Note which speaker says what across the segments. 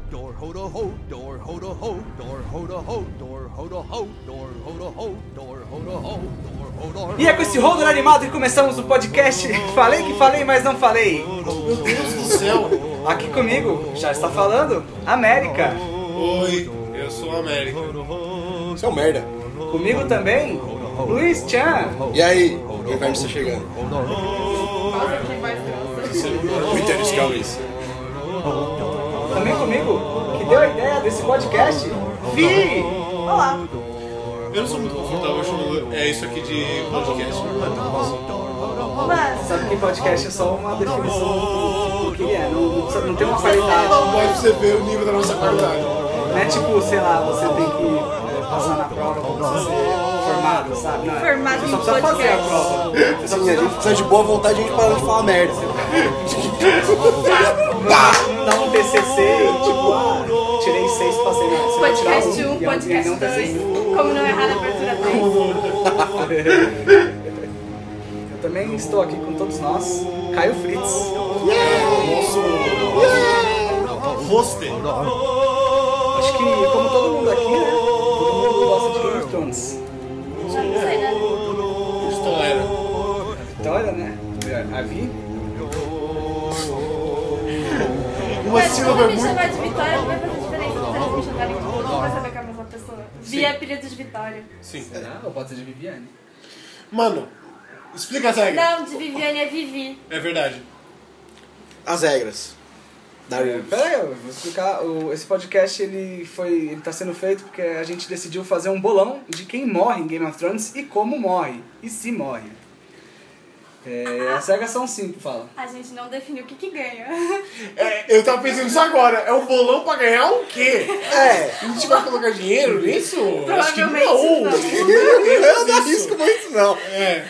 Speaker 1: hodor ho, door hodor ho, door hodor ho, door hodor ho, door hodor ho, door hodor ho, door hodor ho.
Speaker 2: E é com esse rodo animado que começamos o podcast. Falei que falei, mas não falei.
Speaker 3: Meu Deus do céu!
Speaker 2: Aqui comigo já está falando América.
Speaker 3: Oi, eu sou a América.
Speaker 4: Você é um merda.
Speaker 2: Comigo também Luiz Chan.
Speaker 4: E aí, o inverno está chegando.
Speaker 5: Fala que vai transa.
Speaker 4: Peter Scalvis.
Speaker 2: Também comigo que deu a ideia desse podcast. Vi.
Speaker 5: Olá.
Speaker 3: Eu não sou muito confortável achando é isso aqui de podcast.
Speaker 5: Mas,
Speaker 2: Sabe que podcast é só uma definição do que é, não, não precisa- não tem uma
Speaker 5: é
Speaker 2: qualidade.
Speaker 3: Vai pra você ver o nível da nossa qualidade.
Speaker 2: Não é tipo, sei lá, você tem que eh, passar na prova pra você ser formado, sabe? Não, é.
Speaker 5: Formado
Speaker 2: você só
Speaker 5: em
Speaker 2: precisa fazer a
Speaker 5: podcast.
Speaker 2: prova. Você só
Speaker 4: Sim, a
Speaker 2: precisa
Speaker 4: gente precisa de boa vontade, a gente para de falar merda.
Speaker 2: dar um TCC e tipo, ah, tirei seis, passei na você vai tirar
Speaker 5: podcast
Speaker 2: um,
Speaker 5: 1,
Speaker 2: e alguém
Speaker 5: podcast
Speaker 2: não tem
Speaker 5: 2.
Speaker 2: seis.
Speaker 5: Como não errar na abertura 3.
Speaker 2: Eu também estou aqui com todos nós, Caio Fritz.
Speaker 3: Roster.
Speaker 2: Acho que, como todo mundo aqui, né? Todo mundo gosta de Game of Thrones.
Speaker 5: Já não sei, né?
Speaker 3: História.
Speaker 2: Então, olha, né? A Vi,
Speaker 5: Mas se não me chamar de Vitória, não vai fazer diferença. Se eles me chamarem de Vitória, não vai saber que é a mesma pessoa. Vi apelido de Vitória.
Speaker 3: Sim.
Speaker 2: será? Ou pode ser de Viviane?
Speaker 3: Mano, explica essa regra.
Speaker 5: Não, de Viviane é Vivi.
Speaker 3: É verdade.
Speaker 4: As regras. Da
Speaker 5: É.
Speaker 4: Rules.
Speaker 2: Pera aí, eu vou explicar. O- esse podcast ele foi, ele tá sendo feito porque a gente decidiu fazer um bolão de quem morre em Game of Thrones e como morre e se morre. É, as regras são simples, fala.
Speaker 5: A gente não definiu o que que ganha.
Speaker 3: É, eu tava pensando isso agora. É um bolão pra ganhar o quê?
Speaker 4: É.
Speaker 3: A gente vai colocar dinheiro nisso? Acho que
Speaker 5: Provavelmente
Speaker 3: não.
Speaker 5: não.
Speaker 4: Eu não arrisco muito, não.
Speaker 3: É.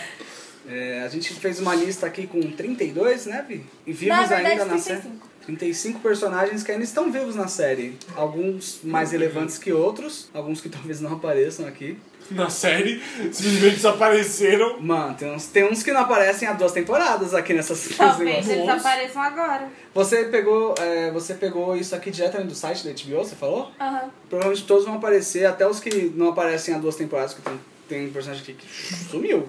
Speaker 2: É, a gente fez uma lista aqui com 32, né, Vi? E vivos
Speaker 5: Na verdade,
Speaker 2: ainda na série.
Speaker 5: 35.
Speaker 2: 35 personagens que ainda estão vivos na série. Alguns mais
Speaker 5: Uhum.
Speaker 2: relevantes que outros, alguns que talvez não apareçam aqui.
Speaker 3: Na série, simplesmente desapareceram.
Speaker 2: Mano, tem uns, tem uns que não aparecem há duas temporadas aqui nessas
Speaker 5: Talvez
Speaker 2: nesse
Speaker 5: eles
Speaker 2: negócio.
Speaker 5: apareçam agora.
Speaker 2: Você pegou, é, você pegou isso aqui diretamente do site da HBO, você falou?
Speaker 5: Aham.
Speaker 2: Provavelmente todos vão aparecer, até os que não aparecem há duas temporadas, que tem, tem personagem aqui que sumiu.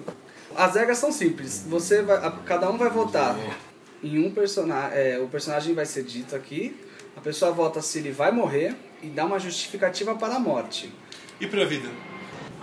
Speaker 2: As regras são simples. Você vai, a- cada um vai votar em um personagem. o personagem vai ser dito aqui. A pessoa vota se ele vai morrer e dá uma justificativa para a morte.
Speaker 3: E pra vida?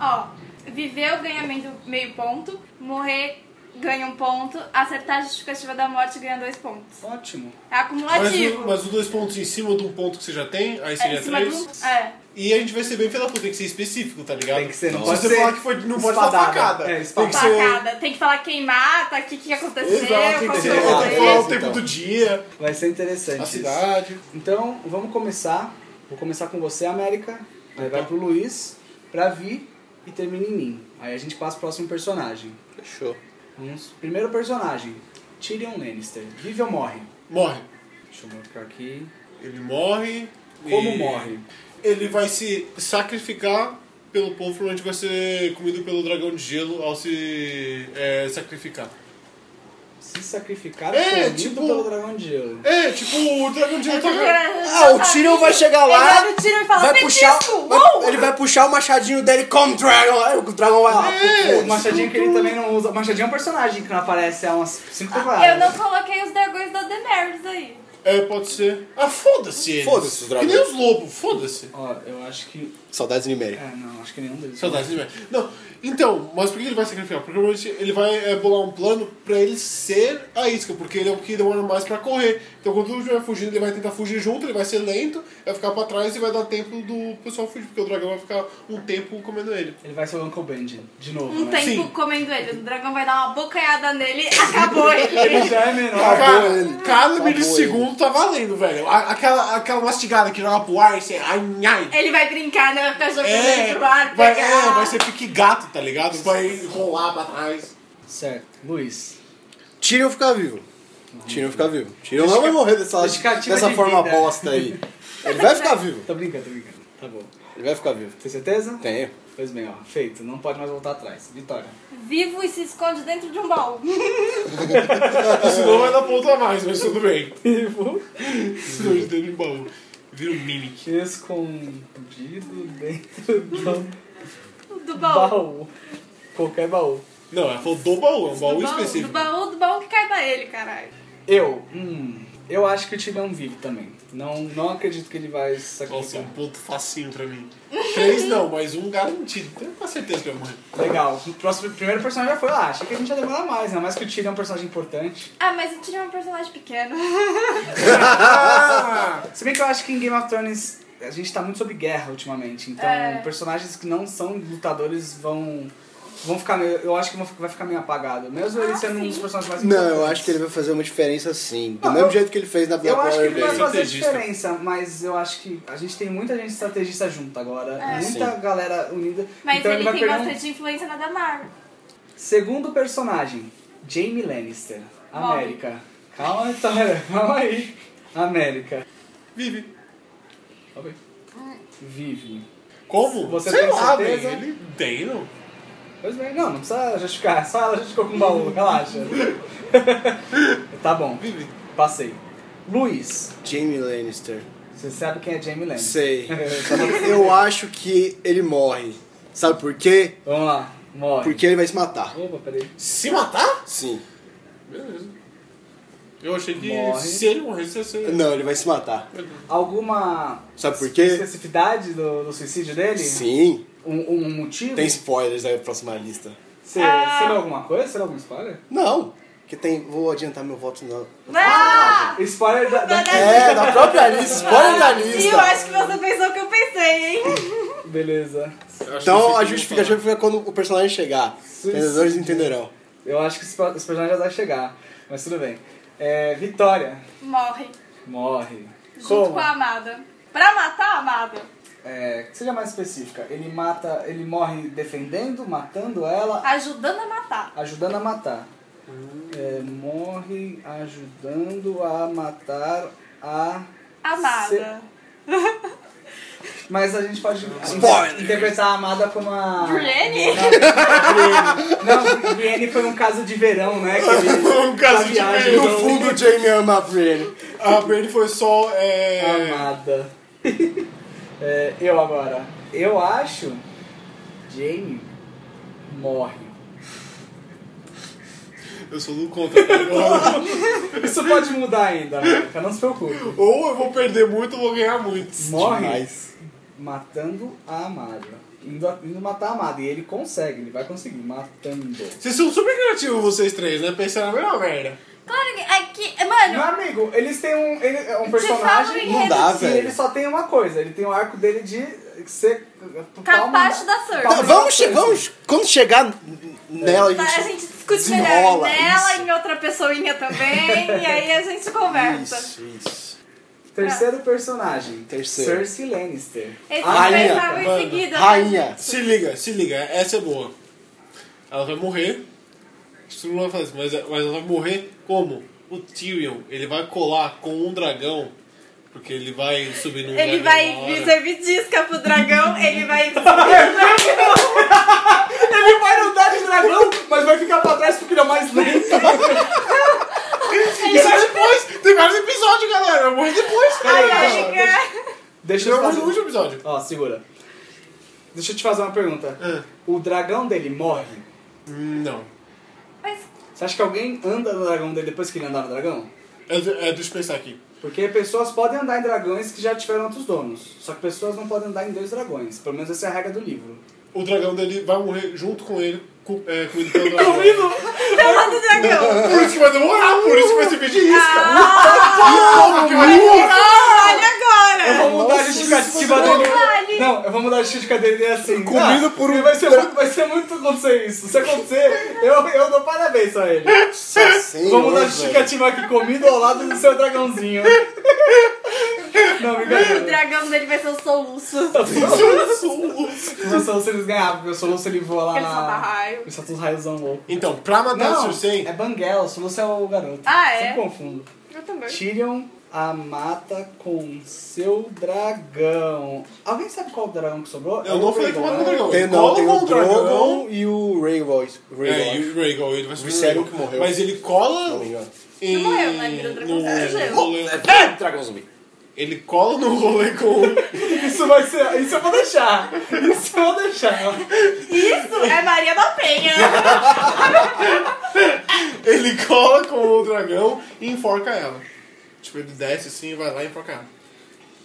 Speaker 5: Ó, viveu ganha meio, meio ponto, morrer ganha um ponto, acertar a justificativa da morte ganha dois pontos.
Speaker 2: Ótimo.
Speaker 5: É
Speaker 3: Mas,
Speaker 5: acumulativo.
Speaker 3: o- mas os dois pontos em cima de um ponto que você já tem, aí
Speaker 5: é,
Speaker 3: seria
Speaker 5: em cima
Speaker 3: três.
Speaker 5: do. É.
Speaker 3: E a gente vai ser bem pela puta, tem que ser específico, tá ligado?
Speaker 2: Tem que ser, não
Speaker 3: se
Speaker 2: pode
Speaker 3: você
Speaker 2: ser
Speaker 3: falar que foi, não pode falar
Speaker 2: espadada.
Speaker 3: facada.
Speaker 2: É,
Speaker 3: tem que
Speaker 2: espadada.
Speaker 3: ser.
Speaker 5: Facada. Tem que falar quem mata, o que, que aconteceu,
Speaker 3: Exato, tem
Speaker 5: qual
Speaker 3: que
Speaker 5: foi
Speaker 3: ser.
Speaker 5: o
Speaker 2: Exato.
Speaker 3: um- Tem que falar o
Speaker 2: Então.
Speaker 3: tempo do dia,
Speaker 2: Vai ser interessante.
Speaker 3: a
Speaker 2: isso.
Speaker 3: cidade.
Speaker 2: Então, vamos começar. Vou começar com você, América. Aí vai pro Luiz, pra Vi e termina em mim. Aí a gente passa pro próximo personagem.
Speaker 4: Fechou.
Speaker 2: Vamos. Primeiro personagem, Tyrion Lannister. Vive ou morre?
Speaker 3: Morre.
Speaker 2: Deixa eu marcar aqui.
Speaker 3: Ele morre.
Speaker 2: Como
Speaker 3: e-
Speaker 2: morre?
Speaker 3: Ele vai se sacrificar pelo povo, provavelmente vai ser comido pelo dragão de gelo ao se é, sacrificar.
Speaker 2: Se sacrificar
Speaker 3: É,
Speaker 2: comido
Speaker 3: tipo-
Speaker 2: pelo dragão de gelo.
Speaker 3: É, tipo, o dragão de gelo tá.
Speaker 4: Ah, o Tyrion vai chegar lá,
Speaker 5: Ele olha o Tyrion e fala,
Speaker 4: Vai puxar,
Speaker 5: "Petisco,
Speaker 4: vai-
Speaker 5: uou!"
Speaker 4: ele vai puxar o machadinho dele, come dragon! Aí o dragão vai lá.
Speaker 2: Ah, O Machadinho que ele também não usa. O Machadinho é um personagem que não aparece há umas 5 temporadas.
Speaker 5: Eu não coloquei os dragões da Daenerys aí.
Speaker 3: É, pode ser. Ah, foda-se eles.
Speaker 4: Foda-se os dragões.
Speaker 3: Que nem os lobos, foda-se.
Speaker 2: Ó, eu acho que.
Speaker 4: Saudades de Niméria.
Speaker 2: É, não, acho que nenhum deles.
Speaker 3: Saudades de Mary. Não, então, mas por que ele vai sacrificar? Porque provavelmente ele vai é, bolar um plano pra ele ser a isca, porque ele é o que demora mais pra correr. Então quando o vai fugindo, ele vai tentar fugir junto, ele vai ser lento, vai ficar pra trás e vai dar tempo do pessoal fugir, porque o dragão vai ficar um tempo comendo ele.
Speaker 2: Ele vai ser o Uncle Benji, de novo.
Speaker 5: Um
Speaker 2: né?
Speaker 5: tempo comendo ele. O dragão vai dar uma bocanhada nele, acabou ele.
Speaker 2: Ele já é menor.
Speaker 3: Cara,
Speaker 4: ele.
Speaker 3: cada
Speaker 4: Acabou
Speaker 3: milissegundo Ah, tá valendo, velho. A- Aquela, aquela mastigada que joga pro ar e você. Ai, ai.
Speaker 5: Ele vai brincar, né? Vai ficar jogando ele
Speaker 3: É,
Speaker 5: pro ar,
Speaker 3: vai,
Speaker 5: pegar.
Speaker 3: é, vai ser pique gato, tá ligado? Vai rolar pra trás.
Speaker 2: Certo. Luiz.
Speaker 4: Tyrion ficar vivo. Tyrion ficar vivo. Tyrion não vai morrer dessa,
Speaker 2: Justificativa
Speaker 4: dessa
Speaker 2: de
Speaker 4: forma
Speaker 2: vida.
Speaker 4: bosta aí. Ele vai ficar vivo.
Speaker 2: Tô brincando, tô brincando. Tá bom.
Speaker 4: Ele vai ficar vivo.
Speaker 2: Tem certeza?
Speaker 4: Tenho.
Speaker 2: Pois bem, ó. Feito. Não pode mais voltar atrás. Vitória.
Speaker 5: Vivo e se esconde dentro de um baú.
Speaker 3: Senão vai dar ponto a mais, mas tudo bem.
Speaker 2: Vivo.
Speaker 3: Senão a gente deu em baú.
Speaker 6: Vira um Mimic.
Speaker 2: Escondido dentro do
Speaker 5: Do baú.
Speaker 2: baú. Qualquer baú.
Speaker 3: Não, ela falou do baú, é um baú
Speaker 5: do baú, do
Speaker 3: específico.
Speaker 5: baú, do baú que caiba ele, caralho.
Speaker 2: Eu, hum, eu acho que o Tidão vive também. Não, não acredito que ele vai se
Speaker 3: Nossa,
Speaker 2: sacrificar.
Speaker 3: um ponto facinho pra mim. Três não, mas um garantido. Tenho quase certeza que é um vai morrer.
Speaker 2: Legal. O próximo, o primeiro personagem já foi lá. Achei que a gente ia demorar mais, né? Mas que o Tidão é um personagem importante.
Speaker 5: Ah, mas eu tirei um personagem pequeno.
Speaker 2: Ah! Se bem que eu acho que em Game of Thrones a gente tá muito sobre guerra ultimamente. Então,
Speaker 5: É.
Speaker 2: personagens que não são lutadores vão. Vão ficar meio, eu acho que vão fi- vai ficar meio apagado. Mesmo ele
Speaker 5: Ah,
Speaker 2: sendo um
Speaker 5: sim.
Speaker 2: dos personagens mais
Speaker 4: Não,
Speaker 2: importantes.
Speaker 4: eu acho que ele vai fazer uma diferença sim. Do
Speaker 2: Não,
Speaker 4: mesmo
Speaker 2: Ah, eu-
Speaker 4: jeito que ele fez na Black
Speaker 2: Eu acho que
Speaker 4: Power
Speaker 2: ele vai
Speaker 4: dele.
Speaker 2: fazer
Speaker 3: Estrategista.
Speaker 2: diferença, mas eu acho que a gente tem muita gente estrategista junto agora.
Speaker 5: É.
Speaker 2: Muita galera unida.
Speaker 5: Mas
Speaker 2: então ele,
Speaker 5: ele,
Speaker 2: vai
Speaker 5: tem
Speaker 2: perder um-
Speaker 5: bastante influência na Damar.
Speaker 2: Segundo personagem, Jamie Lannister.
Speaker 5: Homem.
Speaker 2: América. Calma, Tara, calma aí. América.
Speaker 3: Vive.
Speaker 2: Vive.
Speaker 3: Como?
Speaker 2: Você
Speaker 3: Sei
Speaker 2: tem
Speaker 3: lá, bem,
Speaker 2: certeza?
Speaker 3: ele tem, não.
Speaker 2: Pois bem, não, não precisa justificar. é Só ela justificou com o baú, relaxa. tá bom,
Speaker 3: Vive.
Speaker 2: passei. Luiz,
Speaker 4: Jamie Lannister.
Speaker 2: você sabe quem é Jamie Lannister?
Speaker 4: Sei.
Speaker 2: É.
Speaker 4: eu acho que ele morre. Sabe por quê?
Speaker 2: Vamos lá, morre.
Speaker 4: Porque ele vai se matar.
Speaker 2: Opa, peraí.
Speaker 3: Se matar?
Speaker 4: Sim.
Speaker 3: Beleza. Eu achei que
Speaker 2: Morre.
Speaker 3: se ele morresse, ia ser.
Speaker 4: Não, ele vai se matar.
Speaker 2: Alguma
Speaker 4: Sabe por quê?
Speaker 2: especificidade do, do suicídio dele?
Speaker 4: Sim.
Speaker 2: Um, um motivo?
Speaker 4: Tem spoilers da próxima lista.
Speaker 2: Você
Speaker 5: Ah.
Speaker 2: você leu alguma coisa? Você leu algum spoiler?
Speaker 4: Não. Que tem. Vou adiantar meu voto não.
Speaker 5: Ah!
Speaker 2: Spoiler da, da-
Speaker 4: É, da própria lista, spoiler da
Speaker 5: E eu
Speaker 4: lista.
Speaker 5: acho que você pensou o que eu pensei, hein?
Speaker 2: Beleza.
Speaker 3: Eu acho que eu sei
Speaker 4: Então
Speaker 3: que
Speaker 4: a
Speaker 3: eu
Speaker 4: justificativa fica quando o personagem chegar. Os Entendedores entenderão.
Speaker 2: Eu acho que esse pro- esse personagem já vai chegar, mas tudo bem. É, Vitória
Speaker 5: Morre.
Speaker 2: morre.
Speaker 5: Junto
Speaker 2: Como?
Speaker 5: com a amada. Pra matar a amada.
Speaker 2: É, que seja mais específica. Ele mata, ele morre defendendo, matando ela,
Speaker 5: Ajudando a matar.
Speaker 2: ajudando a matar. É, morre ajudando a matar a.
Speaker 5: Amada.
Speaker 2: Mas a gente pode
Speaker 4: Spoiler!
Speaker 2: interpretar a amada como a.
Speaker 5: Brienne?
Speaker 2: Não, Brienne foi um caso de verão, né? Que ele...
Speaker 3: Foi um caso de
Speaker 2: viagem
Speaker 3: verão.
Speaker 4: No fundo, o Jamie é ama a Brienne.
Speaker 3: sei. A Bernie foi só. É...
Speaker 2: Amada. É, eu agora. Eu acho. Jamie morre.
Speaker 3: Eu sou do contra. tá cara.
Speaker 2: Isso pode mudar ainda, América, não se preocupe.
Speaker 3: ou eu vou perder muito ou vou ganhar muito.
Speaker 2: Morre
Speaker 4: Demais.
Speaker 2: matando a amada. Indo, indo matar a amada. E ele consegue, ele vai conseguir. Matando.
Speaker 3: Vocês são super criativos, vocês três, né? Pensaram a mesma merda.
Speaker 5: Claro que. é que- Mano,
Speaker 2: Meu amigo, eles têm um, ele, é um
Speaker 5: te falo
Speaker 2: personagem.
Speaker 5: em
Speaker 4: não dá,
Speaker 5: redução.
Speaker 2: E
Speaker 4: Ah, velho.
Speaker 2: ele só tem uma coisa, ele tem o arco dele de ser.
Speaker 5: Capacho da Cersei.
Speaker 2: Palma-
Speaker 4: Ah, Vamos, che- vamos, quando chegar nela,
Speaker 5: Tá,
Speaker 4: a
Speaker 5: a
Speaker 4: gente.
Speaker 5: gente discute melhor
Speaker 4: desenrola
Speaker 5: nela,
Speaker 4: isso.
Speaker 5: em outra pessoinha também, e aí a gente conversa.
Speaker 4: Isso, isso.
Speaker 2: Terceiro personagem.
Speaker 4: Terceiro.
Speaker 2: Cersei Lannister.
Speaker 5: Esse
Speaker 4: Rainha,
Speaker 5: pensava em
Speaker 3: mano.
Speaker 5: seguida. né?
Speaker 4: Rainha.
Speaker 3: Se liga, se liga, essa é boa. Ela vai morrer. Isso não vai fazer, mas, mas ela vai morrer como? O Tyrion, ele vai colar com um dragão. Porque ele vai subir num
Speaker 5: Ele
Speaker 3: dragão
Speaker 5: vai
Speaker 3: na hora.
Speaker 5: servir disca pro dragão, ele vai.
Speaker 2: Ele vai andar de dragão, mas vai ficar pra trás porque ele é mais lento.
Speaker 3: Isso é depois! Tem vários episódios, galera! Eu morri depois!
Speaker 5: Ai,
Speaker 3: cara.
Speaker 5: ai, ai.
Speaker 2: Deixa
Speaker 3: Eu
Speaker 2: eu
Speaker 3: morri no
Speaker 2: fazer.
Speaker 3: último episódio.
Speaker 2: Ó, segura. Deixa eu te fazer uma pergunta.
Speaker 3: Ah.
Speaker 2: O dragão dele morre?
Speaker 3: Hum, Não.
Speaker 5: Mas
Speaker 2: Você acha que alguém anda no dragão dele depois que ele andar no dragão?
Speaker 3: É, do- é deixa eu pensar aqui.
Speaker 2: Porque pessoas podem andar em dragões que já tiveram outros donos. Só que pessoas não podem andar em dois dragões. Pelo menos essa é a regra do livro.
Speaker 3: O dragão dele vai morrer junto com ele, com, é, comido pelo dragão.
Speaker 5: eu mando o dragão.
Speaker 3: Por isso que vai demorar, por isso que vai servir de
Speaker 5: Ah.
Speaker 3: isca! Como que vai
Speaker 5: Olha agora!
Speaker 2: Eu vou mudar a
Speaker 4: Nossa,
Speaker 2: justificativa
Speaker 5: não
Speaker 2: dele.
Speaker 5: vale.
Speaker 2: Não, eu vou mudar a justificativa dele é assim.
Speaker 4: Comido
Speaker 2: Ah,
Speaker 4: por um
Speaker 2: e Vai ser,
Speaker 4: dra-
Speaker 2: muito, vai ser muito acontecer isso. Se acontecer, eu, eu dou parabéns a ele.
Speaker 4: Só sei,
Speaker 2: Vamos dar
Speaker 4: velho.
Speaker 2: justificativa aqui, comida ao lado do seu dragãozinho. Não,
Speaker 5: O
Speaker 2: brincadeira.
Speaker 5: dragão dele vai ser o soluço.
Speaker 2: O soluço eles ganhavam, porque o soluço ele voa lá
Speaker 5: Ele
Speaker 3: Ah.
Speaker 5: solta
Speaker 2: na...
Speaker 5: raio.
Speaker 2: Ele solta uns raiozão louco.
Speaker 3: Então, pra matar
Speaker 2: Não,
Speaker 3: o Cersei,
Speaker 2: é Banguela, o soluço é o garoto.
Speaker 5: Ah, é?
Speaker 2: Sempre confundo.
Speaker 5: Eu também.
Speaker 2: Tyrion a mata com seu dragão. Alguém sabe qual dragão que sobrou? É
Speaker 3: eu
Speaker 2: o
Speaker 3: não falei que
Speaker 2: Rhaegal,
Speaker 3: mata o
Speaker 2: né?
Speaker 3: dragão.
Speaker 4: Tem,
Speaker 3: Ele
Speaker 4: não,
Speaker 3: cola
Speaker 4: tem
Speaker 3: com
Speaker 4: o
Speaker 3: o dragão.
Speaker 4: Drogon e o Rainbow.
Speaker 3: É, e o Rhaegal, ele vai subir no
Speaker 4: O Viserion
Speaker 3: dragão.
Speaker 4: que morreu.
Speaker 3: Mas ele cola
Speaker 4: engano.
Speaker 3: em...
Speaker 5: Não morreu, né? Ele virou dragão,
Speaker 3: no-
Speaker 5: tá no gelo.
Speaker 3: no-
Speaker 4: É, dragão zumbi.
Speaker 3: Ele cola no rolê com. um,
Speaker 2: Isso vai ser. Isso eu vou deixar. Isso eu vou deixar.
Speaker 5: Isso é Maria da Penha.
Speaker 3: ele cola com o dragão e enforca ela. Tipo, ele desce assim e vai lá e enforca ela.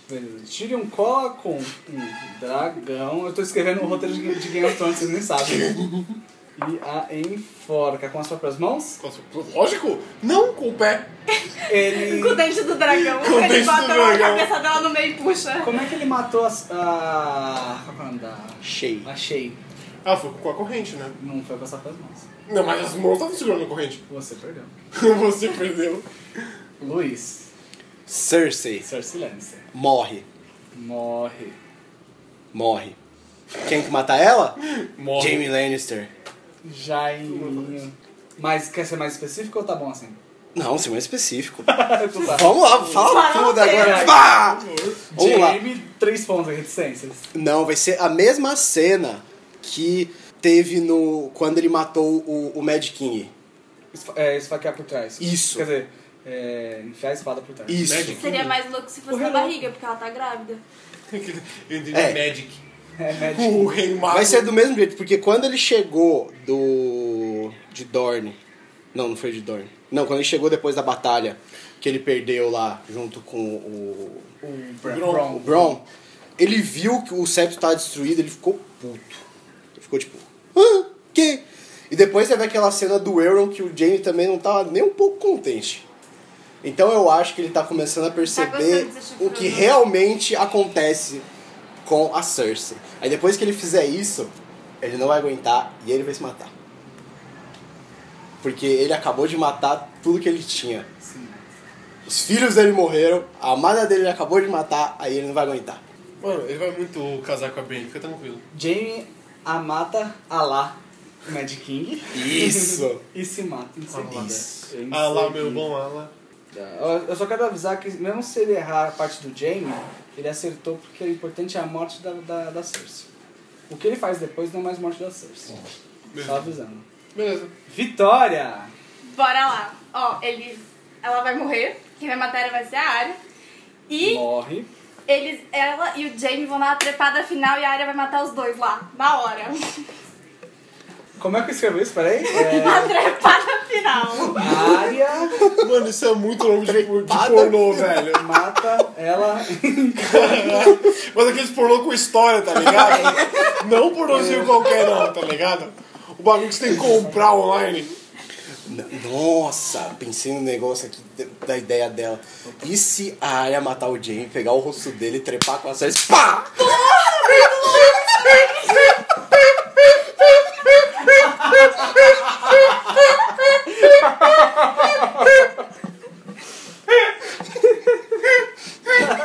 Speaker 2: Beleza. Tire um cola com um dragão. Eu tô escrevendo um roteiro de de Game of Thrones, vocês nem sabem. E a enforca com as próprias mãos.
Speaker 3: Nossa, Lógico, não com o pé.
Speaker 2: Ele.
Speaker 5: Com o dente do dragão.
Speaker 3: Com o
Speaker 5: ele
Speaker 3: dente do
Speaker 5: bota a
Speaker 3: dragão.
Speaker 5: cabeça dela no meio e puxa.
Speaker 2: Como é que ele matou as. A. Qual que é o nome da.
Speaker 4: Cheio.
Speaker 2: Achei.
Speaker 3: Ah, foi com a corrente, né?
Speaker 2: Não foi com as próprias mãos.
Speaker 3: Não, mas as mãos estavam segurando a corrente.
Speaker 2: Você perdeu.
Speaker 3: Você perdeu.
Speaker 2: Luiz.
Speaker 4: Cersei.
Speaker 2: Cersei Lannister.
Speaker 4: Morre.
Speaker 2: Morre.
Speaker 4: Morre. Quem que mata ela?
Speaker 3: Morre.
Speaker 4: Jamie Lannister.
Speaker 2: Jaiminho. Mas quer ser mais específico ou tá bom assim?
Speaker 4: Não, ser mais específico.
Speaker 2: Tu tá.
Speaker 4: Vamos lá, fala tudo agora.
Speaker 2: Vai.
Speaker 4: Pá! Vamos lá.
Speaker 2: Jamie, três pontos em reticências.
Speaker 4: Não, vai ser a mesma cena que teve no. quando ele matou o, o Mad King.
Speaker 2: Esfa é, esfaquear por trás.
Speaker 4: Isso.
Speaker 2: Quer dizer, é, enfiar a espada por trás.
Speaker 4: Isso.
Speaker 3: Mad King.
Speaker 5: Seria mais louco se fosse na barriga, porque ela tá grávida.
Speaker 3: Eu entendi
Speaker 4: É.
Speaker 3: Magic.
Speaker 2: É médico.
Speaker 3: O rei mago.
Speaker 4: Vai ser do mesmo jeito, porque quando ele chegou do. de Dorne. Não, não foi de Dorne. Não, quando ele chegou depois da batalha que ele perdeu lá junto com o.
Speaker 2: O Bron.
Speaker 4: O Bron, ele viu que o septo tava destruído, ele ficou puto. Ele ficou tipo, ah, que? E depois você vê aquela cena do Euron que o Jaime também não tava nem um pouco contente. Então eu acho que ele tá começando a perceber
Speaker 5: gostando desse tipo
Speaker 4: o que
Speaker 5: chifrudo.
Speaker 4: realmente acontece com a Cersei. Aí depois que ele fizer isso, ele não vai aguentar e ele vai se matar. Porque ele acabou de matar tudo que ele tinha.
Speaker 2: Sim.
Speaker 4: Os filhos dele morreram, a amada dele acabou de matar, aí ele não vai aguentar.
Speaker 3: Mano, ele vai muito casar com a Brienne, fica tranquilo.
Speaker 2: Jamie amata Alá Mad King.
Speaker 4: Isso.
Speaker 2: e se mata em seguida.
Speaker 4: Isso.
Speaker 2: Em
Speaker 3: Ah lá,
Speaker 2: seguida.
Speaker 3: meu bom, ah lá.
Speaker 2: É, Eu- Eu só quero avisar que mesmo se ele errar a parte do Jamie, ele acertou porque o importante é a morte da, da, da Cersei. O que ele faz depois não é mais morte da Cersei. Só
Speaker 3: Beleza.
Speaker 2: avisando.
Speaker 3: Beleza.
Speaker 2: Vitória!
Speaker 5: Bora lá. Ó, ele. Ela vai morrer. Quem vai matar ela vai ser a Arya. E
Speaker 2: Morre.
Speaker 5: eles, ela e o Jamie vão dar uma trepada final e a Arya vai matar os dois lá, na hora.
Speaker 2: Como é que eu escrevi isso? Peraí. É...
Speaker 5: A trepada final.
Speaker 2: Arya
Speaker 3: Mano, isso é muito nome de, de
Speaker 4: Trepada.
Speaker 3: pornô, velho.
Speaker 2: mata ela.
Speaker 3: Mas aqueles pornô com história, tá ligado? Não um pornôzinho qualquer, não, tá ligado? O bagulho que você tem que comprar online.
Speaker 4: N- Nossa, pensei no negócio aqui d- da ideia dela. E se a Arya matar o Jamie, pegar o rosto dele, trepar com a Cersei, pá!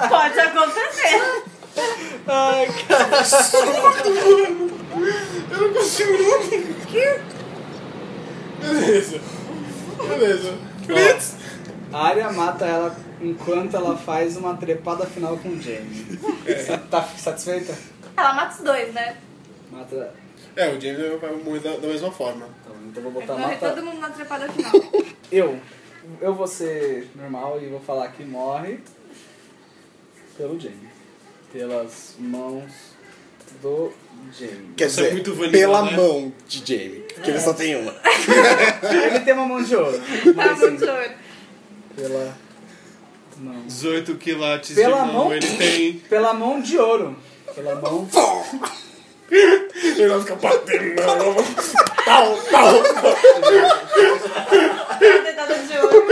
Speaker 5: Pode acontecer.
Speaker 2: Ai, cara.
Speaker 3: Eu não consigo nem entender. Beleza. Beleza. Fritz.
Speaker 2: Arya mata ela enquanto ela faz uma trepada final com o Jamie. Você Tá satisfeita?
Speaker 5: Ela mata os dois, né?
Speaker 2: Mata.
Speaker 3: É, o James vai morrer da, da mesma forma.
Speaker 2: Então, então vou
Speaker 5: Vai
Speaker 2: botar
Speaker 5: morrer
Speaker 2: mata.
Speaker 5: todo mundo É na trepada final.
Speaker 2: Eu. Eu vou ser normal e vou falar que morre pelo Jamie. Pelas mãos do Jamie.
Speaker 4: Quer
Speaker 3: Isso é
Speaker 4: dizer,
Speaker 3: muito vanilla,
Speaker 4: pela
Speaker 3: né?
Speaker 4: mão de Jamie, porque ele só tem uma.
Speaker 2: Ele tem uma mão de ouro.
Speaker 5: Tá
Speaker 2: Mas
Speaker 5: muito
Speaker 2: sim,
Speaker 5: ouro.
Speaker 2: pela mão.
Speaker 3: 18 quilates
Speaker 2: Pela
Speaker 3: de mão,
Speaker 2: mão?
Speaker 3: ele tem.
Speaker 2: Pela mão de ouro. Pela mão.
Speaker 3: Ele vai ficar batendo na mão. Pau, pau.
Speaker 5: Uma dedada de ouro.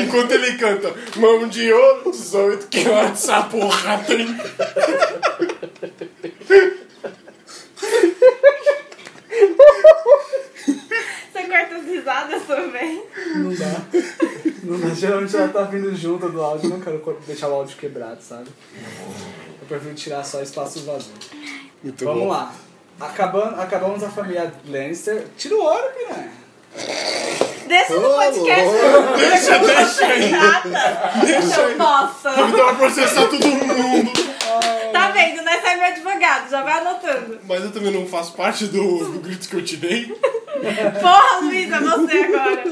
Speaker 3: Enquanto ele canta, mão de ouro, 18 quilates, essa porra tem.
Speaker 5: Você corta as risadas também.
Speaker 2: Não dá. Não dá. Geralmente ela tá vindo junto do áudio. Eu não quero co- deixar o áudio quebrado, sabe? Eu prefiro tirar só espaço vazio.
Speaker 4: Muito
Speaker 2: Vamos
Speaker 4: bom.
Speaker 2: lá. Acabando, acabamos a família Lannister. Tira o ouro, piranha.
Speaker 5: Deixa no
Speaker 4: Ô,
Speaker 5: podcast.
Speaker 4: louco.
Speaker 5: Deixa, deixa aí. Então, nossa.
Speaker 3: Então vai processar todo mundo.
Speaker 5: Tá vendo, né? Sai meu advogado. Já vai anotando.
Speaker 3: Mas eu também não faço parte do, do grito que eu te dei.
Speaker 5: é Porra, Luísa, você agora.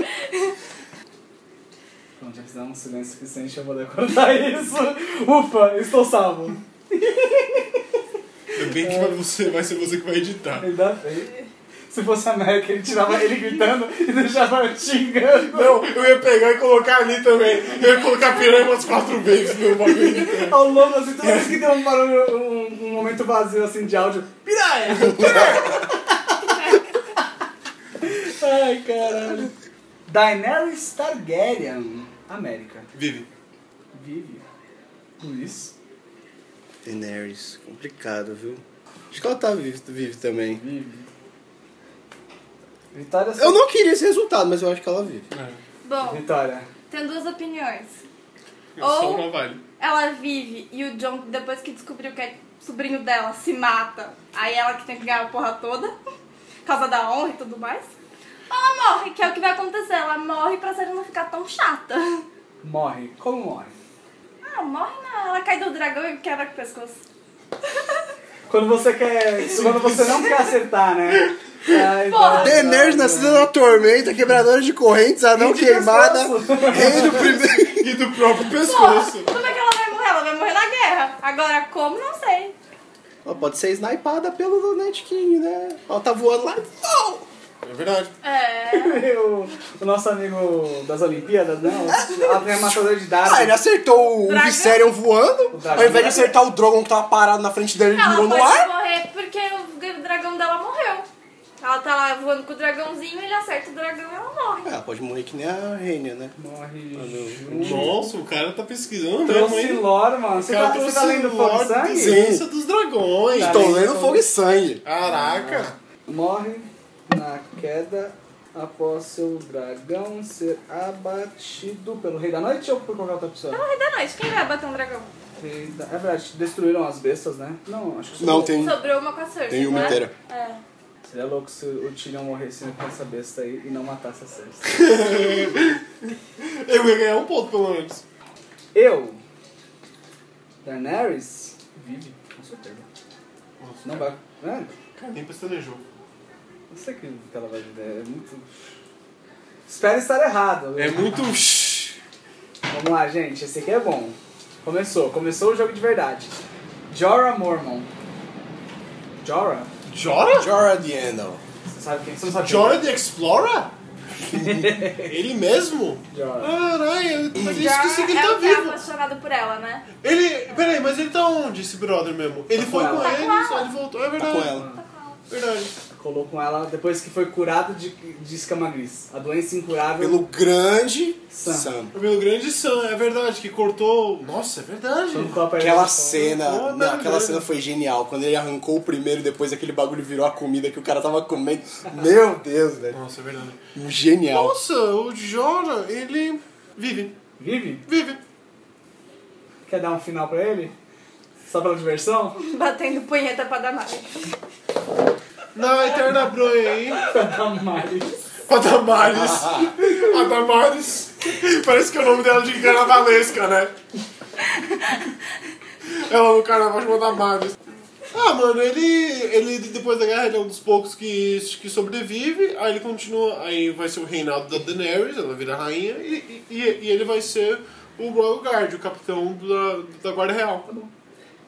Speaker 2: Pronto, já fizeram um silêncio suficiente, eu vou decorar isso. Ufa, estou salvo.
Speaker 3: É bem que vai, você, vai ser você que vai editar.
Speaker 2: Ainda bem. Se fosse a Mac, ele tirava ele gritando e deixava eu xingando.
Speaker 3: Não, eu ia pegar e colocar ali também. Eu ia colocar piranha umas quatro vezes no bagulho.
Speaker 2: Ao longo, assim, toda vez que deu um barulho, um, um momento vazio, assim, de áudio. Piranha! Ai, caralho. Daenerys Targaryen, América.
Speaker 3: Vive.
Speaker 2: Vive. Luiz.
Speaker 4: Daenerys, complicado, viu? Acho que ela tá viva vive também.
Speaker 2: Vive. Vitória.
Speaker 4: Eu não queria esse resultado, mas eu acho que ela
Speaker 3: É,
Speaker 4: vive.
Speaker 5: Bom,
Speaker 2: Vitória.
Speaker 5: tem duas opiniões.
Speaker 3: Só
Speaker 5: Ou-
Speaker 3: uma vale.
Speaker 5: Ela vive e o John, depois que descobriu que é sobrinho dela, se mata. Aí ela que tem que ganhar a porra toda. por Causa da honra e tudo mais. Ou Ela morre, que é o que vai acontecer. Ela morre pra série não ficar tão chata.
Speaker 2: Morre. Como morre?
Speaker 5: Ah, morre não. Ela cai do dragão e quebra o pescoço.
Speaker 2: Quando você quer. Quando você não quer acertar, né? então, é, Ai,
Speaker 5: Porra.
Speaker 4: Daenerys nascida na tormenta, quebradora de correntes, anão
Speaker 2: de
Speaker 4: queimada,
Speaker 2: pescoço.
Speaker 4: rei do primeiro.
Speaker 3: E do próprio
Speaker 5: Porra,
Speaker 3: pescoço.
Speaker 5: como é que ela vai morrer? Ela vai morrer na guerra. Agora, como? Não sei.
Speaker 4: Ela pode ser snipada pelo Night King, né? Ela tá voando lá. Não!
Speaker 3: É verdade.
Speaker 5: É.
Speaker 2: O, o nosso amigo das Olimpíadas, né? O arrematador de dados.
Speaker 4: Ah, ele acertou o
Speaker 5: Dragão.
Speaker 4: Viserion
Speaker 2: O
Speaker 4: voando,
Speaker 2: dragão.
Speaker 4: ao invés de acertar o Drogon que tava parado na frente dele, ele
Speaker 5: Ela
Speaker 4: virou
Speaker 5: pode
Speaker 4: no ar.
Speaker 5: morrer porque o dragão dela morreu. Ela tá lá voando com o dragãozinho, ele acerta o dragão e ela morre.
Speaker 4: É, Ela pode morrer que nem a Rainha, né?
Speaker 2: Morre junto.
Speaker 3: Nossa, o cara tá pesquisando mesmo,
Speaker 2: Trouxe
Speaker 3: hein?
Speaker 2: lore, mano. Você tá, você tá lendo Fogo e Sangue?
Speaker 3: Presença dos dragões.
Speaker 2: Tá.
Speaker 4: Estou
Speaker 2: bem,
Speaker 4: lendo
Speaker 2: então.
Speaker 4: fogo e sangue.
Speaker 3: Caraca.
Speaker 2: Morre na queda após seu dragão ser abatido pelo Rei da Noite ou por qualquer outra pessoa?
Speaker 5: Rei da noite, quem vai bater um dragão?
Speaker 2: Rei da... É verdade, destruíram as bestas, né? Não, acho que
Speaker 4: Não, tem.
Speaker 5: Sobrou uma com a Cersei.
Speaker 4: Tem uma
Speaker 5: né?
Speaker 4: inteira.
Speaker 5: É.
Speaker 2: Seria louco se o Tyrion morresse com essa besta aí e não matasse a Cersei.
Speaker 3: Eu ia ganhar um ponto, pelo menos.
Speaker 2: Eu, Daenerys, vive, com certeza.
Speaker 3: Nossa,
Speaker 2: Não vai. Né?
Speaker 3: cara, nem pestanejou.
Speaker 2: Não sei o que que ela vai viver. É muito. Espero estar errado.
Speaker 3: É muito... shhh.
Speaker 2: Vamos lá, gente. Esse aqui é bom. Começou. Começou o jogo de verdade. Jorah Mormon. Jorah?
Speaker 3: Jora?
Speaker 4: Jorah the Andal.
Speaker 2: Você sabe quem? Você não sabe quem? é?
Speaker 3: Jora the Explorer? Ele mesmo?
Speaker 2: Jorah.
Speaker 3: Caralho, eu
Speaker 5: O
Speaker 3: esqueci que ele
Speaker 5: Jar é
Speaker 3: tá
Speaker 5: o que é
Speaker 3: vivo.
Speaker 5: apaixonado por ela, né?
Speaker 3: Ele. Peraí, mas ele tá onde, esse brother mesmo? Ele
Speaker 2: com
Speaker 3: foi com,
Speaker 2: ela.
Speaker 5: Tá
Speaker 3: ele,
Speaker 5: com ela.
Speaker 3: só ele voltou. É
Speaker 4: Tá
Speaker 3: verdade.
Speaker 4: com ela.
Speaker 3: Verdade.
Speaker 2: Colou com ela depois que foi curado de, de escama gris. A doença incurável.
Speaker 4: Pelo grande
Speaker 2: Sam.
Speaker 4: Sam.
Speaker 3: O meu grande Sam, é verdade, que cortou. Nossa, é verdade.
Speaker 2: Quando coloca ele
Speaker 4: Aquela
Speaker 2: no chão.
Speaker 4: cena,
Speaker 3: Não,
Speaker 4: não, aquela
Speaker 3: não.
Speaker 4: cena foi genial. Quando ele arrancou o primeiro, depois aquele bagulho virou a comida que o cara tava comendo. Meu Deus, velho. Um
Speaker 3: Nossa, é verdade.
Speaker 4: Genial.
Speaker 3: Nossa, o Jora, ele. Vive.
Speaker 2: Vive?
Speaker 3: Vive.
Speaker 2: Quer dar um final pra ele? Só pela diversão?
Speaker 5: Batendo punheta pra danar.
Speaker 3: Na Eterna Bronha aí.
Speaker 2: um Damares.
Speaker 3: A Damares. A Damares. Parece que é o nome dela de carnavalesca, né? Ela no carnaval chama Damares. Ah, mano, ele, ele depois da guerra ele é um dos poucos que, que sobrevive, aí ele continua, aí vai ser o reinado da Daenerys, ela vira rainha, e, e, e ele vai ser o Royal Guard, o capitão da, da Guarda Real.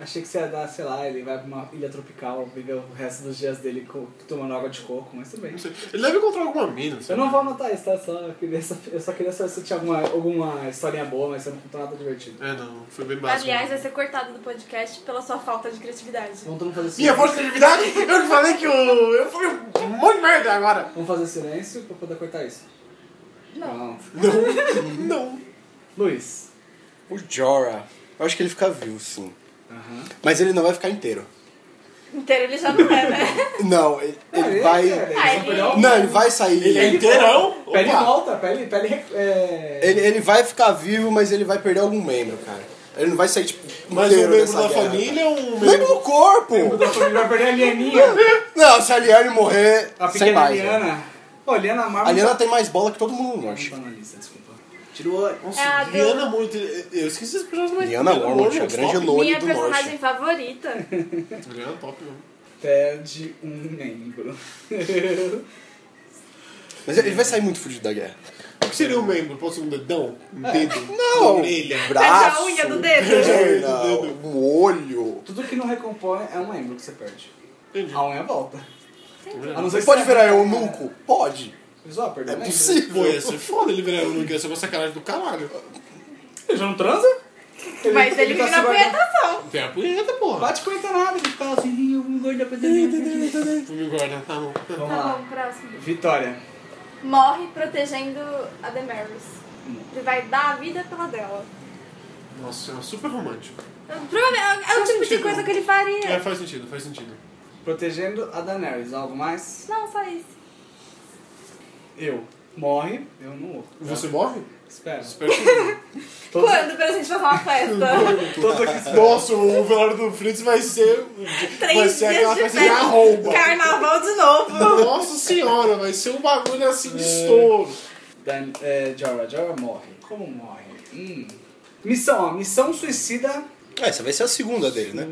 Speaker 2: Achei que você ia dar, sei lá, ele vai pra uma ilha tropical, vive o resto dos dias dele co- tomando água de coco, mas tudo bem.
Speaker 3: Não sei. Ele deve encontrar alguma mina,
Speaker 2: Eu
Speaker 3: sabe?
Speaker 2: não vou anotar isso, tá? Só queria, sa- eu só queria saber se tinha alguma, alguma historinha boa, mas você não contou nada divertido.
Speaker 3: É, não, foi bem básico.
Speaker 5: Aliás, vai ser cortado do podcast pela sua falta de criatividade.
Speaker 2: Vamos todo mundo fazer
Speaker 3: Minha
Speaker 2: silêncio.
Speaker 3: voz de criatividade, eu que falei que eu, eu fui um monte de merda agora.
Speaker 2: Vamos fazer silêncio pra poder cortar isso.
Speaker 5: Não.
Speaker 3: Não, não.
Speaker 2: Luiz.
Speaker 4: O Jorah. Eu acho que ele fica vivo, sim.
Speaker 2: Aham.
Speaker 4: Mas ele não vai ficar inteiro.
Speaker 5: Inteiro ele já não é, né?
Speaker 4: Não, ele, ele
Speaker 2: É,
Speaker 4: vai.
Speaker 2: cara,
Speaker 5: Ah,
Speaker 2: ele vai pegar
Speaker 5: ele-
Speaker 2: o-
Speaker 4: Não, ele vai sair.
Speaker 3: Ele é inteirão?
Speaker 2: Pele
Speaker 3: Opa.
Speaker 2: volta, pele... pele é...
Speaker 4: Ele, ele vai ficar vivo, mas ele vai perder algum membro, cara. Ele não vai sair, tipo,
Speaker 3: Mas um
Speaker 4: inteiro
Speaker 3: membro
Speaker 4: dessa
Speaker 3: da
Speaker 4: guerra.
Speaker 3: família ou um
Speaker 4: Membro
Speaker 3: membro.
Speaker 4: do corpo!
Speaker 2: Ele vai perder a Lianinha.
Speaker 4: Não, se a Liane morrer,
Speaker 2: A
Speaker 4: sem
Speaker 2: pequena
Speaker 4: mais. né?
Speaker 2: Liana. Pô, Liana é Marvel...
Speaker 4: A Liana tem mais bola que todo mundo no norte.
Speaker 2: Não tá na lista, desculpa. Tira o olho.
Speaker 3: Nossa,
Speaker 5: É a do-
Speaker 3: Liana Mormont. Eu esqueci esse personagem mas.
Speaker 4: Liana Mormont, a um grande
Speaker 3: top.
Speaker 4: Lone
Speaker 5: Minha
Speaker 4: do
Speaker 5: personagem
Speaker 4: norte.
Speaker 5: favorita.
Speaker 3: Liana é top né? mesmo.
Speaker 2: Perde um membro.
Speaker 4: Mas ele vai sair muito fudido da guerra.
Speaker 3: O que seria um membro? Pode ser um dedão? Um dedo?
Speaker 4: É. Não!
Speaker 3: Uma orelha?
Speaker 4: Braço,
Speaker 5: Perde Tá a unha do dedo.
Speaker 4: perna, um olho.
Speaker 2: Tudo que não recompõe é um membro que você perde.
Speaker 3: Entendi.
Speaker 2: A unha volta. A não ser
Speaker 4: Você
Speaker 2: que
Speaker 4: pode
Speaker 2: você-
Speaker 4: virar eunuco? Pode.
Speaker 2: Isso, ó, perdeu
Speaker 4: É
Speaker 2: o membro.
Speaker 3: Pô, ia
Speaker 4: possível.
Speaker 3: ser foda ele virar um ia ser uma sacanagem do caralho.
Speaker 2: Ele já não transa?
Speaker 5: Mas ele
Speaker 2: tá
Speaker 5: vive
Speaker 2: se
Speaker 5: na
Speaker 2: guardando.
Speaker 5: punhetação.
Speaker 3: Tem a punheta, porra.
Speaker 2: Bate coisa nada, ele fala assim, "Ih, eu engordo a coisa minha".
Speaker 3: Não me guarda, tá bom.
Speaker 2: Então, Vamos
Speaker 5: Tá bom,
Speaker 2: lá.
Speaker 5: próximo.
Speaker 2: Vitória.
Speaker 5: Morre protegendo a Demaris. Ele vai dar a vida pela dela.
Speaker 3: Nossa, é super romântico.
Speaker 5: Provavelmente é o
Speaker 3: Faz
Speaker 5: tipo de
Speaker 3: sentido.
Speaker 5: coisa que ele
Speaker 3: É,
Speaker 5: faria.
Speaker 3: faz sentido, faz sentido.
Speaker 2: Protegendo a Daenerys. Algo mais?
Speaker 5: Não, só isso.
Speaker 2: Eu. Morre, eu não morro.
Speaker 3: Você morre?
Speaker 2: Espero.
Speaker 3: Espero que não.
Speaker 2: Todos,
Speaker 5: Quando pra gente fazer uma festa?
Speaker 2: todos aqui esperam.
Speaker 3: Nossa, o velório do Fritz vai ser. vai
Speaker 5: Três
Speaker 3: ser aquela
Speaker 5: dias de
Speaker 3: festa de
Speaker 5: festa.
Speaker 3: arromba.
Speaker 5: Carnaval de novo.
Speaker 3: Nossa senhora, vai ser um bagulho assim
Speaker 2: É.
Speaker 3: de estouro.
Speaker 2: Dan, é, Jorah, Jorah morre. Como morre? Hum. Missão, ó. Missão suicida.
Speaker 4: É, essa vai ser a segunda dele, né?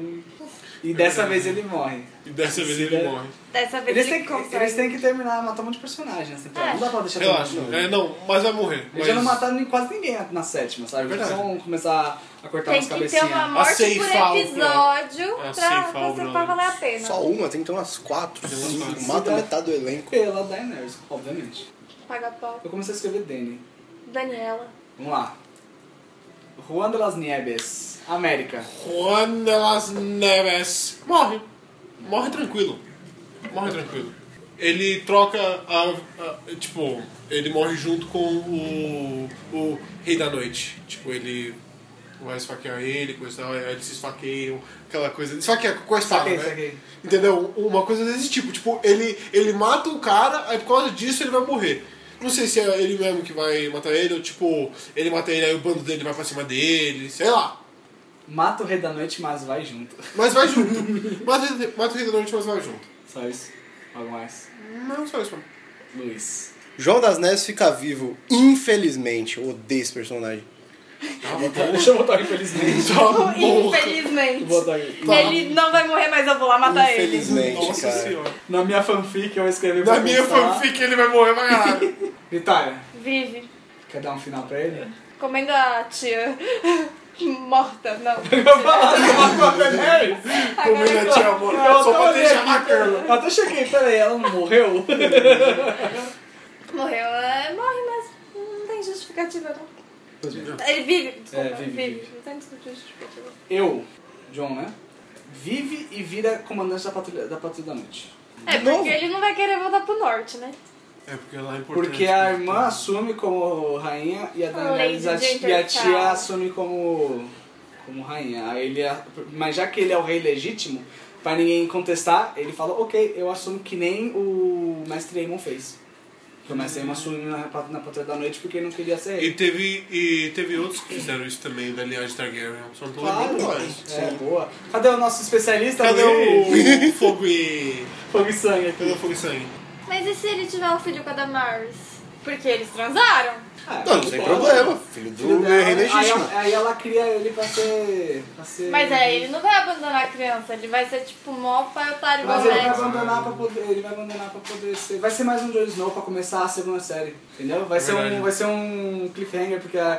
Speaker 2: E dessa vez ele morre.
Speaker 3: E dessa vez
Speaker 2: Se
Speaker 3: ele
Speaker 2: der-
Speaker 3: morre.
Speaker 5: Dessa vez
Speaker 2: Eles têm,
Speaker 5: ele
Speaker 2: que,
Speaker 5: consegue.
Speaker 2: eles têm que terminar, matar um monte de personagem nessa temporada.
Speaker 5: É.
Speaker 2: Não dá pra deixar todo
Speaker 3: Relaxa.
Speaker 2: mundo
Speaker 3: É,
Speaker 2: morrer.
Speaker 3: não, mas vai morrer.
Speaker 2: Eles
Speaker 3: Mas...
Speaker 2: Tá
Speaker 3: É
Speaker 2: já não mataram nem- quase ninguém na sétima, sabe? Eles
Speaker 3: Verdade.
Speaker 2: vão começar a cortar
Speaker 5: Tem
Speaker 2: umas
Speaker 5: que ter
Speaker 2: cabecinhas.
Speaker 5: uma morte por
Speaker 3: ceifar o
Speaker 5: episódio
Speaker 3: plano. A
Speaker 5: pra,
Speaker 3: ceifar
Speaker 5: pra,
Speaker 3: o
Speaker 5: ser- pra
Speaker 3: plano.
Speaker 5: valer a pena.
Speaker 4: Só uma, tem que ter umas quatro,
Speaker 3: Tem umas
Speaker 4: cinco.
Speaker 3: quatro.
Speaker 4: Mata metade do elenco.
Speaker 2: Pela Daenerys, obviamente.
Speaker 5: Paga pau.
Speaker 2: Eu comecei a escrever Danny.
Speaker 5: Daniela.
Speaker 2: Vamos lá. Juan de las Nieves, América.
Speaker 3: Juan de las Neves morre. Morre tranquilo. Morre tranquilo. Ele troca a, a- Tipo, ele morre junto com o, o Rei da Noite. Tipo, ele vai esfaquear ele, coisa e tal, aí eles se esfaqueiam, aquela coisa. Esfaqueia com a espada,
Speaker 2: Saquei,
Speaker 3: né?
Speaker 2: saquei.
Speaker 3: Entendeu? Uma coisa desse tipo. Tipo, ele, ele mata o cara, aí por causa disso ele vai morrer. Não sei se é ele mesmo que vai matar ele, ou tipo, ele mata ele, aí o bando dele vai pra cima dele, sei lá.
Speaker 2: Mata o Rei da Noite, mas vai junto.
Speaker 3: Mas vai junto. mata, mata o Rei da Noite, mas vai junto.
Speaker 2: Só isso. Algo mais.
Speaker 3: Não, só isso. mano.
Speaker 2: Luiz.
Speaker 4: João das Neves fica vivo, infelizmente. Eu odeio esse personagem.
Speaker 2: Deixa eu botar infelizmente.
Speaker 3: Tá bom.
Speaker 5: Infelizmente.
Speaker 2: Vou botar aqui.
Speaker 5: Ele não vai morrer, mas eu vou lá
Speaker 4: Tá
Speaker 5: matar ele.
Speaker 4: infelizmente,
Speaker 3: Nossa
Speaker 4: cara.
Speaker 3: senhora.
Speaker 2: Na minha fanfic eu escrevi pra
Speaker 3: Na minha
Speaker 2: pensar.
Speaker 3: fanfic ele vai morrer pra caralho.
Speaker 2: Vitória,
Speaker 5: Vive.
Speaker 2: quer dar um final pra ele?
Speaker 5: Comendo a tia. Morta, não.
Speaker 2: Eu falar, você matou a Daenerys?
Speaker 3: Comendo a tia amor. Só pra
Speaker 2: olhei
Speaker 3: deixar
Speaker 2: aqui,
Speaker 3: bacana.
Speaker 2: Eu até cheguei, peraí, ela não morreu?
Speaker 5: Morreu, é, morre, mas não tem justificativa, não. Ele vive, desculpa,
Speaker 2: É, vive, vive.
Speaker 5: Não tem justificativa.
Speaker 2: Eu, John, né? Vive e vira comandante da patrulha da, patrulha da noite.
Speaker 5: É, porque ele não vai querer voltar pro norte, né?
Speaker 3: É porque lá é importante.
Speaker 2: Porque a irmã assume como rainha e a Daenerys
Speaker 5: Lady
Speaker 2: a ti- e a
Speaker 5: Winterfell.
Speaker 2: tia assume como, como rainha. Aí ele, a- mas já que ele é o rei legítimo, pra ninguém contestar, ele fala, ok, eu assumo que nem o mestre Aemon fez. Porque o mestre Aemon assumiu na, pat- na Patrulha da Noite porque ele não queria ser
Speaker 3: E
Speaker 2: rei.
Speaker 3: teve, e teve outros que fizeram isso também, da linhagem Targaryen. Só não tô
Speaker 2: Claro.
Speaker 3: lembrando mais.
Speaker 2: É, boa. Cadê o nosso especialista?
Speaker 3: Cadê
Speaker 2: Luiz?
Speaker 3: o fogo e...
Speaker 2: Fogo e sangue
Speaker 3: Cadê
Speaker 2: aqui.
Speaker 3: o fogo e sangue?
Speaker 5: Mas e se ele tiver um filho com a Damaris? Porque eles transaram?
Speaker 2: Ah,
Speaker 4: Não, não tem
Speaker 2: boa.
Speaker 4: problema. É Filho do
Speaker 2: Aí-
Speaker 4: rei legítimo.
Speaker 2: Aí, aí ela cria ele pra ser. Pra ser
Speaker 5: Mas aí ele não vai abandonar a criança, ele vai ser tipo mó pai otário igual
Speaker 2: Mas
Speaker 5: o
Speaker 2: ele vai
Speaker 5: Ned.
Speaker 2: abandonar pra poder. Ele vai abandonar pra poder ser. Vai ser mais um Jon Snow pra começar a segunda série. Entendeu? Vai, ser, um,
Speaker 3: Verdade.
Speaker 2: vai ser um cliffhanger, porque a,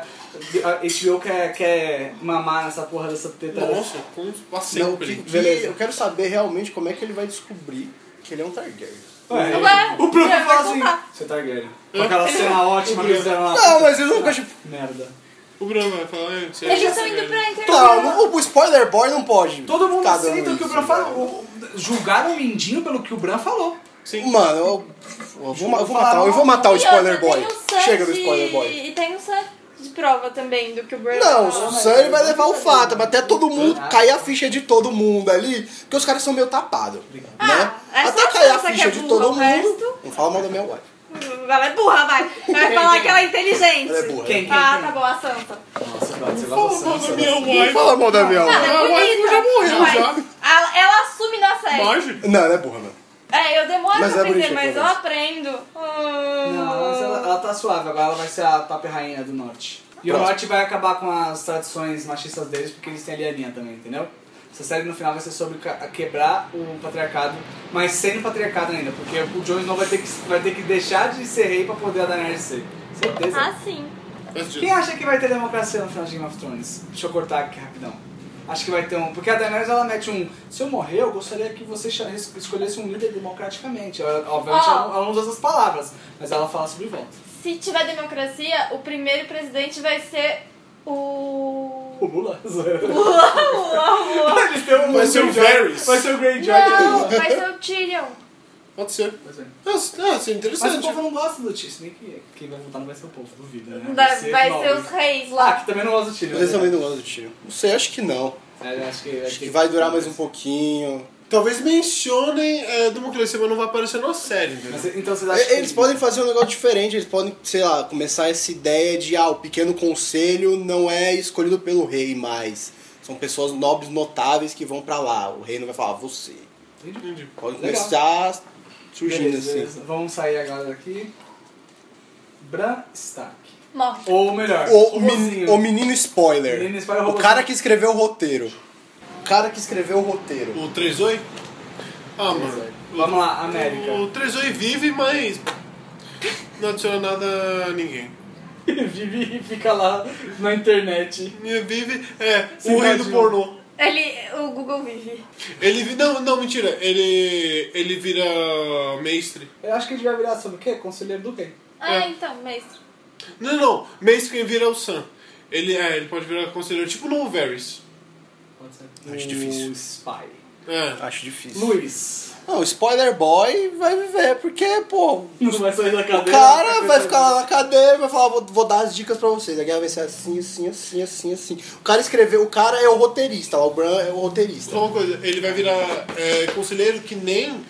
Speaker 2: a HBO quer, quer mamar nessa porra dessa teta.
Speaker 3: Nossa, como passei
Speaker 4: Não,
Speaker 3: por
Speaker 4: que,
Speaker 3: ele.
Speaker 4: que
Speaker 2: Beleza.
Speaker 4: eu quero saber realmente como é que ele vai descobrir que ele é um Targaryen.
Speaker 2: Ué,
Speaker 5: Ué,
Speaker 2: o Bruno
Speaker 5: vai
Speaker 2: fala assim:
Speaker 5: contar.
Speaker 2: Você tá Targaryen. Com aquela cena ótima que eles fizeram lá.
Speaker 4: Não, mas eu não gosto de...
Speaker 2: Merda.
Speaker 3: O Bruno vai falar, é, você
Speaker 5: Eles
Speaker 3: é
Speaker 5: estão indo
Speaker 3: Targaryen.
Speaker 2: Tá,
Speaker 5: pra internet.
Speaker 4: Não, não, o spoiler boy não pode.
Speaker 2: Todo mundo
Speaker 4: ficar dando
Speaker 2: aceita o que o
Speaker 4: isso, né?
Speaker 2: Bran fala.
Speaker 4: cara.
Speaker 2: O- o- Julgaram o Lindinho pelo que o Bran falou.
Speaker 3: Sim.
Speaker 4: Mano, eu, eu vou, ma- eu vou matar, eu vou matar Tá o spoiler boy. Chega do spoiler boy.
Speaker 5: E tem um set de prova também do que o Bran
Speaker 4: Não,
Speaker 5: falou.
Speaker 4: o Sam ele vai levar o fato, mas até todo mundo cair a ficha de todo mundo ali, porque os caras são meio tapados.
Speaker 5: Ah,
Speaker 4: Né?
Speaker 5: essa
Speaker 4: Até
Speaker 5: é
Speaker 4: cair a
Speaker 5: só que
Speaker 4: ficha
Speaker 5: é
Speaker 4: de
Speaker 5: burra,
Speaker 4: todo
Speaker 5: o resto-
Speaker 4: mundo. Não fala mal da minha wife.
Speaker 5: Ela é burra, vai. Vai falar que ela é inteligente.
Speaker 4: Ela é burra.
Speaker 2: Quem, quem,
Speaker 5: Ah,
Speaker 2: quem?
Speaker 5: tá bom, a Santa.
Speaker 2: Nossa, você
Speaker 3: Fala mal da minha
Speaker 4: Não
Speaker 3: wife.
Speaker 4: fala mal da minha
Speaker 5: Não, ela
Speaker 4: wife.
Speaker 5: é
Speaker 3: mas
Speaker 5: bonita.
Speaker 3: já morreu,
Speaker 5: mas
Speaker 3: já.
Speaker 5: Ela, ela assume na série.
Speaker 3: Marge?
Speaker 4: Não, ela é burra, mano.
Speaker 5: É, eu demoro
Speaker 4: Mas
Speaker 5: pra
Speaker 4: é
Speaker 5: aprender,
Speaker 4: bonitinha,
Speaker 5: mas eu
Speaker 4: pelo menos.
Speaker 5: aprendo.
Speaker 2: Não, mas ela, ela tá suave, agora ela vai ser a top rainha do norte. E o
Speaker 4: Próximo.
Speaker 2: norte vai acabar com as tradições machistas deles, porque eles têm ali a linha também, entendeu? Essa série no final vai ser sobre ca- quebrar o patriarcado, mas sem o patriarcado ainda, porque o Jon Snow vai ter que, vai ter que deixar de ser rei pra poder a Daenerys ser. Certeza.
Speaker 6: Ah, sim.
Speaker 3: Faz
Speaker 2: Quem
Speaker 3: sentido.
Speaker 2: acha que vai ter democracia no final de Game of Thrones? Deixa eu cortar aqui rapidão. Acho que vai ter um. Porque a Daenerys ela mete um. Se eu morrer, eu gostaria que você cha- es- escolhesse um líder democraticamente. Ela- obviamente
Speaker 6: Ó.
Speaker 2: ela, não- ela não usa essas palavras, mas ela fala sobre voto.
Speaker 6: Se tiver democracia, o primeiro presidente vai ser o.
Speaker 2: O Lula?
Speaker 6: Lula, Lula, Lula.
Speaker 2: Eles têm um-
Speaker 3: Vai ser o Varys.
Speaker 2: Vai ser o Greyjoy.
Speaker 6: Não, vai ser o Tyrion.
Speaker 3: Pode ser.
Speaker 2: Pois é.
Speaker 3: Ah, ah,
Speaker 4: assim,
Speaker 3: seria
Speaker 2: Mas o
Speaker 3: interessante.
Speaker 2: povo não gosta do Tio, se bem que quem vai votar não vai ser o povo, duvido, né?
Speaker 6: Vai vai ser os
Speaker 2: nobres.
Speaker 6: reis
Speaker 2: Ah,
Speaker 6: lá.
Speaker 2: que também não gosta do Tio.
Speaker 4: Vocês também não gostam do tiro. Não sei, acho que não.
Speaker 2: Acho que,
Speaker 4: é Acho que vai durar mais um pouquinho.
Speaker 3: Talvez mencionem é, democracia, mas não vai aparecer na série, entendeu?
Speaker 2: Mas, então vocês acham
Speaker 4: E- Eles
Speaker 2: que...
Speaker 4: podem fazer um negócio diferente, eles podem, sei lá, começar essa ideia de ah, o pequeno conselho não é escolhido pelo rei, mas são pessoas nobres notáveis que vão pra lá. O rei não vai falar "Ah, você.
Speaker 3: Entendi.
Speaker 4: Pode
Speaker 2: Legal.
Speaker 4: começar surgindo
Speaker 2: Beleza,
Speaker 4: assim.
Speaker 2: beleza. Vamos sair agora daqui. Bran Stark.
Speaker 6: Morre.
Speaker 2: Ou melhor,
Speaker 4: O, o,
Speaker 2: Rosinho.
Speaker 4: men- o menino spoiler.
Speaker 2: assim, né? Menino spoiler,
Speaker 4: o
Speaker 2: robôzinho.
Speaker 4: cara que escreveu o roteiro. O cara que escreveu o roteiro.
Speaker 3: O 3 oi? Ah, mano.
Speaker 2: Vamos lá, América.
Speaker 3: O 3 oi vive, mas. Não adiciona nada a ninguém.
Speaker 2: Vive e fica lá na internet.
Speaker 3: E vive é
Speaker 2: Sim,
Speaker 3: o rei do
Speaker 2: tadinho.
Speaker 3: pornô.
Speaker 6: Ele. O Google vive.
Speaker 3: Ele vi- não, não, mentira. Ele ele vira mestre.
Speaker 2: Eu acho que a gente vai virar sobre o quê? Conselheiro do rei.
Speaker 6: Ah,
Speaker 3: É.
Speaker 6: então, mestre.
Speaker 3: Não, não, mestre quem vira é o Sam. Ele é, ele pode virar conselheiro, tipo no Varys.
Speaker 2: Pode ser.
Speaker 4: Acho
Speaker 2: O
Speaker 4: difícil.
Speaker 2: Spy.
Speaker 3: É.
Speaker 4: Acho difícil.
Speaker 2: Luiz.
Speaker 4: Não, o spoiler boy vai viver, porque, pô,
Speaker 2: Não vai sair da cadeira.
Speaker 4: O cara vai ficar lá na cadeia e vai falar, vou, vou dar as dicas pra vocês. A guerra vai ser assim, assim, assim, assim, assim. O cara escreveu, o cara é o roteirista, lá, o Bran é o roteirista.
Speaker 3: Só uma coisa, ele vai virar é, conselheiro que nem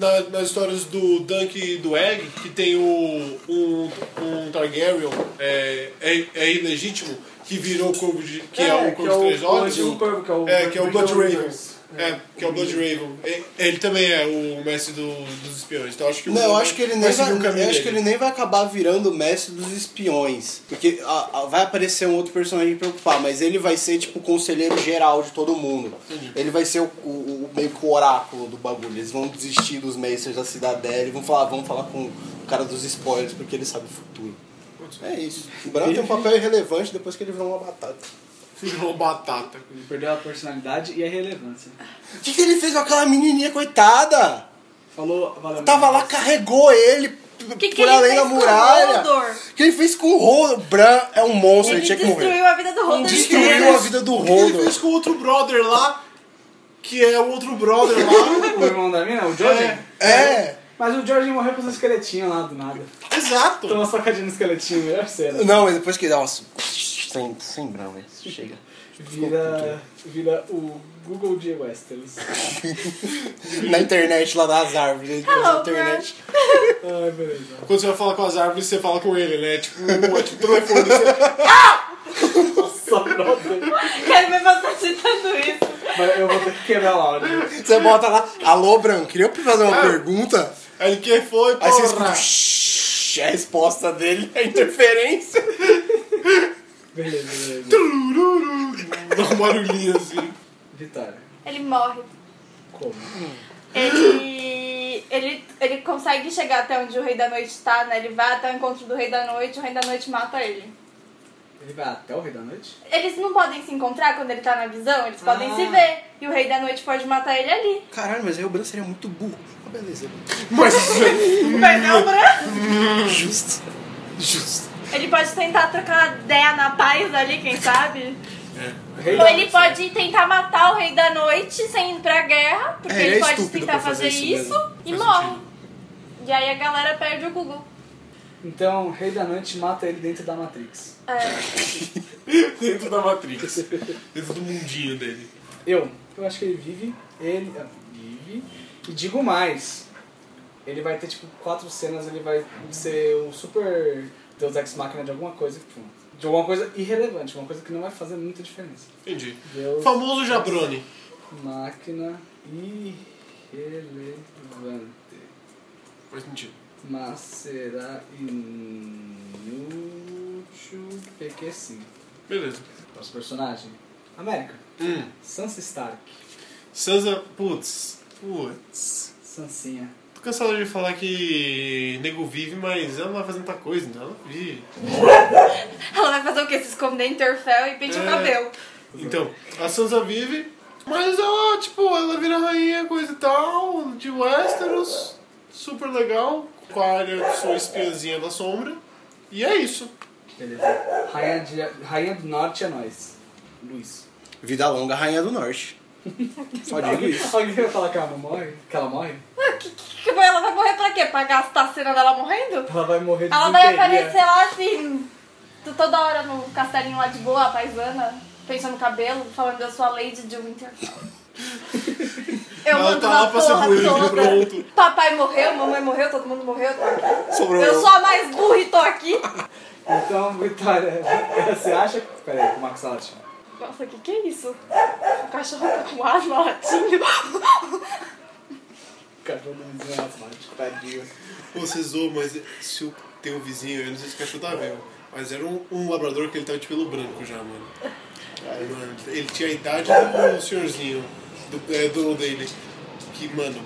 Speaker 3: na- nas histórias do Dunk e do Egg, que tem o um, um Targaryen é, é, é ilegítimo, que virou o corvo de, que é, o corvo de três olhos.
Speaker 2: o corvo, que é o...
Speaker 3: É, que é o Blood
Speaker 2: Rivers.
Speaker 3: Raven. É, que é o Blood Raven. E- Ele também é o mestre do- dos espiões. Então acho que o
Speaker 4: Não, eu
Speaker 3: Logan
Speaker 4: acho que ele
Speaker 3: vai
Speaker 4: nem
Speaker 3: seguir
Speaker 4: vai,
Speaker 3: o caminho
Speaker 4: eu acho que
Speaker 3: dele.
Speaker 4: ele nem vai acabar virando o mestre dos espiões. Porque a- a- vai aparecer um outro personagem pra preocupar, mas ele vai ser tipo o conselheiro geral de todo mundo. Ele vai ser o, o- o meio que o oráculo do bagulho. Eles vão desistir dos mestres da cidadela e vão falar, vamos falar com o cara dos spoilers, porque ele sabe o futuro. É isso. O Bran tem um papel irrelevante depois que ele virou uma batata.
Speaker 3: Virou batata.
Speaker 2: Ele perdeu a personalidade e a relevância.
Speaker 4: O que, que ele fez com aquela menininha, coitada?
Speaker 2: Falou, valeu.
Speaker 4: Tava lá, carregou ele p-
Speaker 6: O que, que
Speaker 4: por
Speaker 6: ele
Speaker 4: além
Speaker 6: fez
Speaker 4: da
Speaker 6: com o
Speaker 4: muralha.
Speaker 6: Hodor?
Speaker 4: O que ele fez com o Rodor? Bran é um monstro, ele,
Speaker 6: Ele
Speaker 4: tinha que morrer.
Speaker 6: destruiu a vida do Hodor
Speaker 4: Destruiu
Speaker 6: inteira.
Speaker 4: a vida do
Speaker 3: O que ele
Speaker 4: Rodor.
Speaker 3: fez com o outro brother lá, que é o outro brother lá.
Speaker 2: O irmão da mina, o Jorge.
Speaker 4: É.
Speaker 2: Mas o Jorge morreu com os esqueletinhos lá do nada.
Speaker 3: Exato.
Speaker 2: Toma uma sacadinha no esqueletinho, melhor cena.
Speaker 4: Não, mas depois que ele. Nossa, sem, sem Bran, velho. Chega.
Speaker 2: Vira, vira o Google de Westeros.
Speaker 4: Na internet lá das árvores.
Speaker 6: Hello,
Speaker 4: Ele pôs na internet.
Speaker 2: Ai, beleza.
Speaker 3: Quando você vai falar com as árvores, você fala com ele, né? Tipo, um, tipo telefone. Você...
Speaker 2: Só brother.
Speaker 6: Quero ver você citando isso.
Speaker 2: Mas eu vou ter que quebrar né? o áudio.
Speaker 4: Você bota lá. Alô, Bran, queria fazer uma pergunta?
Speaker 3: Aí ele, que foi,
Speaker 4: Aí você
Speaker 3: porra?
Speaker 4: escuta. "Shhh", A resposta dele é interferência.
Speaker 2: Beleza, beleza.
Speaker 3: Dá um barulhinho assim.
Speaker 2: Vitória,
Speaker 6: Ele morre.
Speaker 2: como?
Speaker 6: Ele, ele, ele consegue chegar até onde o Rei da Noite tá, né? Ele vai até o encontro do Rei da Noite, o Rei da Noite mata ele.
Speaker 2: Ele vai até o Rei da Noite?
Speaker 6: Eles não podem se encontrar quando ele tá na visão, eles podem
Speaker 2: Ah.
Speaker 6: se ver. E o Rei da Noite pode matar ele ali.
Speaker 4: Caralho, mas aí o Bran seria muito burro. Ah, beleza.
Speaker 3: Mas
Speaker 6: Mas não, Bran?
Speaker 4: Justo. Justo.
Speaker 6: Ele pode tentar trocar ideia na paz ali, quem sabe?
Speaker 2: Rei
Speaker 5: Então
Speaker 6: Ou
Speaker 2: da
Speaker 6: ele
Speaker 2: Noite.
Speaker 6: pode tentar matar o Rei da Noite sem ir pra guerra, porque
Speaker 4: É, ele
Speaker 6: ele,
Speaker 4: é
Speaker 6: pode
Speaker 4: estúpido
Speaker 6: tentar
Speaker 4: pra fazer
Speaker 6: fazer,
Speaker 4: isso
Speaker 6: isso,
Speaker 4: mesmo.
Speaker 6: e
Speaker 3: Faz
Speaker 6: morre.
Speaker 3: sentido.
Speaker 6: E aí a galera perde o Google.
Speaker 2: Então, o Rei da Noite mata ele dentro da Matrix.
Speaker 6: É.
Speaker 3: dentro da Matrix. Dentro do mundinho dele.
Speaker 2: Eu, eu acho que ele vive, ele ah, vive. E digo mais, ele vai ter tipo quatro cenas, ele vai ser o super Deus Ex Machina de alguma coisa, tipo, de alguma coisa irrelevante, uma coisa que não vai fazer muita diferença.
Speaker 3: Entendi.
Speaker 2: Deus,
Speaker 3: Famoso Jabrone.
Speaker 2: máquina irrelevante,
Speaker 3: Faz sentido.
Speaker 2: mas será inútil PQ5.
Speaker 3: Beleza.
Speaker 2: Nosso personagem, América,
Speaker 3: Hum.
Speaker 2: Sansa Stark,
Speaker 3: Sansa, putz, putz.
Speaker 2: Sansinha.
Speaker 3: Tô cansado de falar que nego vive, mas ela não vai fazer muita coisa, então ela vive.
Speaker 5: Ela vai fazer o quê? Se esconder em Interfell e pentear o
Speaker 3: É.
Speaker 5: cabelo.
Speaker 3: Então, a Sansa vive, mas ela, tipo, ela vira rainha, coisa e tal, de Westeros, super legal, com a área de sua espiãzinha da sombra, e é isso.
Speaker 2: Beleza. Rainha, de- Rainha do Norte é nós. Luiz.
Speaker 4: Vida longa, rainha do norte. Só digo isso.
Speaker 2: Alguém vai falar que ela não morre? Que ela morre?
Speaker 5: Ah, que- que- que- ela vai morrer pra quê? Pra gastar a cena dela morrendo?
Speaker 2: Ela vai morrer de um
Speaker 5: Ela vai
Speaker 2: desinteria.
Speaker 5: aparecer lá assim, to- toda hora no castelinho lá de boa, a paisana, penteando o cabelo, falando eu sou a Lady de Winterfell. Eu
Speaker 3: Ela
Speaker 5: mando
Speaker 3: tá
Speaker 5: na
Speaker 3: lá pra ser
Speaker 5: porra
Speaker 3: burra,
Speaker 5: toda.
Speaker 3: pronto.
Speaker 5: Papai morreu, mamãe morreu, todo mundo morreu. tô aqui.
Speaker 4: Sobrou
Speaker 5: Eu
Speaker 4: eu.
Speaker 5: sou a mais burra e tô aqui.
Speaker 2: Então, Vitória, você acha... Pera aí, o Max ela te chama.
Speaker 5: Nossa, o que que é isso? O cachorro tá com asma, latinho.
Speaker 2: O cachorro do vizinho asmático, tadinho.
Speaker 3: Vocês zoam, mas se o teu vizinho, eu não sei se o cachorro tá vivo, mas era um, um labrador que ele tava de pelo branco já, mano. Ai, mano, Ele tinha a idade do senhorzinho, do é, dono dele, que, mano,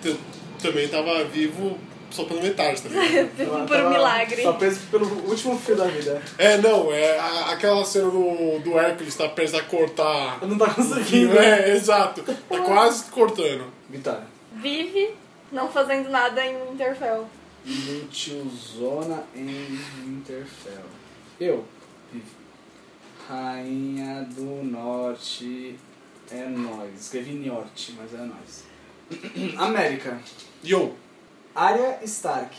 Speaker 3: t- também tava vivo só pela metade, tá ligado?
Speaker 2: Ela
Speaker 5: Por
Speaker 2: tava
Speaker 5: um milagre.
Speaker 2: Só preso pelo último fio da vida.
Speaker 3: É, não, é a- aquela cena do, do Hércules tá prestes a cortar.
Speaker 2: Eu não tá conseguindo.
Speaker 3: É, exato. Tá quase cortando.
Speaker 2: Vitória,
Speaker 5: Vive não fazendo nada em um Winterfell.
Speaker 2: Lutiuzona em Winterfell. Eu, Vivi. Rainha do Norte é nós. Escrevi Norte, mas é nós. América.
Speaker 3: Yo,
Speaker 2: Arya Stark.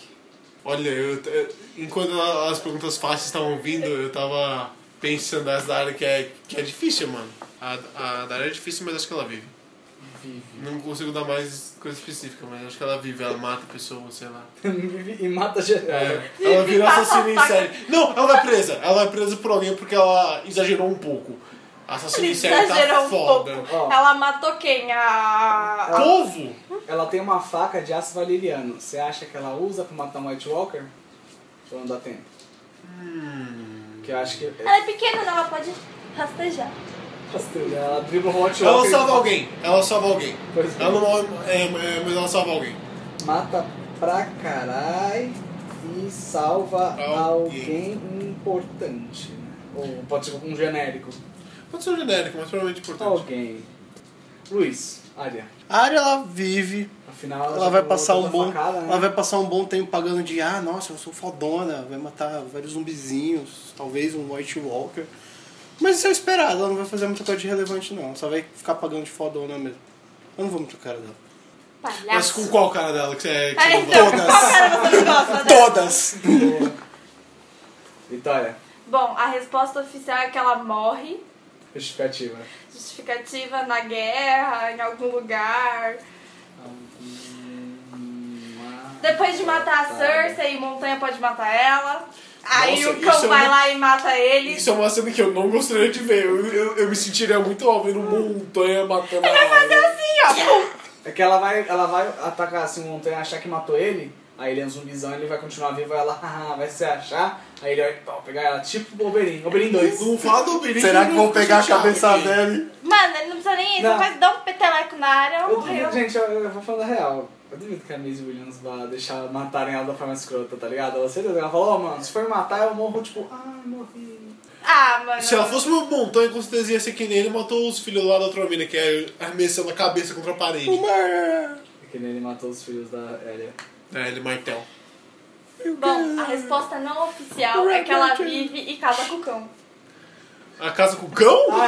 Speaker 3: olha, eu, eu- enquanto a- as perguntas fáceis estavam vindo, eu tava pensando nessa da área que é, que é difícil, mano. A, a da área é difícil, mas acho que ela vive.
Speaker 2: Vive.
Speaker 3: Não consigo dar mais coisa específica, mas acho que ela vive, ela mata pessoas, sei lá.
Speaker 2: Vive e mata geral.
Speaker 3: É, ela vira assassina em série. Não, ela vai presa. Ela é presa por alguém porque ela exagerou um pouco. Assassina em série
Speaker 5: Exagerou
Speaker 3: tá
Speaker 5: um
Speaker 3: foda.
Speaker 5: pouco.
Speaker 2: Ó.
Speaker 5: Ela matou quem? A.
Speaker 3: Povo?
Speaker 2: Ela tem uma faca de aço valeriano. Você acha que ela usa pra matar um White Walker? Ou não dá tempo?
Speaker 3: Hum.
Speaker 2: Que eu acho que.
Speaker 5: Ela é pequena, né? ela pode rastejar.
Speaker 2: Ela dribla o White
Speaker 3: Ela
Speaker 2: Walker.
Speaker 3: salva alguém, ela salva alguém.
Speaker 2: Pois é.
Speaker 3: Ela não morre, é, é, mas ela salva alguém.
Speaker 2: mata pra carai e salva
Speaker 3: Alguém.
Speaker 2: alguém importante. né? Ou pode ser um genérico.
Speaker 3: Pode ser um genérico, mas provavelmente importante.
Speaker 2: Alguém. Luiz, Arya.
Speaker 4: A área ela vive.
Speaker 2: Afinal, ela,
Speaker 4: Ela
Speaker 2: já
Speaker 4: vai
Speaker 2: tomou
Speaker 4: passar
Speaker 2: toda
Speaker 4: um
Speaker 2: a
Speaker 4: bom.
Speaker 2: facada, né?
Speaker 4: Ela vai passar um bom tempo pagando de ah, nossa, eu sou fodona, vai matar vários zumbizinhos, talvez um White Walker. Mas isso é o esperado, ela não vai fazer muita coisa de relevante não. Só vai ficar pagando de fodona mesmo. Eu não vou muito com a cara dela.
Speaker 5: Palhaço.
Speaker 3: Mas com qual cara dela que você é? Que
Speaker 5: Ah,
Speaker 3: você não
Speaker 5: então,
Speaker 3: vai?
Speaker 5: qual cara você gosta né? dela?
Speaker 4: Todas!
Speaker 2: Boa. Vitória,
Speaker 5: Bom, a resposta oficial é que ela morre.
Speaker 2: justificativa.
Speaker 5: Justificativa na guerra, em algum lugar. Depois de matar a Cersei, Montanha pode matar ela. Aí
Speaker 3: Nossa,
Speaker 5: o cão
Speaker 3: isso é
Speaker 5: vai
Speaker 3: uma-
Speaker 5: lá e mata ele.
Speaker 3: Isso é uma cena que eu não gostaria de ver. Eu, eu, eu me sentiria muito homem no montanha matando a
Speaker 5: Assim, ó.
Speaker 2: É que ela vai, ela vai atacar assim o montanha, achar que matou ele, aí ele é um zumbizão, ele vai continuar vivo, ela "Haha, vai se achar, aí ele vai pau, pegar ela, tipo o Oberyn, Oberyn 2.
Speaker 3: Não fala do Benito.
Speaker 4: Será que vão pegar a cabeça dela?
Speaker 5: Mano, ele não precisa nem isso.
Speaker 2: Não.
Speaker 5: Vai dar um peteleco na área, ela
Speaker 2: Eu duvido,
Speaker 5: morreu.
Speaker 2: gente, eu, eu vou falar a real. Eu duvido que a Maisie Williams vá deixar matarem ela da forma escrota, tá ligado? Ela certeza, ela fala, ó mano, se for me matar eu morro, tipo, ah, morri.
Speaker 5: Ah, mano.
Speaker 3: Se ela fosse uma montanha, com certeza ia ser que nem ele matou os filhos lá da outra mina, que é arremessando a cabeça contra a parede.
Speaker 2: É que nem ele matou os filhos da Elia.
Speaker 3: É, ele martel.
Speaker 5: Bom, a resposta não oficial é que ela vive e casa com o cão.
Speaker 3: A casa com o cão?
Speaker 2: Ah,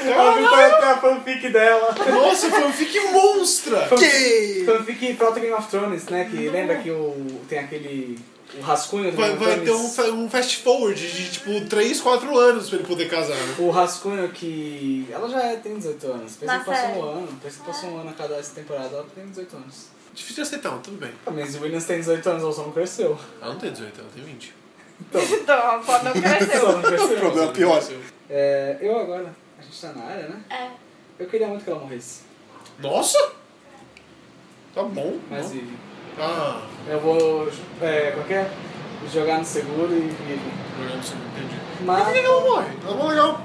Speaker 3: Então,
Speaker 2: é? Ela viu até a fanfic dela.
Speaker 3: Nossa, fanfic monstra!
Speaker 4: Que?
Speaker 2: Fanfic Prota Game of Thrones, né? Que lembra que o, tem aquele... O rascunho do
Speaker 3: Vai,
Speaker 2: Game of
Speaker 3: vai ter um,
Speaker 2: Thrones?
Speaker 3: fa- um fast forward de tipo 3, 4 anos pra ele poder casar, né?
Speaker 2: O rascunho que. Ela já é, tem 18 anos. Pensa
Speaker 5: Na
Speaker 2: que passou
Speaker 5: série. É.
Speaker 2: um ano. Pensa que passou um ano a cada essa temporada. Ela tem 18 anos.
Speaker 3: Difícil de aceitar, mas tudo bem.
Speaker 2: A Maisie Williams tem 18 anos, ela só não cresceu.
Speaker 3: Ela não tem 18, ela tem 20.
Speaker 5: Então, a foto não cresceu.
Speaker 2: Só não
Speaker 4: O
Speaker 2: cresceu.
Speaker 4: problema pior.
Speaker 2: É, eu agora. A gente tá na área, né?
Speaker 5: É.
Speaker 2: Eu queria muito que ela morresse.
Speaker 3: Nossa! Tá bom.
Speaker 2: Mas
Speaker 3: bom.
Speaker 2: vive.
Speaker 3: Ah,
Speaker 2: Eu vou. É, qualquer. Jogar no seguro e vive.
Speaker 3: programa você não entendi. Por que que
Speaker 2: Mas.
Speaker 3: ela morre? Ela morre legal.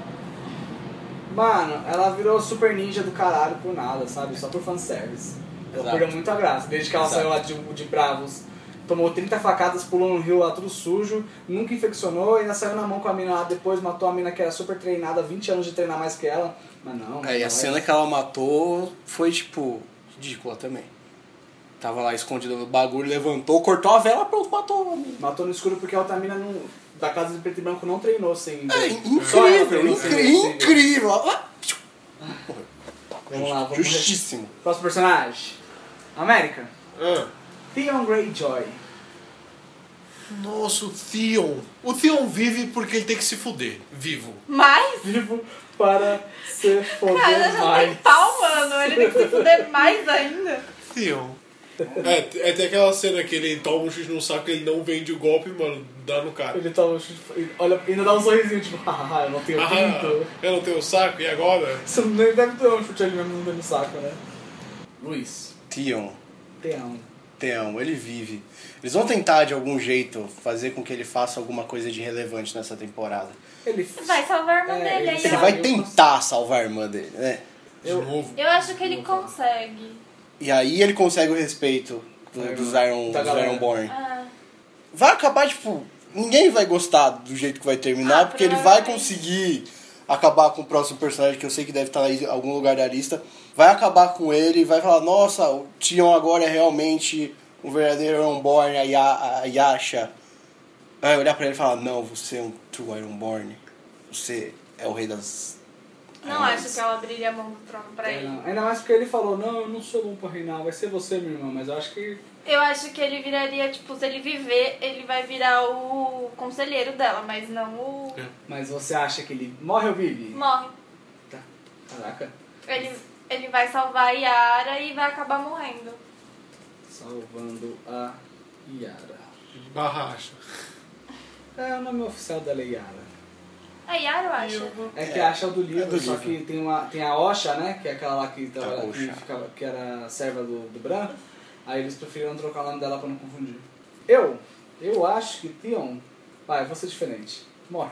Speaker 2: Mano, ela virou super ninja do caralho por nada, sabe? Só por fanservice. Ela
Speaker 7: Exato.
Speaker 2: perdeu muito a graça. Desde que ela
Speaker 7: Exato.
Speaker 2: saiu lá de, de Bravos. Tomou 30 facadas, pulou no rio lá tudo sujo, nunca infeccionou, ainda saiu na mão com a mina lá depois, matou a mina que era super treinada, 20 anos de treinar mais que ela. Mas não.
Speaker 4: É, e a
Speaker 2: ela-
Speaker 4: cena que ela matou foi, tipo, ridícula também. Tava lá escondida no bagulho, levantou, cortou a vela, pronto, matou. a mina.
Speaker 2: Matou no escuro porque a outra mina não, da casa de preto e branco não treinou sem.
Speaker 4: É
Speaker 2: Só ela
Speaker 4: incrível,
Speaker 2: treinou sem
Speaker 4: incrível,
Speaker 2: sem-
Speaker 4: incrível. Ah, tchiu.
Speaker 2: Vamos lá, vamos-
Speaker 4: Justíssimo.
Speaker 2: Próximo personagem. América.
Speaker 3: Ah.
Speaker 2: Theon Greyjoy.
Speaker 3: Nossa, o Theon. O Theon vive porque ele tem que se fuder. Vivo.
Speaker 6: Mas,
Speaker 2: Vivo para ser
Speaker 6: cara,
Speaker 2: foder
Speaker 6: já não tem
Speaker 2: mais.
Speaker 6: pau, mano. Ele tem que se fuder mais ainda.
Speaker 3: Theon. É, é, tem aquela cena que ele toma um chute no saco, ele não vende o golpe, mano, dá no cara.
Speaker 2: Ele tava. ele Olha, ainda dá um sorrisinho, tipo, haha, eu não tenho
Speaker 3: Ah,
Speaker 2: pinto.
Speaker 3: eu não tenho saco, e agora?
Speaker 2: Você não deve deve ter um chute ali mesmo, não dando saco, né? Luiz.
Speaker 4: Theon,
Speaker 2: Theon.
Speaker 4: Theon, ele vive. Eles vão tentar, de algum jeito, fazer com que ele faça alguma coisa de relevante nessa temporada.
Speaker 2: Ele.
Speaker 6: Vai salvar a irmã
Speaker 2: É,
Speaker 6: dele aí,
Speaker 2: isso.
Speaker 4: Ele
Speaker 6: ó.
Speaker 4: vai tentar salvar a irmã dele, né?
Speaker 3: De
Speaker 2: Eu-
Speaker 3: novo.
Speaker 6: Eu acho que ele consegue.
Speaker 4: E aí ele consegue o respeito do- dos Iron,
Speaker 2: Da
Speaker 4: dos
Speaker 2: galera.
Speaker 4: Ironborn.
Speaker 6: Ah,
Speaker 4: Vai acabar, tipo, ninguém vai gostar do jeito que vai terminar,
Speaker 6: Ah,
Speaker 4: porque ele vai
Speaker 6: provavelmente.
Speaker 4: conseguir acabar com o próximo personagem que eu sei que deve estar aí em algum lugar da lista. Vai acabar com ele, vai falar, nossa, o Tion agora é realmente um verdadeiro Ironborn, a, Ya- a Yasha. Vai olhar pra ele e falar, não, você é um true Ironborn. Você é o rei das.
Speaker 6: não acho que ela abriria a mão do trono pra
Speaker 2: É,
Speaker 6: ele.
Speaker 2: não. Ainda mais porque ele falou, não, eu não sou bom pra reinar, vai ser você, minha irmã, mas eu acho que.
Speaker 6: Eu acho que ele viraria, tipo, se ele viver, ele vai virar o conselheiro dela, mas não o.
Speaker 4: É.
Speaker 2: Mas você acha que ele morre ou vive?
Speaker 6: Morre.
Speaker 2: Tá. Caraca,
Speaker 6: Ele, ele vai salvar a Yara e vai acabar morrendo.
Speaker 2: salvando a Yara.
Speaker 3: Barracha.
Speaker 2: É o nome oficial dela é Yara.
Speaker 6: A Yara, eu acho.
Speaker 2: É que a Asha é do livro,
Speaker 4: É do
Speaker 2: só
Speaker 4: livro.
Speaker 2: que tem, uma, tem a Osha, né? Que é aquela lá que,
Speaker 4: A
Speaker 2: tava, que,
Speaker 4: Osha.
Speaker 2: ficava, que era serva do, do Bran. Aí eles preferiram trocar o nome dela pra não confundir. Eu, eu acho que Theon... Vai, eu vou ser diferente. Morre.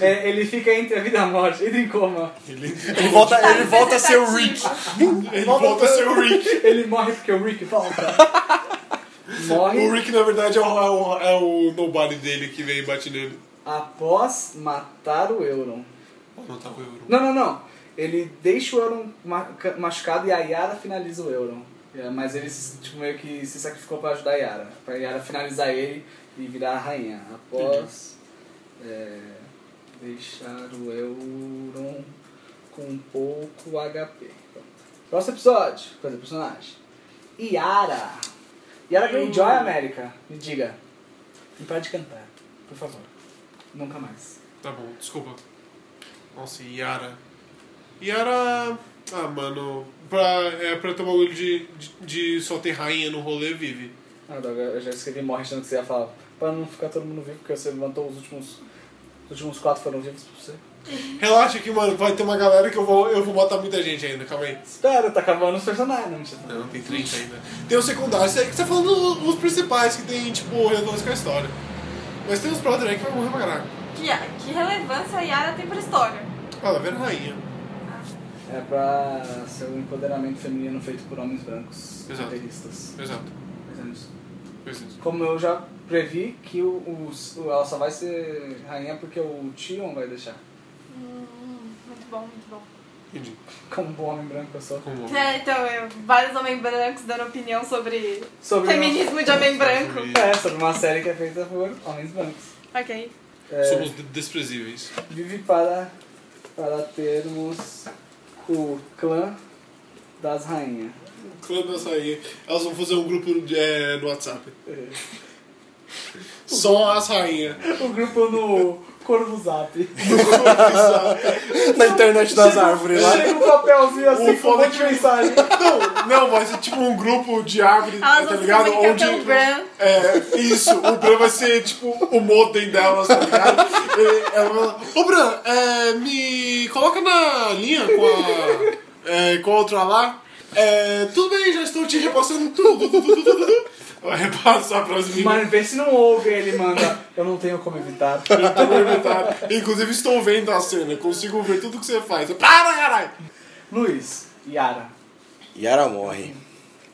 Speaker 2: É, ele fica entre a vida e a morte, entra em coma.
Speaker 4: Ele volta,
Speaker 6: tá
Speaker 4: ele volta a ser o Rick.
Speaker 6: Tentativo.
Speaker 3: Ele volta a ser o Rick.
Speaker 2: Ele morre porque o Rick volta. Morre
Speaker 3: O Rick, na verdade, é o, é o, é o nobody dele que veio e bate nele.
Speaker 2: após matar o Euron.
Speaker 3: Não tá com o Euro.
Speaker 2: Não, não, não. Ele deixa o Euron ma- ca- machucado e a Yara finaliza o Euron. É, Mas ele se- tipo, meio que se sacrificou pra ajudar a Yara. Pra Yara finalizar ele e virar a rainha. Após é, deixar o Euron com um pouco HP. Pronto. Próximo episódio. Coisa personagem. Yara. Yara Greyjoy, América. Me diga. E para de cantar, por favor. Nunca mais.
Speaker 3: Tá bom, desculpa. Nossa, Yara. Yara. Ah, mano. Pra, é pra ter um bagulho de, de, de só ter rainha no rolê, vive.
Speaker 2: Ah, droga, eu já escrevi morre achando que você ia falar. Pra não ficar todo mundo vivo, porque você levantou os últimos. Os últimos quatro foram vivos pra você.
Speaker 3: Relaxa que, mano, vai ter uma galera que eu vou, eu vou matar muita gente ainda, calma aí.
Speaker 2: Espera, tá acabando os personagens, não mentira.
Speaker 3: Não, tem 30 ainda. Tem os secundários, você, você tá falando os principais que tem, tipo, relevância com a história. Mas tem os brother aí que vai morrer pra caralho.
Speaker 6: Que, que relevância a Yara tem pra história?
Speaker 3: Ela vira rainha.
Speaker 2: É pra ser um empoderamento feminino feito por homens brancos.
Speaker 3: Exato.
Speaker 2: Bateristas.
Speaker 3: Exato.
Speaker 2: Mais ou menos.
Speaker 3: Preciso.
Speaker 2: Como eu já previ que o, os- o- ela só vai ser rainha porque o Tion vai deixar.
Speaker 6: Hum, muito bom, muito bom.
Speaker 3: Entendi.
Speaker 2: Como bom homem branco eu sou.
Speaker 3: Como
Speaker 6: É, então, eu- vários homens brancos dando opinião sobre
Speaker 2: Sobre
Speaker 6: feminismo de homem branco.
Speaker 2: É, sobre uma série que é feita por homens brancos.
Speaker 6: Ok.
Speaker 2: É,
Speaker 3: somos de- desprezíveis.
Speaker 2: vive para, para termos o clã das rainhas.
Speaker 3: Clã da açaí. Elas vão fazer um grupo de- é, no WhatsApp. Só as rainhas.
Speaker 2: O grupo no Corvo Zap.
Speaker 4: Na internet das árvores lá.
Speaker 2: Chega um papelzinho assim
Speaker 3: O
Speaker 2: com um monte de
Speaker 3: foda-
Speaker 2: mensagem.
Speaker 3: Não, não, vai ser tipo um grupo de árvore,
Speaker 6: Elas
Speaker 3: tá
Speaker 6: vão se
Speaker 3: ligado?
Speaker 6: comunicar
Speaker 3: Onde.
Speaker 6: pelo Bran.
Speaker 3: É, isso. O Bran vai ser tipo o modem delas, tá ligado? Ele- Ela vai lá, Ô Bran, é, me coloca na linha com a. é, com a outra lá. É, tudo bem, já estou te repassando tudo. tudo, tudo, tudo, tudo. Vai repassar pras meninas.
Speaker 2: Mas vê se não ouve, ele manda. Eu não tenho como evitar.
Speaker 3: Tá bom, tá. Inclusive estou vendo a cena, consigo ver tudo que você faz. Para, caralho!
Speaker 2: Luiz, Yara.
Speaker 4: Yara morre.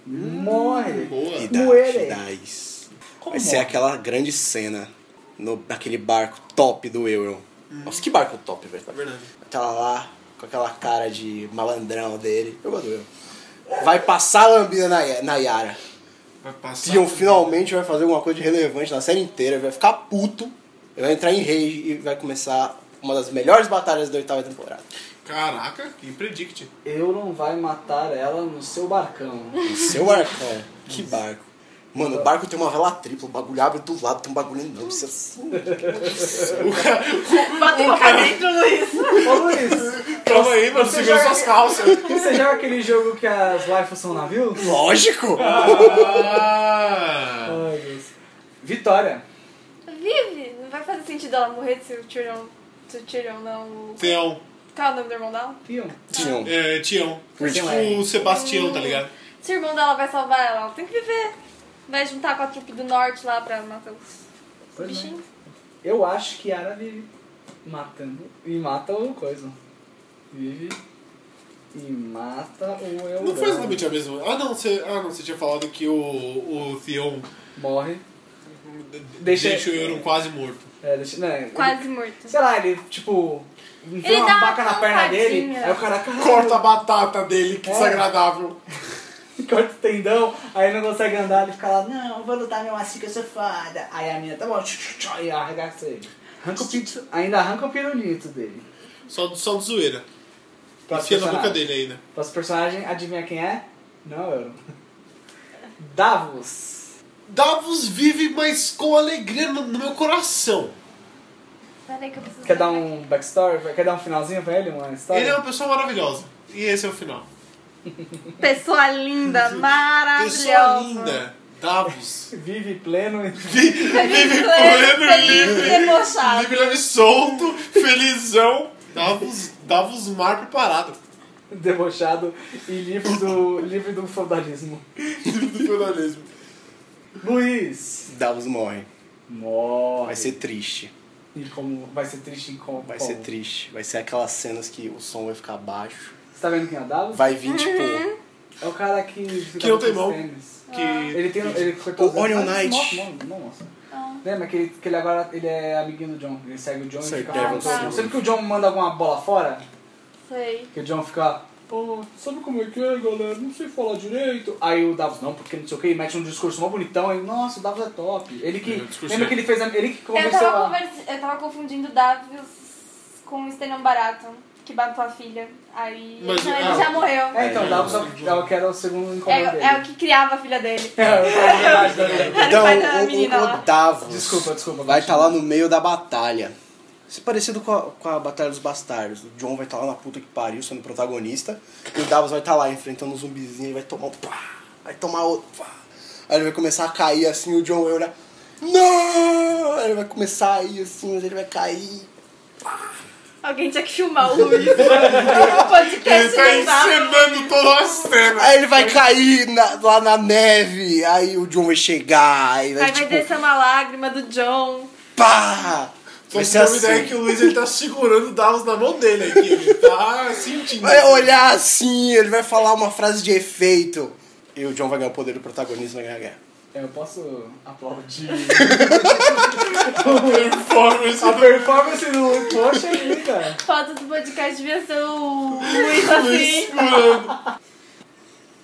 Speaker 2: Morre.
Speaker 3: Boa.
Speaker 4: E
Speaker 2: Muere.
Speaker 4: Dais. Vai ser aquela grande cena no, naquele barco top do Euron. Nossa, que barco top, velho.
Speaker 3: Verdade.
Speaker 4: Aquela lá, com aquela cara de malandrão dele. Eu gosto do Euron. Vai passar a lambida na, Ya- na Yara.
Speaker 3: Vai passar.
Speaker 4: Tion finalmente vai fazer alguma coisa de relevante na série inteira. Ele Vai ficar puto. Ele vai entrar em rage e vai começar uma das melhores batalhas da oitava temporada.
Speaker 3: Caraca, que predict.
Speaker 2: Eu não vai matar ela no seu barcão.
Speaker 4: O Seu barcão. Que barco. Mano, o barco tem uma vela tripla, o bagulho abre do lado, tem um bagulho enorme. Você assim,
Speaker 3: O cara,
Speaker 5: Bota o
Speaker 6: tá
Speaker 5: pra dentro, Luiz.
Speaker 2: Ô Luiz,
Speaker 3: calma aí, mano, segura suas calças.
Speaker 2: você joga aquele jogo que as lives são navios?
Speaker 4: lógico!
Speaker 3: Ah,
Speaker 2: Ai, Deus. Vitória.
Speaker 6: Vive! Não vai fazer sentido ela morrer se o Tyrion. Se o Tyrion não.
Speaker 3: Teão.
Speaker 6: Qual é o nome do irmão dela?
Speaker 2: Pion.
Speaker 4: Tinham.
Speaker 3: É, Tião. Tipo
Speaker 2: Ridículo.
Speaker 3: o Sebastião, tá ligado?
Speaker 6: Se o irmão dela vai salvar ela, ela tem que viver. Vai juntar com a trupe do norte lá pra matar os os
Speaker 2: Pois é.
Speaker 6: bichinhos.
Speaker 2: Eu acho que Yara vive matando e mata o coisa. Vive e mata o eu.
Speaker 3: Não foi exatamente a mesma. Ah, não, você, ah, não, você tinha falado que o, o Theon
Speaker 2: Morre.
Speaker 3: d-
Speaker 2: Deixa-
Speaker 3: deixa o Euron quase morto.
Speaker 2: É, deixa, né,
Speaker 6: Quase
Speaker 2: ele-
Speaker 6: morto.
Speaker 2: sei lá, ele tipo. Enfia
Speaker 6: Ele dá
Speaker 2: uma
Speaker 6: uma
Speaker 2: faca na perna
Speaker 6: pancadinha.
Speaker 2: dele, aí o cara "Caralho,
Speaker 3: Corta a batata dele, que
Speaker 2: É.
Speaker 3: desagradável.
Speaker 2: corta o tendão, aí não consegue andar, ele fica lá, não, eu vou lutar meu assim que eu sou foda. Aí a minha, tá bom, tchu, tchu, tchu, e arregaça ele. Arranca o pito, ainda arranca o pirulito dele.
Speaker 3: Só, só de zoeira.
Speaker 2: Próximo
Speaker 3: Enfia na boca
Speaker 2: personagem.
Speaker 3: dele né? ainda.
Speaker 2: Próximo personagem, adivinha quem é? Não, eu. Davos.
Speaker 3: Davos vive, mas com alegria no, no meu coração.
Speaker 6: Peraí que eu preciso.
Speaker 2: Quer dar um backstory? Quer dar um finalzinho pra ele? Uma história?
Speaker 3: Ele é uma pessoa maravilhosa. E esse é o final.
Speaker 2: um.
Speaker 6: Pessoa linda, maravilhosa.
Speaker 3: Pessoa linda. Davos.
Speaker 2: Vive pleno e
Speaker 6: Vive
Speaker 3: pleno,
Speaker 6: feliz e debochado.
Speaker 3: Livre, leve, solto, felizão. Davos, Davos mar preparado.
Speaker 2: debochado e livre do, livre do feudalismo.
Speaker 3: Do feudalismo.
Speaker 2: Luiz.
Speaker 4: Davos morre.
Speaker 2: Morre.
Speaker 4: Vai ser triste.
Speaker 2: E como vai ser triste em como?
Speaker 4: Vai ser triste. Vai ser aquelas cenas que o som vai ficar baixo.
Speaker 2: Você tá vendo quem é o Davos?
Speaker 4: Vai vir,
Speaker 6: Uhum.
Speaker 4: tipo,
Speaker 2: É o cara que... fica
Speaker 3: Que não tem
Speaker 2: com os
Speaker 3: mão.
Speaker 2: tênis.
Speaker 3: Que...
Speaker 6: Ah.
Speaker 2: Ele tem... um- Ele foi Ah,
Speaker 4: O Onion Knight.
Speaker 2: Não, não, mostra. Lembra que ele, que ele agora ele é amiguinho do John. Ele segue o John
Speaker 4: Sir
Speaker 2: e fica
Speaker 4: Devon
Speaker 2: falando.
Speaker 4: Sawa.
Speaker 2: Sempre que o John manda alguma bola fora,
Speaker 6: Sei.
Speaker 2: que o John fica... "Pô, sabe como é que é, galera? Não sei falar direito. Aí o Davos, não, porque não sei o que, e mete um discurso mó bonitão. Aí, nossa, o Davos é top. Ele que...
Speaker 3: É, o discurso
Speaker 2: lembra
Speaker 3: é-
Speaker 2: que ele fez... a- Ele que
Speaker 6: Eu
Speaker 2: convenceu
Speaker 6: tava,
Speaker 2: a...
Speaker 6: conversa... eu tava confundindo Davos com o Stenion Barato, que matou a filha. Aí.
Speaker 3: Mas,
Speaker 6: Não, ele
Speaker 3: ah,
Speaker 6: já morreu.
Speaker 2: É, então, o Davos é o- é o que era o segundo
Speaker 6: É,
Speaker 2: encontro dele.
Speaker 6: é o que criava a filha dele.
Speaker 2: É, eu tava verdade,
Speaker 6: é
Speaker 2: verdade.
Speaker 4: Então,
Speaker 6: Vai dar a menina
Speaker 4: o- o,
Speaker 6: lá.
Speaker 4: o Davos
Speaker 2: Desculpa, desculpa,
Speaker 4: vai estar
Speaker 2: continua.
Speaker 4: lá no meio da batalha. Isso é parecido com a, com a Batalha dos Bastardos. O John vai estar lá na puta que pariu, sendo protagonista. E o Davos vai estar lá enfrentando um zumbizinho e vai tomar um pá, vai tomar outro pá. Aí ele vai começar a cair assim, o John vai olhar. Não! Aí ele vai começar a ir assim, mas ele vai cair.
Speaker 6: Alguém tinha que filmar o Luiz. O
Speaker 3: Ele
Speaker 6: podcast
Speaker 3: tá
Speaker 6: não dava.
Speaker 3: encenando toda a cena.
Speaker 4: Aí ele vai cair na- lá na neve. Aí o John vai chegar. Aí vai,
Speaker 6: Aí vai
Speaker 4: tipo,
Speaker 6: descer uma lágrima do John.
Speaker 4: pá!
Speaker 3: Só
Speaker 4: Vai
Speaker 3: Então, se tem
Speaker 4: ser
Speaker 3: uma
Speaker 4: assim.
Speaker 3: ideia que o Luiz ele tá segurando o Davos na mão dele aqui. Ele tá sentindo.
Speaker 4: Vai olhar assim, ele vai falar uma frase de efeito. E o John vai ganhar o poder do protagonismo, vai ganhar a guerra.
Speaker 2: Eu posso aplaudir
Speaker 3: Performance.
Speaker 2: a performance do Luiz. Poxa vida!
Speaker 6: Foto do podcast devia ser o Luiz assim.
Speaker 3: Mano,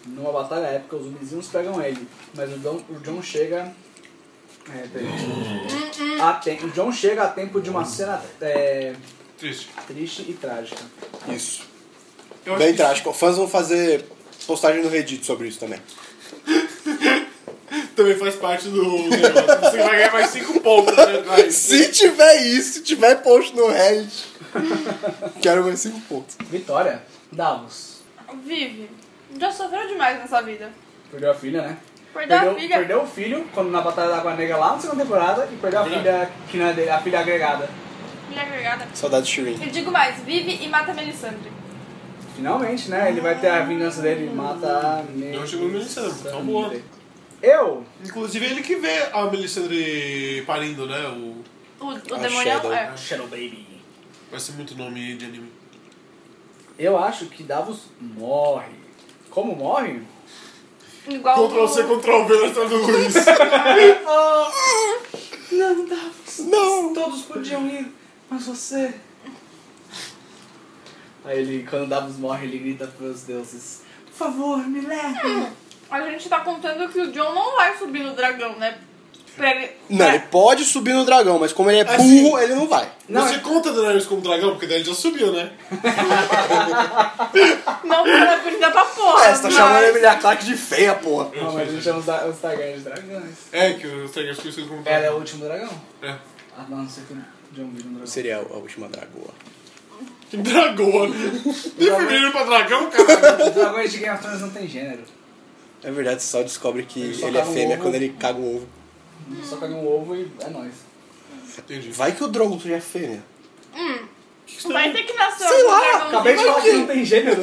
Speaker 2: Numa batalha épica, os zumbizinhos pegam ele, mas o John, o John chega. É,
Speaker 6: Hum,
Speaker 2: peraí. A tem- o John chega a tempo de uma cena é,
Speaker 3: Triste.
Speaker 2: triste e trágica.
Speaker 4: Isso.
Speaker 3: Eu acho
Speaker 4: Bem
Speaker 3: que-
Speaker 4: trágico. Fãs vão fazer postagem no Reddit sobre isso também.
Speaker 3: Também faz parte do negócio. Você vai ganhar mais 5 pontos, né? Vai.
Speaker 4: Se tiver isso, se tiver post no Reddit, quero mais 5 pontos.
Speaker 2: Vitória, Davos.
Speaker 6: Vive. Já sofreu demais nessa vida.
Speaker 2: Perdeu a filha, né?
Speaker 6: Perdeu, a filha.
Speaker 2: perdeu o filho quando na Batalha da Água Negra lá na segunda temporada e perdeu a filha que não é dele, a filha agregada.
Speaker 6: Filha agregada.
Speaker 4: Saudade de Shirin.
Speaker 6: Eu digo mais, vive e mata Melisandre.
Speaker 2: Finalmente, né? Ele vai ter a vingança dele mata a
Speaker 3: Não chegou no Melisandre,
Speaker 2: um
Speaker 3: tá boa.
Speaker 2: Eu?
Speaker 3: Inclusive ele que vê a Melisandre parindo, né? O...
Speaker 6: O, o
Speaker 4: Ah,
Speaker 6: demonião
Speaker 4: Shadow.
Speaker 6: é.
Speaker 2: Shadow Baby.
Speaker 3: Vai ser muito nome de anime.
Speaker 2: Eu acho que Davos morre. Como morre?
Speaker 5: Igual
Speaker 3: Ctrl C,
Speaker 5: o...
Speaker 3: Ctrl V na história do Luiz.
Speaker 2: Não, não. Todos podiam ir, mas você. Aí ele, quando Davos morre, ele grita pros deuses: Por favor, me leve.
Speaker 5: A gente tá contando que o John não vai subir no dragão, né? Pra ele...
Speaker 4: Não, ele pode subir no dragão, mas como ele é
Speaker 3: Assim.
Speaker 4: burro, ele não vai.
Speaker 2: Não, é
Speaker 3: Você conta Daenerys como dragão, porque daí ele já subiu, né?
Speaker 5: Não, porque ela é bonita pra porra.
Speaker 4: É, você tá
Speaker 5: mas-
Speaker 4: chamando a Emilia Clarke de feia, porra.
Speaker 2: Não, mas a gente chama os, da- os Targaryen de dragões.
Speaker 3: É, que os Targaryens conhecidos como
Speaker 2: Ela é o
Speaker 3: dragão.
Speaker 2: último dragão?
Speaker 3: É.
Speaker 2: Ah, não, não sei o que. John vira um dragão.
Speaker 4: Seria a última dragoa.
Speaker 3: Que Dragoa. Nem feminino pra dragão, cara.
Speaker 2: Os dragões de Game of Thrones não tem gênero.
Speaker 4: É verdade, você só descobre que
Speaker 2: Ele
Speaker 4: ele,
Speaker 2: só
Speaker 4: é
Speaker 2: caga um
Speaker 4: fêmea
Speaker 2: ovo.
Speaker 4: quando ele caga o ovo.
Speaker 2: Só caga um ovo e é nóis.
Speaker 3: Entendi.
Speaker 4: Vai que o Drogon seja fêmea.
Speaker 5: Vai ter que nascer
Speaker 4: Sei
Speaker 5: um
Speaker 4: lá,
Speaker 5: dragãozinho.
Speaker 2: Acabei de falar que não tem gênero.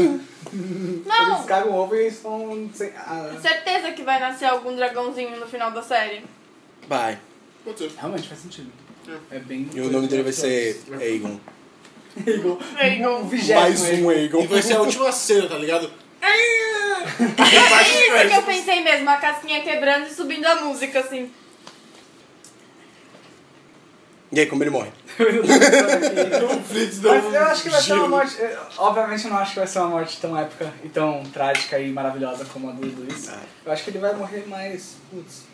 Speaker 2: Eles
Speaker 5: Não,
Speaker 2: cagam um ovo e estão sem. Ah,
Speaker 5: certeza que vai nascer algum dragãozinho no final da série.
Speaker 4: Vai.
Speaker 3: Pode ser.
Speaker 2: realmente faz sentido. É bem.
Speaker 4: E o nome dele vai ser Aegon.
Speaker 2: Eagle.
Speaker 5: Eagle.
Speaker 2: Um vigésimo.
Speaker 4: Mais um Aegon.
Speaker 3: E vai ser a última cena, tá ligado?
Speaker 5: É isso que eu pensei mesmo, a casquinha quebrando e subindo a música, assim.
Speaker 4: E aí, como ele morre?
Speaker 3: Conflitos da
Speaker 2: Mas eu acho que vai ser uma
Speaker 3: Giro.
Speaker 2: morte. eu, Obviamente eu não acho que vai ser uma morte tão épica e tão trágica e maravilhosa como a do Luiz.
Speaker 3: É.
Speaker 2: Eu acho que ele vai morrer mais. Putz.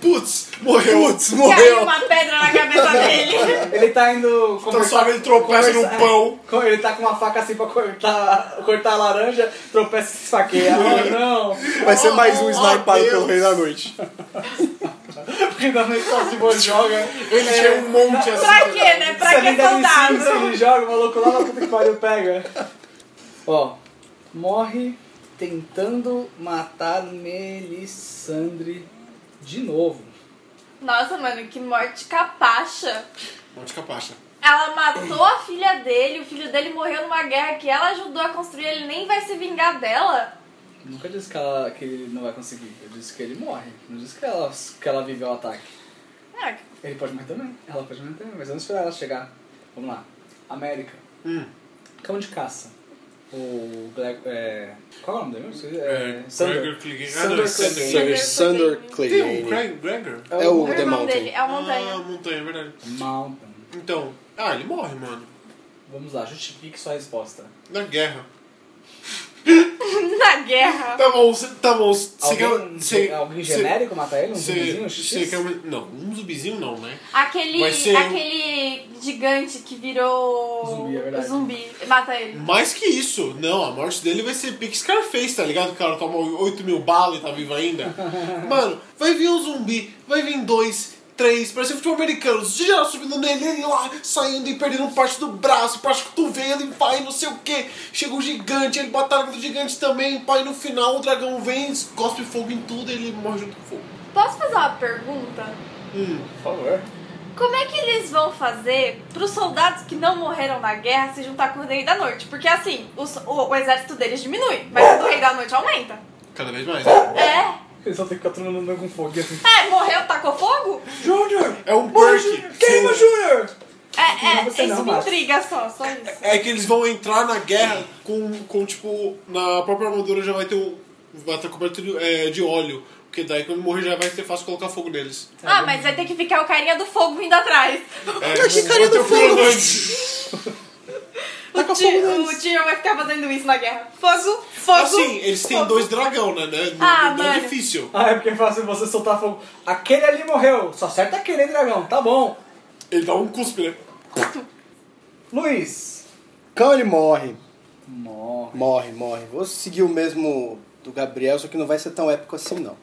Speaker 3: Putz, morreu.
Speaker 4: Putz,
Speaker 5: Caiu
Speaker 4: morreu!
Speaker 5: uma pedra na cabeça dele.
Speaker 2: Ele tá indo.
Speaker 3: Tá
Speaker 2: conversar-
Speaker 3: suave, ele tropeça no
Speaker 2: conversar-
Speaker 3: pão.
Speaker 2: Co- Ele tá com uma faca assim pra cortar, cortar a laranja, tropeça e se esfaqueia. Oh não!
Speaker 4: Vai ser mais um
Speaker 3: Oh,
Speaker 4: snipado
Speaker 3: Deus.
Speaker 4: pelo Rei da Noite.
Speaker 2: Porque também só se for joga.
Speaker 3: Ele tinha um monte assim.
Speaker 5: Pra quê, né?
Speaker 2: é
Speaker 5: Pra que
Speaker 2: Se
Speaker 5: soldado?
Speaker 2: ele joga, o maluco lá na puta que pariu pega. Ó, morre tentando matar Melisandre de novo.
Speaker 5: Nossa, mano, que morte capacha.
Speaker 3: Monte capacha.
Speaker 5: Ela matou a filha dele, o filho dele morreu numa guerra que ela ajudou a construir, ele nem vai se vingar dela.
Speaker 2: Nunca disse que, ela- que ele não vai conseguir. Eu disse que ele morre. Não disse que ela, que ela vive o ataque.
Speaker 5: É,
Speaker 2: Ele pode morrer também. Ela pode morrer também. Mas vamos esperar ela chegar. Vamos lá. América. Cão de caça. O Black. É... Qual é o nome dele? Eu não sei.
Speaker 3: É,
Speaker 2: Sander.
Speaker 3: Gregor Clegane. Ah,
Speaker 2: Sander
Speaker 3: não, Sander.
Speaker 2: Clegane.
Speaker 4: Sander, Sander
Speaker 3: Tem um
Speaker 4: Clegane.
Speaker 3: Craig Gregor?
Speaker 4: É o
Speaker 5: o
Speaker 4: The
Speaker 5: irmão
Speaker 4: Mountain.
Speaker 5: dele, é o
Speaker 3: Ah,
Speaker 5: montanha.
Speaker 3: montanha, é verdade.
Speaker 2: Mountain.
Speaker 3: Então, ah, ele morre, mano.
Speaker 2: Vamos lá, justifique sua resposta.
Speaker 3: Na guerra.
Speaker 5: Na guerra.
Speaker 3: Tá bom, cê- tá bom. Você
Speaker 2: Alguém,
Speaker 3: quer. cê-
Speaker 2: alguém
Speaker 3: cê-
Speaker 2: genérico matar ele? Um
Speaker 3: cê-
Speaker 2: zumbizinho?
Speaker 3: cê
Speaker 2: X?
Speaker 3: quer um- Não, um zumbizinho não, né?
Speaker 5: Aquele,
Speaker 3: Vai ser um-
Speaker 5: aquele gigante que virou
Speaker 2: Zumbi, é verdade.
Speaker 5: zumbi. Mata ele.
Speaker 3: Mais que isso, não, a morte dele vai ser pique Scarface, tá ligado? O cara toma 8 mil balas e tá vivo ainda. Mano, vai vir um zumbi, vai vir dois, três, parece um futebol americano, geral subindo nele, ele lá, saindo e perdendo parte do braço, parte do cotovelo e vai, não sei o que. Chega um gigante, ele batalha contra o gigante também, pai, no final o dragão vem, cospe fogo em tudo e ele morre junto com o fogo.
Speaker 5: Posso fazer uma pergunta?
Speaker 3: Hum,
Speaker 2: Por favor.
Speaker 5: Como é que eles vão fazer pros soldados que não morreram na guerra se juntar com o Rei da Noite? Porque assim, os- o, o exército deles diminui, mas o do Rei da Noite aumenta.
Speaker 3: cada vez mais.
Speaker 5: É.
Speaker 2: Ele só tem que ficar todo mundo andando com fogo. assim,
Speaker 5: É, morreu, tacou fogo?
Speaker 2: Júnior!
Speaker 3: É um perk.
Speaker 2: Queima, Júnior!
Speaker 5: É, é,
Speaker 2: Não, você
Speaker 5: isso
Speaker 2: não,
Speaker 5: me
Speaker 2: Márcio. tá
Speaker 5: intriga só, só isso.
Speaker 3: É que eles vão entrar na guerra com, com tipo, na própria armadura já vai ter um. Vai estar coberto de, é, de óleo. Porque daí quando morrer já vai ser fácil colocar fogo neles.
Speaker 5: Ah, mas vai ter que ficar o carinha do fogo vindo atrás.
Speaker 3: É,
Speaker 4: que
Speaker 3: vão
Speaker 4: carinha
Speaker 3: ter
Speaker 4: do
Speaker 3: o
Speaker 4: fogo!
Speaker 3: fulminante.
Speaker 5: O tio, o tio vai ficar fazendo isso na guerra. Fogo, fogo.
Speaker 3: Assim, eles têm
Speaker 5: fogo.
Speaker 3: dois dragão, né? né? Não,
Speaker 5: Ah,
Speaker 3: não é
Speaker 5: mano.
Speaker 3: difícil.
Speaker 2: Ah, é porque é fácil você soltar fogo. Aquele ali morreu. Só acerta aquele, hein, dragão. Tá bom.
Speaker 3: Ele dá um cuspe, né?
Speaker 2: Luiz.
Speaker 4: Cão ele morre.
Speaker 2: Morre.
Speaker 4: Morre, morre. Vou seguir o mesmo do Gabriel, só que não vai ser tão épico assim, não.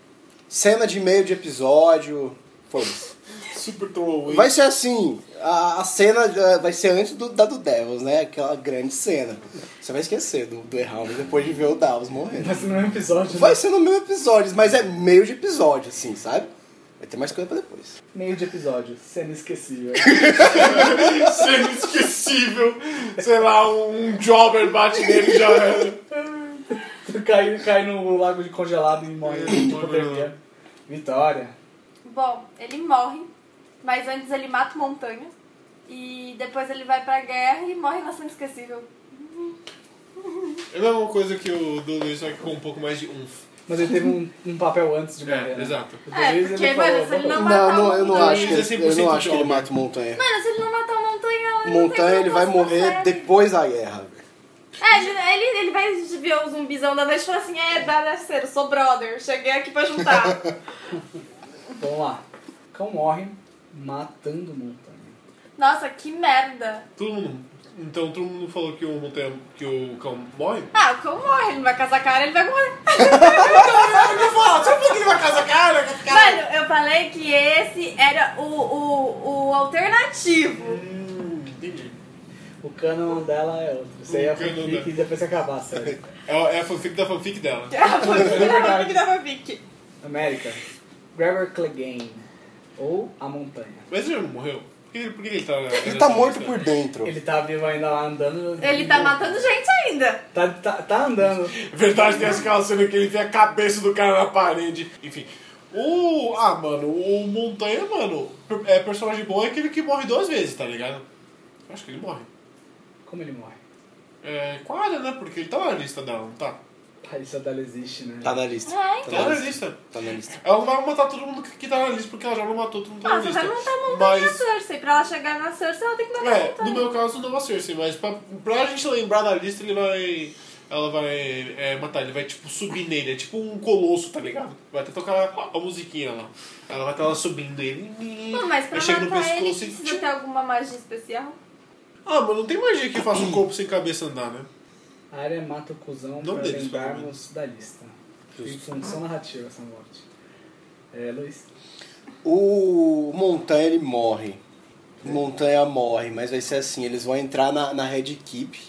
Speaker 4: Cena de meio de episódio. Foda-se.
Speaker 3: Super throwaway.
Speaker 4: Vai ser assim, a, a cena eh, vai ser antes do, da do Devils, né? Aquela grande cena. Você vai esquecer do, do Erhalm depois de ver o Davos morrendo.
Speaker 2: Mas no mesmo Tá episódio.
Speaker 4: Vai
Speaker 2: né?
Speaker 4: ser no mesmo episódio, mas é meio de episódio, assim, sabe? Vai ter mais coisa pra depois.
Speaker 2: Meio de episódio. Cena esquecível.
Speaker 3: ser é inesquecível. Sei lá, um jobber bate nele já era.
Speaker 2: cai, cai no lago de congelado e
Speaker 3: É,
Speaker 2: morre de hipotermia. Vitória.
Speaker 5: Bom, ele morre, mas antes ele mata o montanha. E depois ele vai pra guerra e morre na cena esquecível.
Speaker 3: É a mesma coisa que o do Luiz, só que com um pouco mais de umf.
Speaker 2: Mas ele teve um, um papel antes de morrer.
Speaker 3: É,
Speaker 2: né?
Speaker 3: exato.
Speaker 2: O
Speaker 5: É,
Speaker 2: Denis,
Speaker 5: porque,
Speaker 2: ele falou,
Speaker 5: mano, se ele não
Speaker 4: Não,
Speaker 5: matar
Speaker 4: não,
Speaker 5: o
Speaker 4: eu não
Speaker 5: montanha-
Speaker 4: acho que ele, eu não acho que ele mata o Montanha.
Speaker 5: Mano, se ele não matar o montanha, ele não tem
Speaker 4: Montanha ele vai
Speaker 5: propósito na
Speaker 4: morrer
Speaker 5: série.
Speaker 4: depois da guerra.
Speaker 5: É, ele, ele, ele vai ver o zumbizão da noite e falar assim: é, bagaceiro, sou brother, cheguei aqui pra juntar.
Speaker 2: Vamos lá. Cão morre matando montanha.
Speaker 5: Nossa, que merda.
Speaker 3: Todo mundo. Então todo mundo falou que o montanha, que o cão morre?
Speaker 5: Ah, o cão morre, ele não vai casar com a área, ele vai morrer. Mano, eu falei que esse era o, o, o alternativo.
Speaker 3: Hum, entendi.
Speaker 2: O canon dela é outro. Isso aí é
Speaker 3: O canon
Speaker 2: fanfic
Speaker 3: dela.
Speaker 2: e depois você acabar, sério.
Speaker 3: É, a- é a fanfic da fanfic dela.
Speaker 5: É a fanfic da fanfic da fanfic.
Speaker 2: América. Gregor Clegane. Ou a montanha.
Speaker 3: Mas ele não morreu? Por que, por que ele tá.
Speaker 4: Ele tá morto por dentro.
Speaker 2: Ele tá vivo ainda lá andando.
Speaker 5: Ele tá matando gente ainda.
Speaker 2: Tá, tá, tá andando.
Speaker 3: É Verdade, tem aquela cena que ele tem a cabeça do cara na parede. Enfim. O. Ah, mano, o Montanha, mano, per- é personagem bom é aquele que morre duas vezes, tá ligado? Eu Acho que ele morre.
Speaker 2: Como ele morre?
Speaker 3: É, com a área, né? Porque ele tá lá na lista dela, não tá?
Speaker 2: A lista dela existe, né?
Speaker 4: Tá na lista.
Speaker 5: Ai.
Speaker 3: Tá na lista.
Speaker 4: Tá na lista.
Speaker 3: Ela não vai matar todo mundo que que tá na lista, porque ela já não matou todo mundo que tá na
Speaker 5: Nossa,
Speaker 3: lista.
Speaker 5: vai matar um a montanha na
Speaker 3: Mas.
Speaker 5: Cersei. Pra ela chegar na Cersei, ela tem que matar um a
Speaker 3: É,
Speaker 5: montanha.
Speaker 3: no meu caso não vai ser assim, mas pra, pra gente lembrar da lista, ele vai. Ela vai é, matar, ele vai tipo subir nele, é tipo um colosso, tá ligado? Vai até tocar a musiquinha lá. Ela vai estar lá subindo ele.
Speaker 5: Pô, mas pra
Speaker 3: aí chega no
Speaker 5: matar ele,
Speaker 3: pescoço e.
Speaker 5: precisa ter alguma magia especial?
Speaker 3: Ah, mas não tem magia que faça um corpo sem cabeça andar, né?
Speaker 2: A área mata o cuzão
Speaker 3: Não
Speaker 2: pra
Speaker 3: deles,
Speaker 2: lembrarmos da lista. Em função narrativa essa morte. É, Luiz.
Speaker 4: O Montanha ele morre. O Montanha morre, mas vai ser assim, eles vão entrar na, na Red Keep.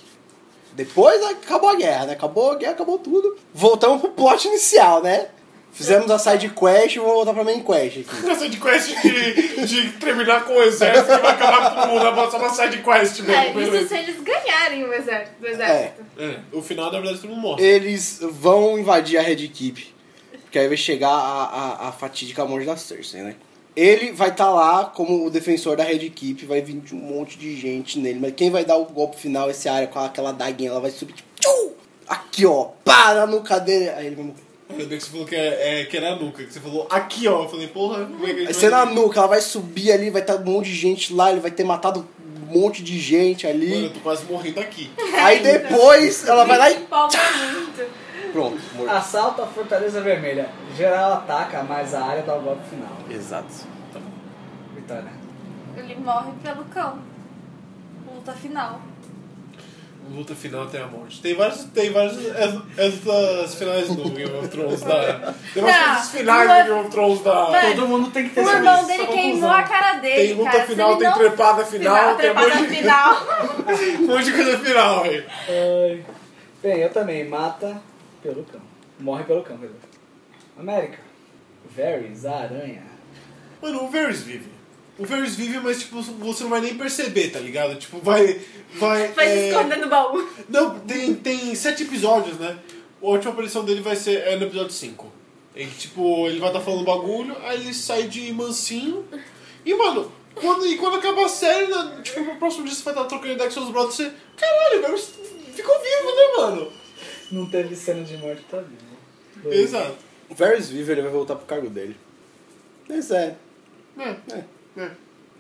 Speaker 4: Depois acabou a guerra, né? Acabou a guerra, acabou tudo. Voltamos pro plot inicial, né? Fizemos a side quest e vamos voltar pra main quest aqui.
Speaker 3: Uma sidequest de, de terminar com o exército que vai acabar com todo mundo, é só uma sidequest
Speaker 5: É,
Speaker 3: mesmo,
Speaker 5: isso
Speaker 3: beleza.
Speaker 5: se eles ganharem o exército, do exército.
Speaker 3: É, o final, na verdade, todo mundo morre.
Speaker 4: Eles vão invadir a Red Keep. Porque aí vai chegar a, a, a fatídica morte da Cersei, né? Ele vai estar lá como o defensor da Red Keep, vai vir de um monte de gente nele. Mas quem vai dar o golpe final, esse área com aquela daguinha, ela vai subir tipo... Tchum! Aqui, ó. Para no cadeira. Aí ele vai morrer.
Speaker 3: Ainda bem que você falou que, é, é, que era nunca, que você falou aqui, ó. Eu falei, porra, como é que a gente
Speaker 4: Aí
Speaker 3: vai
Speaker 4: você na
Speaker 3: ver?
Speaker 4: nuca, ela vai subir ali, vai estar um monte de gente lá, ele vai ter matado um monte de gente
Speaker 3: Mano, eu
Speaker 4: ali.
Speaker 3: tô quase morrendo aqui.
Speaker 4: Aí depois ela vai lá
Speaker 5: Me
Speaker 4: e...
Speaker 5: empolga muito.
Speaker 4: Pronto, morto.
Speaker 2: Assalta a Fortaleza Vermelha. Geral ataca, mas a área dá o golpe final.
Speaker 4: Exato.
Speaker 2: Vitória.
Speaker 5: Ele morre pelo cão. Luta final.
Speaker 3: Luta final até a morte. Tem vários, tem vários es- essas finais do Game of Thrones da. Tem
Speaker 5: Não,
Speaker 3: vários finais
Speaker 5: não é-
Speaker 3: do Game of Thrones da.
Speaker 5: Vai.
Speaker 2: Todo mundo tem que ter
Speaker 5: O
Speaker 3: assim,
Speaker 2: essa-
Speaker 5: irmão
Speaker 2: essa
Speaker 5: dele
Speaker 2: conclusão.
Speaker 5: queimou a cara dele.
Speaker 3: Tem luta
Speaker 5: cara. Se
Speaker 3: final,
Speaker 5: ele
Speaker 3: tem
Speaker 5: não-
Speaker 3: trepada final, tem um
Speaker 5: trepada
Speaker 3: monte de-
Speaker 5: final.
Speaker 3: Um monte de coisa final, velho.
Speaker 2: Ai. Bem, eu também. Mata pelo cão. Morre pelo cão, quer dizer. América. Varys, a aranha.
Speaker 3: Mano, o Varys vive. O Varys vive, mas tipo, você não vai nem perceber, tá ligado? Tipo, vai. Vai.
Speaker 5: Vai se
Speaker 3: é,
Speaker 5: esconder no baú.
Speaker 3: Não, tem, tem sete episódios, né? A última aparição dele vai ser é no episódio 5. Ele, tipo, ele vai estar falando bagulho, aí ele sai de mansinho. E, mano, quando, e quando acabar a série, né, tipo, no próximo dia você vai estar trocando ideia com seus brothers, você... Caralho, velho, você ficou vivo, né, mano?
Speaker 2: Não teve cena de morte, tá vivo.
Speaker 3: É.
Speaker 2: Dois.
Speaker 3: Exato.
Speaker 4: O Varys vive, ele vai voltar pro cargo dele. Mas é. É,
Speaker 3: é.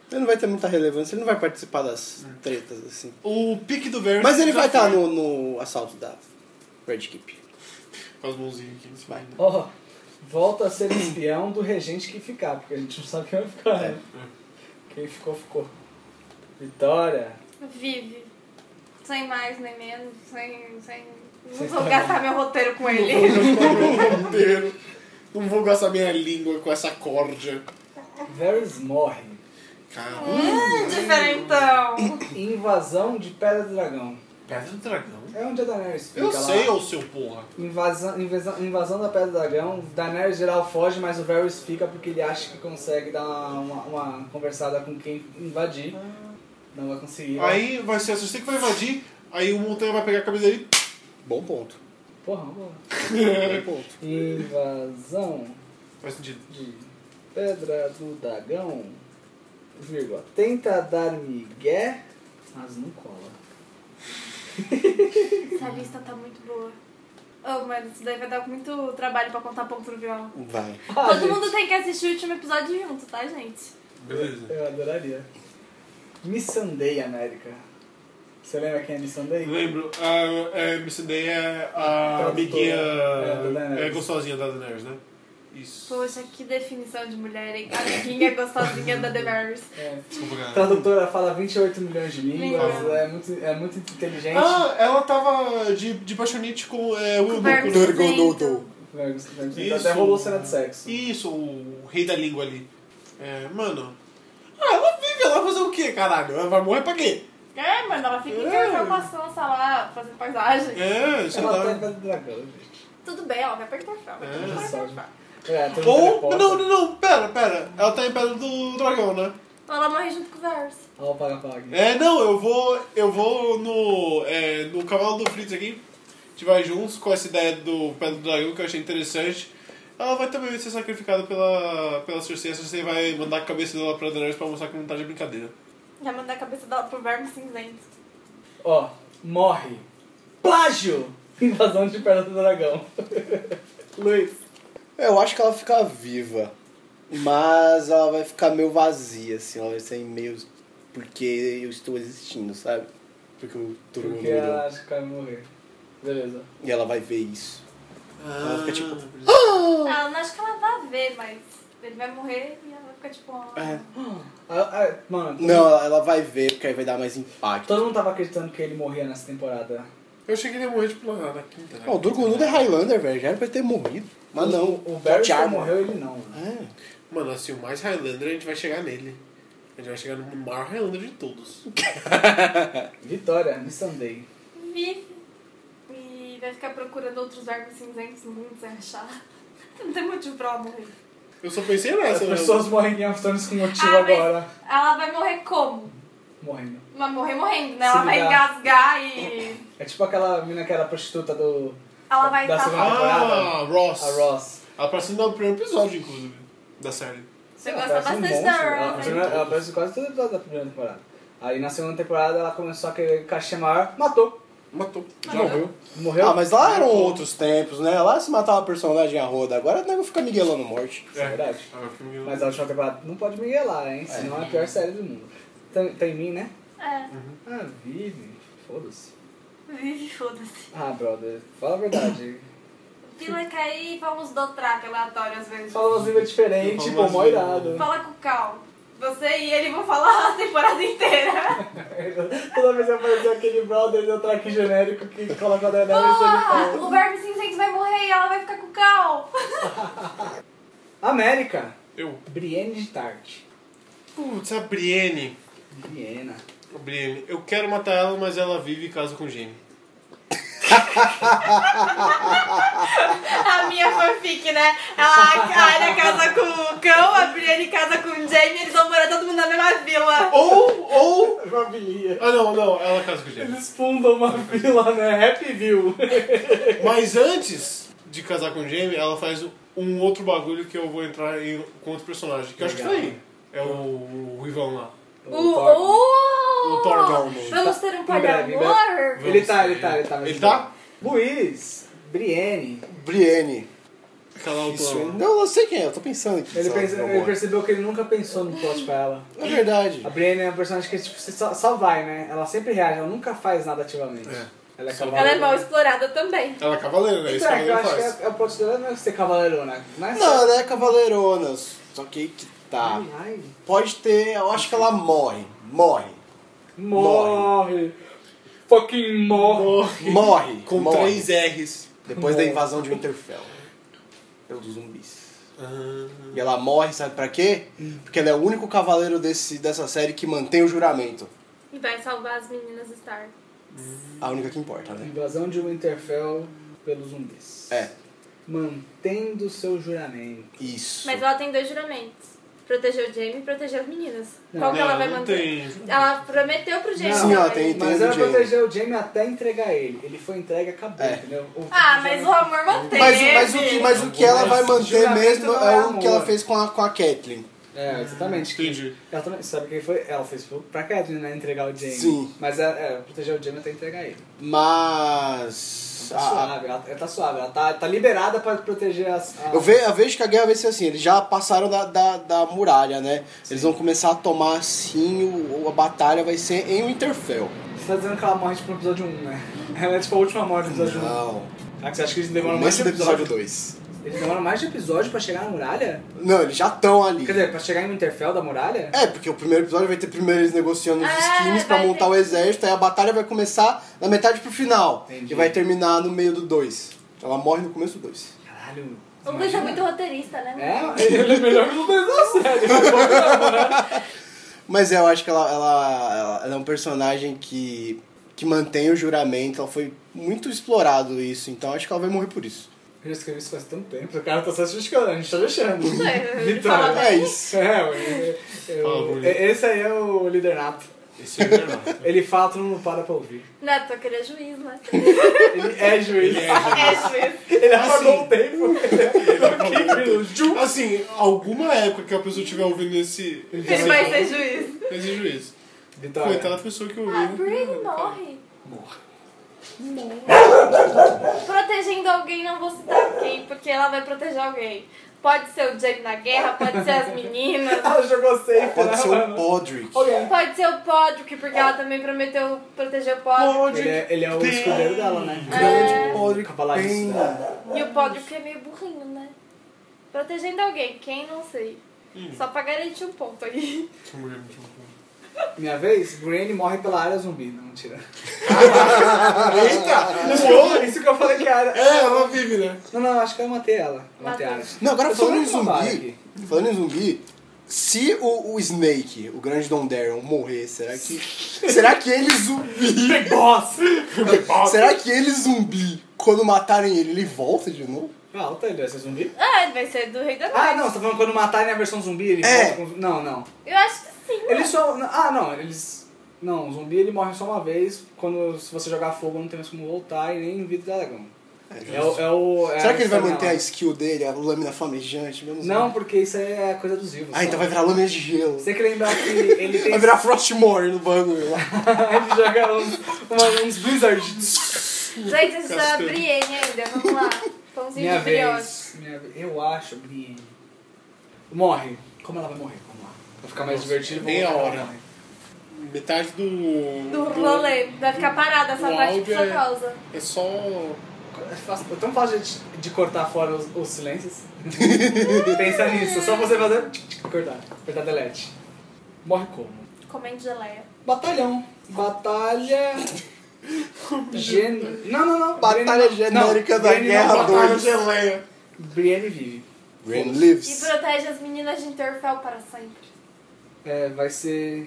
Speaker 4: Ele não vai ter muita relevância, ele não vai participar das tretas assim.
Speaker 3: O pique do Varys...
Speaker 4: Mas ele
Speaker 3: já
Speaker 4: vai tá, né? estar
Speaker 3: foi.
Speaker 4: no, no assalto da Red Keep.
Speaker 3: Com as mãozinhas aqui. Vai. né?
Speaker 2: Ó, volta a ser espião do regente que ficar, porque a gente não sabe quem vai ficar, né? Quem ficou, ficou. Vitória.
Speaker 5: Vive. Sem mais nem menos, sem. sem... Não
Speaker 2: Sem
Speaker 5: vou
Speaker 2: saber.
Speaker 5: gastar meu roteiro com ele.
Speaker 3: Inteiro. Não vou gastar minha língua com essa corda.
Speaker 2: Varys morre.
Speaker 3: Caralho.
Speaker 5: Hum, Diferentão.
Speaker 2: Invasão de Pedra do Dragão.
Speaker 3: Pedra do um dragão?
Speaker 2: É onde a Daenerys fica lá.
Speaker 3: Eu sei, ô seu porra.
Speaker 2: Invasão, invasão, invasão da Pedra do Dragão, Daenerys geral foge, mas o Varys fica porque ele acha que consegue dar uma, uma conversada com quem invadir. Não vai conseguir. né?
Speaker 3: Aí vai ser a Cersei que vai invadir, aí o Montanha vai pegar a camisa dele.
Speaker 4: Bom ponto.
Speaker 2: Porra, porra.
Speaker 4: Bom ponto.
Speaker 2: Invasão
Speaker 3: Faz sentido.
Speaker 2: de Pedra do Dragão, vírgula. Tenta dar migué, mas não cola.
Speaker 5: Essa lista tá muito boa. Oh, mano, isso daí vai dar muito trabalho pra contar ponto no violão.
Speaker 4: Vai.
Speaker 8: Ah,
Speaker 5: Todo
Speaker 8: gente,
Speaker 5: mundo tem que assistir o último episódio junto, tá, gente?
Speaker 3: Beleza.
Speaker 2: Eu adoraria. Miss Sunday, América. Você lembra quem é Miss Sunday?
Speaker 3: Lembro, a é, Miss Day é a
Speaker 2: Tradutora.
Speaker 3: amiguinha
Speaker 2: É, da Daenerys.
Speaker 3: é, gostosinha da Daenerys, né? Isso.
Speaker 5: Poxa, que definição de mulher, hein? Amiguinha gostosinha da Daenerys.
Speaker 2: É.
Speaker 3: Desculpa, cara.
Speaker 2: Tradutora fala 28 milhões de línguas,
Speaker 5: Língua.
Speaker 2: é muito, é muito inteligente.
Speaker 3: Ah, ela tava de, de paixonite com é, o Eunuco.
Speaker 5: Verme
Speaker 3: né?
Speaker 4: Turgododou.
Speaker 2: Vergus- Vergus-
Speaker 3: Isso.
Speaker 2: Até rolou cena de sexo.
Speaker 3: Isso, o rei da língua ali. É, mano. Ah, ela vive, ela vai fazer o quê, caralho? Ela vai morrer pra quê?
Speaker 5: É, mano, ela fica em
Speaker 3: É.
Speaker 5: casa com a Sansa lá, fazendo paisagem.
Speaker 3: É, sei
Speaker 2: Ela
Speaker 3: lá.
Speaker 2: tá em casa do dragão, gente.
Speaker 5: Tudo bem, ela vai perguntar pra ela.
Speaker 3: É.
Speaker 5: Vai
Speaker 2: Sabe.
Speaker 5: perguntar.
Speaker 2: É, todo mundo
Speaker 3: Ou.
Speaker 2: teleporta.
Speaker 3: Não, não, não, pera, pera. Ela tá em pedra do dragão, né?
Speaker 5: Ela morre junto com o Varys.
Speaker 2: Olha o paga-paga.
Speaker 3: É, não, eu vou. Eu vou no. é, no cavalo do Fritz aqui. A gente vai juntos com essa ideia do pedra do dragão que eu achei interessante. Ela vai também ser sacrificada pela, pela Cersei. A Cersei vai mandar a cabeça dela pra Daenerys pra mostrar que não tá de brincadeira.
Speaker 5: Já mandou a cabeça dela pro verme cinzento.
Speaker 2: Ó, morre. Plágio! Invasão de Perna do Dragão. Luiz.
Speaker 4: Eu acho que ela fica viva. Mas ela vai ficar meio vazia, assim. Ela vai ser meio. Porque eu estou existindo, sabe? Porque o Turgododou.
Speaker 2: Porque ela acha que vai morrer. Beleza.
Speaker 4: E ela vai ver isso. Ela fica tipo.
Speaker 5: Ela não acho que ela vai ver, mas ele vai morrer e ela vai ficar tipo. ah.
Speaker 4: É.
Speaker 2: Ah, ah, mano,
Speaker 4: Não, ela- ela vai ver, porque aí vai dar mais impacto.
Speaker 2: todo mundo tava acreditando que ele morria nessa temporada.
Speaker 3: Eu achei que ele ia morrer tipo na, na quinta, né?
Speaker 4: Ó, o Durgonudo é Highlander, velho. Já era pra ter morrido. Mas não.
Speaker 2: O Barry
Speaker 4: Jack
Speaker 2: só
Speaker 4: Armor.
Speaker 2: morreu, ele não. mano.
Speaker 4: É.
Speaker 3: Mano, assim, o mais Highlander a gente vai chegar nele. A gente vai chegar no maior Highlander de todos.
Speaker 2: Vitória, me Sunday.
Speaker 5: Vive. E vai ficar procurando outros vermes cinzentos no mundo sem achar. Não tem motivo pra ela morrer.
Speaker 3: Eu só pensei
Speaker 2: As
Speaker 4: É,
Speaker 3: nessa, né?
Speaker 2: pessoas morrem em Aftones com motivo
Speaker 5: Ah, mas-
Speaker 2: agora.
Speaker 5: Ela vai morrer como?
Speaker 2: Morrendo.
Speaker 5: Vai morrer morrendo, né?
Speaker 2: Se
Speaker 5: Ela vai
Speaker 2: ligar.
Speaker 5: engasgar e.
Speaker 2: É tipo aquela mina que era prostituta do.
Speaker 5: Ela vai tá
Speaker 2: Da
Speaker 5: estar.
Speaker 2: segunda-
Speaker 3: Ah, Ross.
Speaker 2: A Ross.
Speaker 3: Ela apareceu no é primeiro episódio, inclusive, da série.
Speaker 5: Você
Speaker 2: Ela
Speaker 5: gosta
Speaker 2: parece um
Speaker 5: bastante
Speaker 2: monstro.
Speaker 5: da né?
Speaker 2: Ela- a
Speaker 5: Rose.
Speaker 2: primeira- Ela aparece em quase todo episódio da primeira temporada. Aí na segunda temporada ela começou a querer cachê maior, matou.
Speaker 3: Matou. Já
Speaker 5: Matou.
Speaker 3: morreu.
Speaker 2: Morreu.
Speaker 4: Ah, mas lá eram outros tempos, né? Lá se matava personagem a roda. Agora o nego fica miguelando morte.
Speaker 2: É verdade.
Speaker 3: Agora fica me-
Speaker 2: Mas a última temporada não pode miguelar, hein? Senão é a pior série do mundo. Tem, tem mim, né?
Speaker 5: É.
Speaker 2: Ah, vive. Foda-se.
Speaker 5: Vive, É. foda-se.
Speaker 2: Ah, brother, fala a verdade.
Speaker 5: Pila cair e vamos do track aleatório às vezes.
Speaker 2: Fala umas línguas diferentes,
Speaker 3: Eu
Speaker 2: pô,
Speaker 3: falo
Speaker 2: mó
Speaker 3: umas
Speaker 2: irado.
Speaker 5: Fala com o Cal. Você e ele vão falar a temporada inteira.
Speaker 2: Toda vez que apareceu aquele brother do track genérico que coloca a Daenerys ele
Speaker 5: Porra!
Speaker 2: fala.
Speaker 5: O verme cinzento vai morrer e ela vai ficar com o Cal.
Speaker 2: América,
Speaker 3: Eu.
Speaker 2: Brienne de Tart.
Speaker 3: Putz, a Brienne.
Speaker 2: Briena.
Speaker 3: A Brienne. Eu quero matar ela, mas ela vive e casa com o Jaime.
Speaker 5: A minha fanfic, né? A Arya casa com o cão, a Brienne casa com o Jaime, eles vão morar todo mundo na mesma vila.
Speaker 3: Ou, ou...
Speaker 2: Família.
Speaker 3: Ah, não, não. Ela casa com o Jaime.
Speaker 2: Eles fundam uma vila, né? Happy View.
Speaker 3: Mas antes de casar com o Jamie, ela faz um outro bagulho que eu vou entrar em, com outro personagem. Que eu acho que foi
Speaker 2: Legal.
Speaker 3: aí. É o, o Ruivão lá.
Speaker 5: O,
Speaker 2: Thor-
Speaker 5: o...
Speaker 3: O Thor Galmon.
Speaker 5: Vamos ter um
Speaker 2: Em breve, em
Speaker 5: poliamor?
Speaker 2: Ele tá, ele tá, ele tá.
Speaker 3: Ele tá?
Speaker 2: Luiz, Brienne.
Speaker 4: Brienne.
Speaker 3: Aquela
Speaker 4: Isso.
Speaker 3: autora.
Speaker 4: Não, eu sei quem é, eu tô pensando aqui.
Speaker 2: Ele,
Speaker 4: só,
Speaker 2: perce-
Speaker 4: meu
Speaker 2: ele
Speaker 4: amor.
Speaker 2: percebeu que ele nunca pensou no plot pra ela.
Speaker 4: É verdade.
Speaker 2: A Brienne é uma personagem que tipo, você só, só vai, né? Ela sempre reage, ela nunca faz nada ativamente.
Speaker 3: É.
Speaker 2: Ela é
Speaker 3: Só
Speaker 2: cavaleiro.
Speaker 5: Ela é mal explorada também.
Speaker 3: Ela é cavaleira, né? Isso
Speaker 2: Então,
Speaker 3: que
Speaker 2: é, que eu
Speaker 3: ela
Speaker 2: acho
Speaker 3: faz.
Speaker 2: que é, é o plot dela não é ser cavaleirona. Mas
Speaker 4: Não, ela é cavaleironas. Só que aí que tá.
Speaker 2: Ai, ai.
Speaker 4: Pode ter, eu acho que ela morre. Morre.
Speaker 2: Morre. Fucking morre.
Speaker 4: Morre.
Speaker 3: Com
Speaker 4: morre.
Speaker 3: três R's.
Speaker 4: Depois da
Speaker 2: Morre.
Speaker 4: invasão de Winterfell. Pelos zumbis.
Speaker 3: Ah,
Speaker 4: E ela morre, sabe pra quê?
Speaker 2: Hum.
Speaker 4: Porque ela é o único cavaleiro desse, dessa série que mantém o juramento.
Speaker 5: E vai salvar as meninas Stark.
Speaker 4: A única que importa, né?
Speaker 2: Invasão de Winterfell pelos zumbis.
Speaker 4: É,
Speaker 2: Mantendo seu juramento.
Speaker 4: isso.
Speaker 5: Mas ela tem dois juramentos. Proteger o Jaime e proteger as meninas.
Speaker 2: Não.
Speaker 5: Qual que ela
Speaker 3: Não,
Speaker 5: vai
Speaker 3: não
Speaker 5: manter?
Speaker 3: tem.
Speaker 5: Ela prometeu pro Jaime.
Speaker 4: Sim,
Speaker 5: que
Speaker 4: ela
Speaker 5: vai-
Speaker 2: Mas
Speaker 4: tem- Entendo,
Speaker 2: ela
Speaker 4: Jaime.
Speaker 2: protegeu o Jaime até entregar ele. Ele foi entregue e acabou,
Speaker 4: É.
Speaker 2: entendeu? O-
Speaker 5: Ah,
Speaker 2: o
Speaker 5: mas o
Speaker 2: juramento-
Speaker 5: amor né, manteve.
Speaker 4: Mas, mas o que, mas o que ela vai manter
Speaker 2: Juramento
Speaker 4: mesmo
Speaker 2: não é
Speaker 4: é o
Speaker 2: amor.
Speaker 4: que ela fez com a, com a Catelyn.
Speaker 2: É, exatamente.
Speaker 3: Entendi.
Speaker 2: Ela também, sabe quem foi? Ela fez pro- pra Catherine, né? Entregar o Jaime.
Speaker 4: Sim.
Speaker 2: Mas ela, é, protegeu o Jaime até entregar ele.
Speaker 4: Mas.
Speaker 2: Tá suave, ela, ela tá suave, ela tá, tá liberada pra proteger as. a-
Speaker 4: Eu, ve, eu vejo que a guerra vai ser assim, eles já passaram da, da, da muralha, né? Eles vão começar a tomar assim, o, a batalha vai ser em Winterfell.
Speaker 2: Você tá dizendo que ela morre tipo no episódio 1, né? Ela é tipo a última morte do episódio 1.
Speaker 4: Não.
Speaker 2: Ah, que você acha que eles demoram mais
Speaker 4: Começo
Speaker 2: de
Speaker 4: do episódio
Speaker 2: episódio?
Speaker 4: 2.
Speaker 2: Eles demoram mais de episódio pra chegar na muralha?
Speaker 4: Não, eles já estão ali.
Speaker 2: Quer dizer, pra chegar em Winterfell da muralha?
Speaker 4: É, porque o primeiro episódio vai ter primeiro eles negociando os
Speaker 5: É,
Speaker 4: skins pra
Speaker 5: vai
Speaker 4: montar
Speaker 5: ter-
Speaker 4: o exército, aí a batalha vai começar na metade pro final.
Speaker 2: Entendi.
Speaker 4: E vai terminar no meio do 2. Ela morre no começo do 2.
Speaker 2: Caralho.
Speaker 5: O Luiz é muito roteirista, né?
Speaker 2: É, ele é melhor que os dois da série.
Speaker 4: Mas é, eu acho que ela, ela, ela- ela é um personagem que, que mantém o juramento, ela foi muito explorado isso, então acho que ela vai morrer por isso.
Speaker 2: Eu já escrevi isso faz tanto tempo, o cara tá só se justificando, a gente tá deixando.
Speaker 5: fala
Speaker 2: Vitória.
Speaker 4: É isso.
Speaker 2: É, eu-
Speaker 3: Fala,
Speaker 2: eu,
Speaker 3: Bruno.
Speaker 2: esse aí é o líder nato.
Speaker 3: Esse é o Bernardo.
Speaker 2: Ele fala, todo mundo para pra ouvir.
Speaker 5: Neto, eu queria juiz, né?
Speaker 2: Ele é Assim. é juiz. Ele, apagou o tempo.
Speaker 3: Assim, alguma época que a pessoa estiver ouvindo esse,
Speaker 5: Ele vai ser juiz.
Speaker 3: esse juiz.
Speaker 2: Vitória.
Speaker 3: Coitada da pessoa que
Speaker 5: A
Speaker 3: ouviu.
Speaker 5: Brie Ah, morre. Morre. Protegendo alguém, não vou citar quem, porque ela vai proteger alguém. Pode ser o Jamie na guerra, pode ser as meninas,
Speaker 2: Ela jogou safe,
Speaker 4: Pode
Speaker 2: né,
Speaker 4: ser
Speaker 2: mano?
Speaker 4: o Podrick.
Speaker 5: pode ser o Podrick, porque ela também prometeu proteger o Podrick.
Speaker 2: Ele é, ele é o escudeiro dela, né?
Speaker 4: Grande Podrick.
Speaker 2: Cavalariço.
Speaker 4: Bane.
Speaker 5: E o Podrick é meio burrinho, né? Protegendo alguém, quem não sei.
Speaker 2: Hum.
Speaker 5: Só pra garantir um ponto aí.
Speaker 3: Essa mulher é muito boa.
Speaker 2: Minha vez, Brienne morre pela área zumbi. Não, mentira. Eita! Isso que eu falei que a área...
Speaker 3: É, ela vive, né?
Speaker 2: Não, não, acho que eu matei ela. Matei a área.
Speaker 4: Não, agora
Speaker 2: Eu tô
Speaker 4: falando em
Speaker 2: vendo uma
Speaker 4: zumbi. Falando em zumbi, se o, o Snake, o grande Dondarrion, morrer, será que. será que ele zumbi?
Speaker 2: Big Boss!
Speaker 4: será que ele zumbi, quando matarem ele, ele volta de novo?
Speaker 2: Falta, ele vai ser zumbi?
Speaker 5: Ah, ele vai ser do Rei da
Speaker 2: Ah,
Speaker 5: Noite.
Speaker 2: não, você tá falando quando matarem a versão zumbi, ele
Speaker 4: É.
Speaker 2: volta com... Não, não.
Speaker 5: Eu acho que sim.
Speaker 2: Ele só... Ah, não, eles... Não, o zumbi ele morre só uma vez, quando se você jogar fogo não tem mais como voltar e nem vida da dragão. É, o- é o... é
Speaker 4: Será
Speaker 2: a
Speaker 4: que ele vai
Speaker 2: história
Speaker 4: manter
Speaker 2: lá.
Speaker 4: a skill dele, a lâmina flamejante mesmo?
Speaker 2: Não, porque isso aí é coisa dos vivos.
Speaker 4: Ah, então vai virar lâmina de gelo.
Speaker 2: Você tem que lembrar que ele tem...
Speaker 4: Vai virar Frostmore no bagulho lá.
Speaker 2: ele joga uns, uma- uns blizzards.
Speaker 5: Gente, isso é a Brienne ainda, vamos lá. Pãozinho
Speaker 2: Minha
Speaker 5: de brioche.
Speaker 2: vez. Minha vez. Eu acho, Brienne. Morre. Como ela vai morrer? Vamos lá. Pra ficar mais
Speaker 4: é
Speaker 2: divertido, vamos
Speaker 3: meia
Speaker 2: lá.
Speaker 3: hora. Metade do.
Speaker 5: Do rolê. Vai ficar parada essa
Speaker 3: do
Speaker 5: parte
Speaker 3: áudio
Speaker 5: por sua
Speaker 3: é-
Speaker 5: causa.
Speaker 3: É só.
Speaker 2: É fácil- É tão fácil de, de cortar fora os, os silêncios. Pensa nisso. é Só você fazer... tch, tch, Cortar. Cortar delete. Morre como?
Speaker 5: Comendo geleia.
Speaker 2: Batalhão. Batalha... Gen... Não, não, não.
Speaker 4: Batalha
Speaker 2: Brienne não-
Speaker 4: genérica
Speaker 2: não,
Speaker 4: da
Speaker 2: Brienne não
Speaker 4: Guerra
Speaker 2: batalha.
Speaker 3: Batalha
Speaker 4: dois.
Speaker 3: geleia.
Speaker 2: Brienne vive.
Speaker 4: Rain
Speaker 5: E
Speaker 4: lives.
Speaker 5: protege as meninas de Interfell para sempre.
Speaker 2: É, vai ser...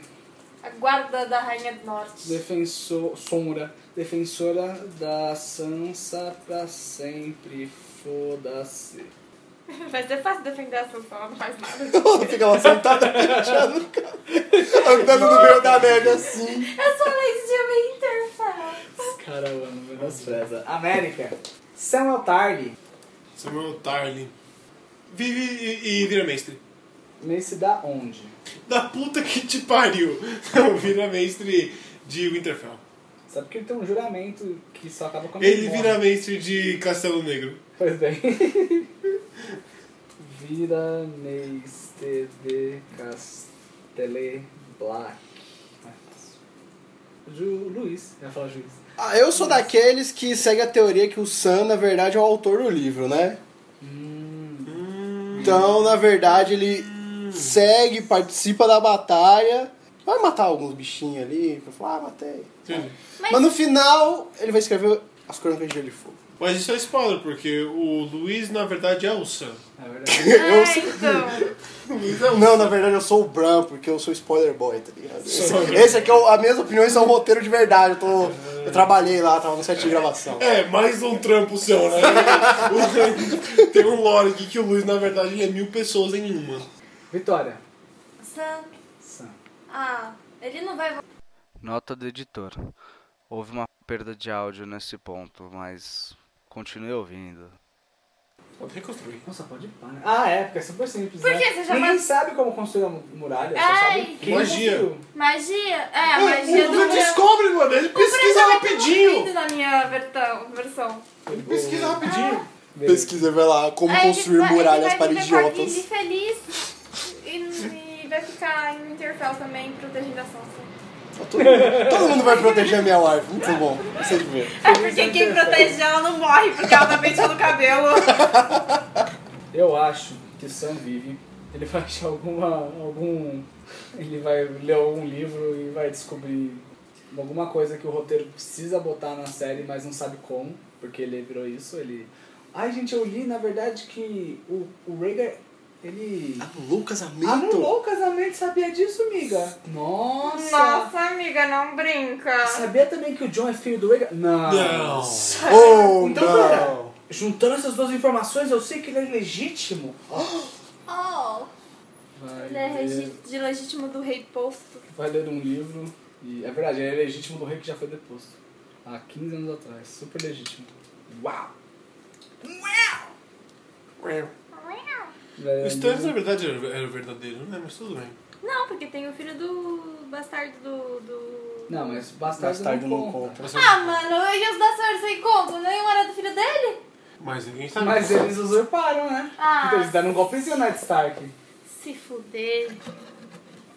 Speaker 5: A guarda da Rainha do Norte.
Speaker 2: Defensor, sombra, defensora da Sansa pra sempre, foda-se.
Speaker 5: Vai ser fácil defender essa só, não faz nada.
Speaker 4: Ela fica lá sentada, penteando o cara. Andando no meio da neve assim.
Speaker 5: Eu sou a Lady de Interfell.
Speaker 2: Cara, é mano, menospreza. América, Samuel Tarly,
Speaker 3: Samuel Tarly. Vive e, e vira mestre.
Speaker 2: nesse da onde?
Speaker 3: Da puta que te pariu. Não, vira mestre de Winterfell.
Speaker 2: Sabe que ele tem um juramento que só acaba quando
Speaker 3: Ele
Speaker 2: morre.
Speaker 3: vira mestre de Castelo Negro.
Speaker 2: Pois bem. vira Neiste de Castele Black. Mais fácil. Ju, Luiz, eu ia falar juiz.
Speaker 4: Ah, eu sou daqueles que segue a teoria que o Sam, na verdade, é o autor do livro, né?
Speaker 2: Hum,
Speaker 4: Então, na verdade, ele segue, participa da batalha. Vai matar alguns bichinhos ali, pra falar, ah, matei.
Speaker 3: Entende?
Speaker 4: Mas, no final, ele vai escrever as crônicas de Gelo e Fogo.
Speaker 3: Mas isso é spoiler, porque o Luiz, na verdade, é o Sam.
Speaker 2: Na verdade,
Speaker 4: Eu
Speaker 5: Ah, então.
Speaker 4: Não, na verdade eu sou o Bran, porque eu sou spoiler boy, tá ligado? Esse, esse aqui é o, as minhas opiniões são roteiro de verdade. Eu, tô, eu trabalhei lá, tava no set de gravação.
Speaker 3: É, mais um trampo seu, né? O- Tem um lore aqui que o Luiz, na verdade, ele é mil pessoas em uma.
Speaker 2: Vitória.
Speaker 5: Sam.
Speaker 2: Sam.
Speaker 5: Ah, ele não vai
Speaker 9: Nota do editor. Houve uma perda de áudio nesse ponto, mas continue ouvindo.
Speaker 3: Pode reconstruir.
Speaker 2: Nossa, pode ir pá, né? Ah, é, porque é super simples.
Speaker 5: Por
Speaker 2: né?
Speaker 5: que você já
Speaker 2: Ninguém
Speaker 5: mas-
Speaker 2: sabe como construir uma muralha, só
Speaker 5: Ai.
Speaker 2: sabe quem
Speaker 3: Magia.
Speaker 2: construiu.
Speaker 5: Magia? É, a
Speaker 3: Não,
Speaker 5: magia
Speaker 3: o
Speaker 5: do
Speaker 3: Dudu
Speaker 5: meu.
Speaker 3: descobre, mano. Ele pesquisa rapidinho.
Speaker 5: na minha vertão- versão.
Speaker 3: Ele pesquisa
Speaker 2: Ah.
Speaker 3: rapidinho.
Speaker 4: Pesquisa, vai lá, como
Speaker 5: Aí É, ele
Speaker 4: construir
Speaker 5: vai- ele
Speaker 4: muralhas
Speaker 5: vai
Speaker 4: para
Speaker 5: viver com a
Speaker 4: idiotas.
Speaker 5: Gigi feliz e, e vai ficar em Winterfell também, protegendo a Sansa.
Speaker 4: Todo mundo, Tá todo mundo vai proteger a minha live. Muito bom. Você de ver.
Speaker 5: É porque quem protege ela não morre, porque ela tá penteando o cabelo.
Speaker 2: Eu acho que o Sam vive. Ele vai achar alguma. algum. Ele vai ler algum livro e vai descobrir alguma coisa que o roteiro precisa botar na série, mas não sabe como, porque ele virou isso, ele. Ai gente, eu li na verdade que o, o Rhaegar, ele.
Speaker 4: Anulou o casamento.
Speaker 2: Anulou o casamento, sabia disso, amiga? Nossa!
Speaker 5: Nossa, amiga, não brinca.
Speaker 2: Sabia também que o John é filho do Rhaegar? Não!
Speaker 4: Oh,
Speaker 2: Então,
Speaker 4: não.
Speaker 2: pera, juntando essas duas informações, eu sei que ele é legítimo.
Speaker 5: Oh,
Speaker 2: Vai
Speaker 5: ele é
Speaker 2: ler,
Speaker 5: regi- de legítimo do rei posto.
Speaker 2: vai ler um livro. E é verdade, ele é legítimo do rei que já foi deposto. Há 15 anos atrás. Super legítimo. Uau! É.
Speaker 3: O Stannis, na verdade, era era verdadeiro, né? Mas tudo bem.
Speaker 5: Não, porque tem o filho do bastardo do... do...
Speaker 2: Não, mas bastardo,
Speaker 4: Bastardo não
Speaker 2: conta.
Speaker 4: compra.
Speaker 5: Ah, mano, e os da Cersei como? Nenhum era do filho dele?
Speaker 3: Mas ninguém sabe.
Speaker 2: Mas eles usurparam, né?
Speaker 5: Ah.
Speaker 2: Então eles deram um golpezinho no Ned Stark.
Speaker 5: Se fuder.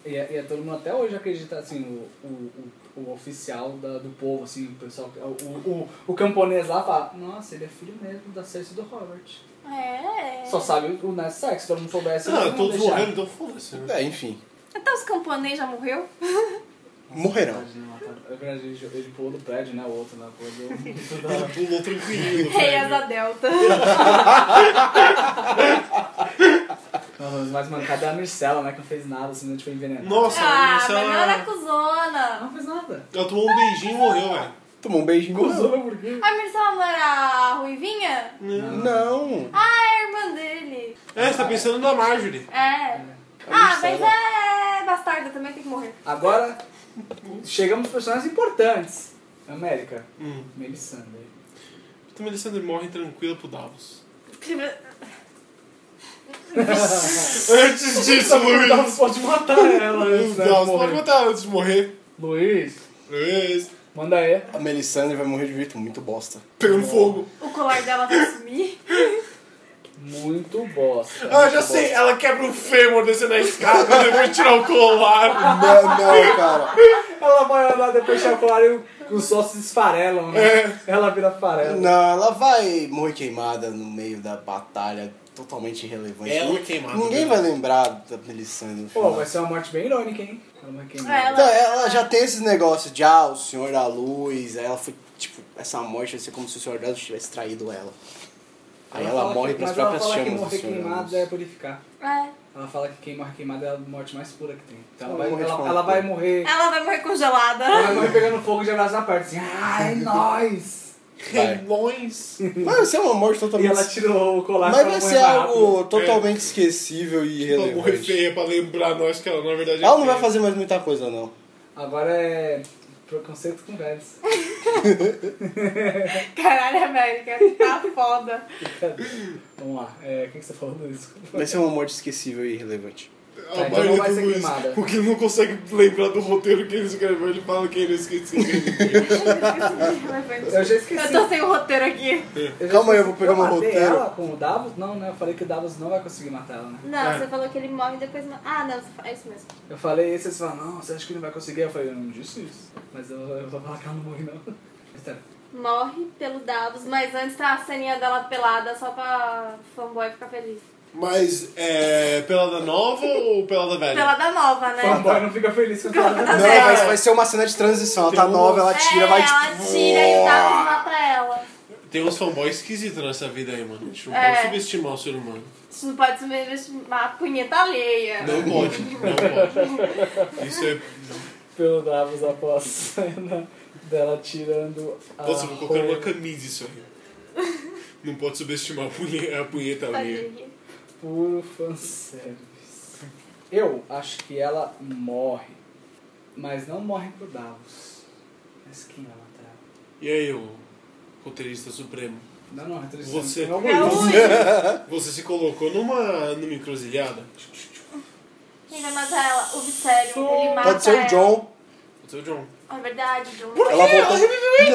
Speaker 2: E, é- e é todo mundo até hoje acredita, assim, o, o, o, o oficial da- do povo, assim, o pessoal, o, o, o camponês lá fala, nossa, ele é filho mesmo da Cersei e do Robert.
Speaker 5: É.
Speaker 2: Só sabe o Ned Stark, se todo mundo soubesse, eles
Speaker 3: Ah,
Speaker 2: não
Speaker 3: todos
Speaker 2: deixaram.
Speaker 3: morreram, então foda-se, né?
Speaker 4: É, enfim.
Speaker 5: Até Então os camponês já morreu?
Speaker 4: Morrerão.
Speaker 2: Verdade, né, mataram. É verdade, ele, ele pulou do prédio, né, o outro lá, pulou do...
Speaker 3: Ele Ah, pulou tranquilinho.
Speaker 5: Rei
Speaker 3: velho.
Speaker 5: Asa Delta.
Speaker 2: Não, mas mais mancada é a Mircela, né, que não fez nada, assim, não, tipo, envenenada. Ah,
Speaker 3: Nossa,
Speaker 5: Ah,
Speaker 3: isso
Speaker 5: mas não era
Speaker 3: ela...
Speaker 5: cuzona.
Speaker 2: Não fez nada.
Speaker 3: ela tomou um beijinho e morreu, velho.
Speaker 4: Tomou um beijinho.
Speaker 2: Gozou, por quê?
Speaker 5: A Mircela não era ruivinha?
Speaker 4: Não.
Speaker 5: É a irmã dele.
Speaker 3: É, você tá pensando na Marjorie.
Speaker 5: É. Ah, mas
Speaker 4: Marcela.
Speaker 5: é bastarda, também tem que morrer.
Speaker 2: Agora, chegamos aos personagens importantes. América,
Speaker 3: Hum.
Speaker 2: Melisandre.
Speaker 3: Então Melisandre morre tranquila pro Davos. Antes
Speaker 2: Tá
Speaker 3: disso, Luiz.
Speaker 2: pode matar ela né,
Speaker 3: Luiz Davos, pode botar antes de morrer.
Speaker 2: Luiz,
Speaker 3: Luiz.
Speaker 2: manda aí.
Speaker 4: A Melisandre vai morrer de jeito muito bosta.
Speaker 2: Tá
Speaker 3: Pegando um fogo.
Speaker 5: O colar dela vai sumir.
Speaker 2: Muito bosta.
Speaker 3: Ah, já sei. Ela quebra o fêmur descendo a escada pra depois tirar o colar.
Speaker 4: Não, não, cara.
Speaker 2: Ela vai andar depois de chocolate e os ossos esfarelam, né? Ela vira farelo.
Speaker 4: É. Não, ela vai morrer queimada no meio da batalha totalmente irrelevante.
Speaker 3: Ela
Speaker 4: Ninguém-
Speaker 3: queimada,
Speaker 4: Ninguém
Speaker 3: né?
Speaker 4: vai lembrar da Melisandre. no
Speaker 2: Pô,
Speaker 4: final.
Speaker 2: vai ser uma morte bem irônica, hein? Ela vai queimar.
Speaker 5: É,
Speaker 4: Então, ela já tem esse negócio de, ah, o Senhor da Luz, aí ela foi, tipo, essa morte vai ser como se o Senhor da Luz tivesse traído ela. Aí ela,
Speaker 2: fala
Speaker 4: morre
Speaker 2: que-
Speaker 4: pras
Speaker 2: mas ela
Speaker 4: próprias
Speaker 2: fala
Speaker 4: chamas do
Speaker 2: que morrer
Speaker 4: Senhor da Luz.
Speaker 2: queimado é purificar.
Speaker 5: É.
Speaker 2: Ela fala que quem morre queimado é a morte mais pura que tem. Então ela
Speaker 4: Ela
Speaker 2: vai,
Speaker 4: morre de
Speaker 2: ela,
Speaker 4: forma
Speaker 2: ela vai
Speaker 4: pura.
Speaker 2: morrer...
Speaker 5: Ela vai morrer congelada.
Speaker 2: Ela vai morrer pegando fogo de abraço na perna, assim. Ah, é nóis!
Speaker 4: Vai.
Speaker 3: Renões.
Speaker 4: Mas vai ser uma morte
Speaker 2: E
Speaker 4: é um totalmente...
Speaker 2: ela tirou o colar
Speaker 4: Mas
Speaker 2: pra
Speaker 4: vai
Speaker 2: morrer
Speaker 4: ser
Speaker 2: mais
Speaker 4: algo
Speaker 2: rápido.
Speaker 4: totalmente esquecível e
Speaker 3: Ela É. Tipo, morrer
Speaker 4: irrelevante.
Speaker 3: feia pra lembrar nós que ela, na verdade, é
Speaker 4: Ela não vai
Speaker 3: feia.
Speaker 4: fazer mais muita coisa, não.
Speaker 2: Agora é... Preconceito com velhos.
Speaker 5: É. Caralho, América, tá foda.
Speaker 2: Vamos lá. É, o que, que você falou disso?
Speaker 4: Vai ser uma morte esquecível e irrelevante.
Speaker 3: A
Speaker 2: Tá, então
Speaker 3: maioria
Speaker 2: não vai
Speaker 3: do
Speaker 2: ser
Speaker 3: Luiz,
Speaker 2: queimada.
Speaker 3: porque ele não consegue lembrar do roteiro que ele escreveu, ele fala que ele esqueceu.
Speaker 2: Eu já
Speaker 5: Eu
Speaker 2: esqueci.
Speaker 5: tô sem o roteiro aqui.
Speaker 2: Eu já
Speaker 4: Calma aí, eu vou
Speaker 2: esqueci.
Speaker 4: pegar meu
Speaker 2: matei
Speaker 4: roteiro.
Speaker 2: ela com o Davos? Não, né? Eu falei que o Davos não vai conseguir matar ela, né?
Speaker 5: Não,
Speaker 3: É.
Speaker 5: você falou que ele morre e depois. ma- Ah, não, você fa- é isso mesmo.
Speaker 2: Eu falei isso, vocês falam, não, você acha que ele vai conseguir? Eu falei, eu não disse isso. Mas eu, eu vou falar que ela não morre, não. Mas tá.
Speaker 5: Morre pelo Davos, mas antes tá a ceninha dela pelada só pra fanboy ficar feliz.
Speaker 3: Mas é pelada nova ou pelada velha?
Speaker 5: Pela da nova, né?
Speaker 2: Fanboy não fica feliz com ela.
Speaker 5: Tá
Speaker 4: Não, vai, vai ser uma cena de transição. Ela tá nova, ela tira,
Speaker 5: é,
Speaker 4: vai... tipo,
Speaker 5: ela tira e o Davos mata ela.
Speaker 3: Tem uns fanboys esquisitos nessa vida aí, mano. A gente não
Speaker 5: É.
Speaker 3: pode subestimar o ser humano.
Speaker 5: Você não pode subestimar a é punheta alheia.
Speaker 3: Não pode, não pode. Isso é.
Speaker 2: Pelo Davos após a cena dela tirando a
Speaker 3: Nossa, eu vou colocar
Speaker 2: roupa.
Speaker 3: numa camisa isso aí. Não pode subestimar a punheta, a punheta ali.
Speaker 5: Alheia.
Speaker 2: Puro fanservice. Eu acho que ela morre. Mas não morre pro Davos. Mas quem vai matar ela?
Speaker 3: E aí, ô? roteirista supremo.
Speaker 2: Não, não, é triste.
Speaker 3: Você.
Speaker 2: É o
Speaker 5: É
Speaker 2: Luiz.
Speaker 5: ruim.
Speaker 3: Você se colocou numa, numa encruzilhada.
Speaker 5: Ele vai matar ela. O Vissério, ele mata
Speaker 4: Pode ser o
Speaker 5: ela.
Speaker 4: John.
Speaker 3: O seu John.
Speaker 5: É verdade, o John.
Speaker 4: Ela voltou.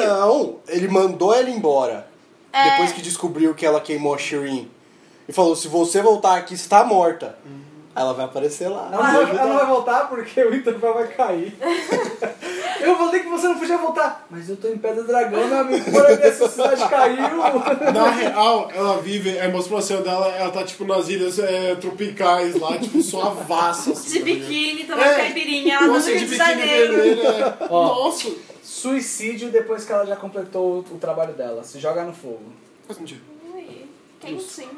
Speaker 4: Não, ele mandou ela embora.
Speaker 5: É.
Speaker 4: Depois que descobriu que ela queimou a Shirin. E falou: se você voltar aqui, você está morta.
Speaker 5: Uhum.
Speaker 4: Aí Ela vai aparecer lá.
Speaker 2: Ela, não vai- ela não vai voltar porque o Interval vai cair. eu falei que você não podia voltar. Mas eu tô em Pedra Dragão, meu amigo. Por aí essa cidade caiu.
Speaker 3: Na real, ela vive, é, a emoção dela, ela tá tipo nas ilhas é, tropicais lá, tipo suavaça.
Speaker 5: De
Speaker 3: Assim,
Speaker 5: biquíni, tomando
Speaker 3: É.
Speaker 5: caipirinha. Ela no
Speaker 3: Nossa,
Speaker 5: Rio
Speaker 3: de
Speaker 5: de
Speaker 3: biquíni
Speaker 4: né?
Speaker 5: Janeiro.
Speaker 3: vermelho. é. Nossa.
Speaker 2: Suicídio depois que ela já completou o, o trabalho dela. Se joga no fogo.
Speaker 3: Faz sentido.
Speaker 5: Ui, né? Quentinha.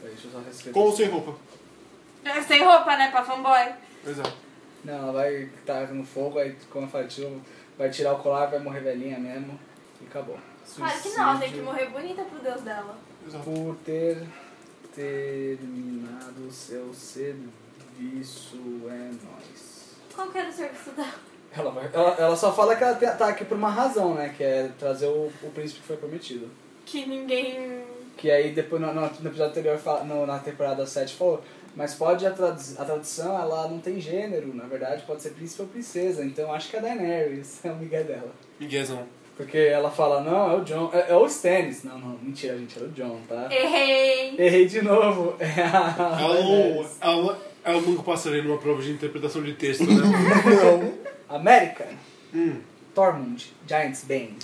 Speaker 2: Peraí, deixa eu só reescrever.
Speaker 3: Com ou sem roupa.
Speaker 5: É Sem roupa, né, pra fanboy?
Speaker 3: Exato.
Speaker 2: Não, ela vai estar no fogo, aí, como eu falei, tira o- vai tirar o colar, vai morrer velhinha mesmo. E acabou.
Speaker 5: Claro que não, tem que
Speaker 2: Suicídio
Speaker 5: morrer bonita pro Deus dela.
Speaker 3: Exato.
Speaker 2: Por ter terminado seu serviço, é nóis.
Speaker 5: Qual que era o serviço dela?
Speaker 2: Ela, vai- ela, ela só fala que ela te- tá aqui por uma razão, né? Que é trazer o, o príncipe que foi prometido.
Speaker 5: Que ninguém.
Speaker 2: Que aí depois no, no- no episódio anterior, fala- no- na temporada 7, falou, mas pode a, tradi- a tradição, ela não tem gênero, na verdade pode ser príncipe ou princesa, então acho que é a Daenerys, é amiga dela.
Speaker 3: Miguezão.
Speaker 2: Porque ela fala, não, é o John, é, é o Stannis. Não, não, mentira, gente, era o John, tá?
Speaker 5: Errei!
Speaker 2: Errei de novo. É a
Speaker 3: Ela não.
Speaker 2: Daenerys.
Speaker 3: Ela, ela nunca passaria numa prova de interpretação de texto, né?
Speaker 2: América,
Speaker 3: hum.
Speaker 2: Tormund, Giants Bane.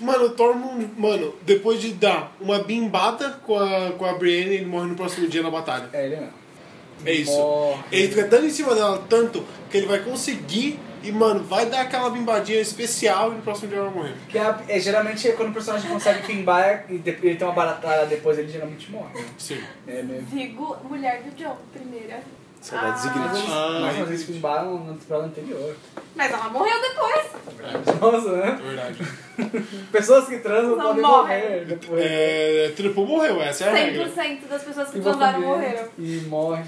Speaker 3: Mano, o Tormund, mano, depois de dar uma bimbada com a, com a Brienne, ele morre no próximo dia na batalha.
Speaker 2: É ele mesmo.
Speaker 3: É isso.
Speaker 2: Morre.
Speaker 3: Ele fica dando em cima dela tanto que ele vai conseguir e, mano, vai dar aquela bimbadinha especial e no próximo dia ela vai morrer.
Speaker 2: Que é, é, geralmente quando o personagem consegue pimbar e de- ele tem uma baratada depois, ele geralmente morre.
Speaker 3: Sim.
Speaker 2: É mesmo.
Speaker 5: Vigo, mulher do John, primeira.
Speaker 4: Saudades
Speaker 5: Ah.
Speaker 4: ignites.
Speaker 3: Ah,
Speaker 2: Mas um eles pimbaram na temporada anterior.
Speaker 5: Mas ela morreu depois.
Speaker 2: Nossa,
Speaker 3: é
Speaker 2: né?
Speaker 3: verdade.
Speaker 2: Pessoas que transam
Speaker 5: Não
Speaker 2: podem
Speaker 5: morrem.
Speaker 2: morrer depois.
Speaker 3: É, Triple morreu, essa é a regra.
Speaker 5: 100% das pessoas que
Speaker 2: E vou
Speaker 5: transaram
Speaker 2: comer.
Speaker 5: morreram.
Speaker 2: E morre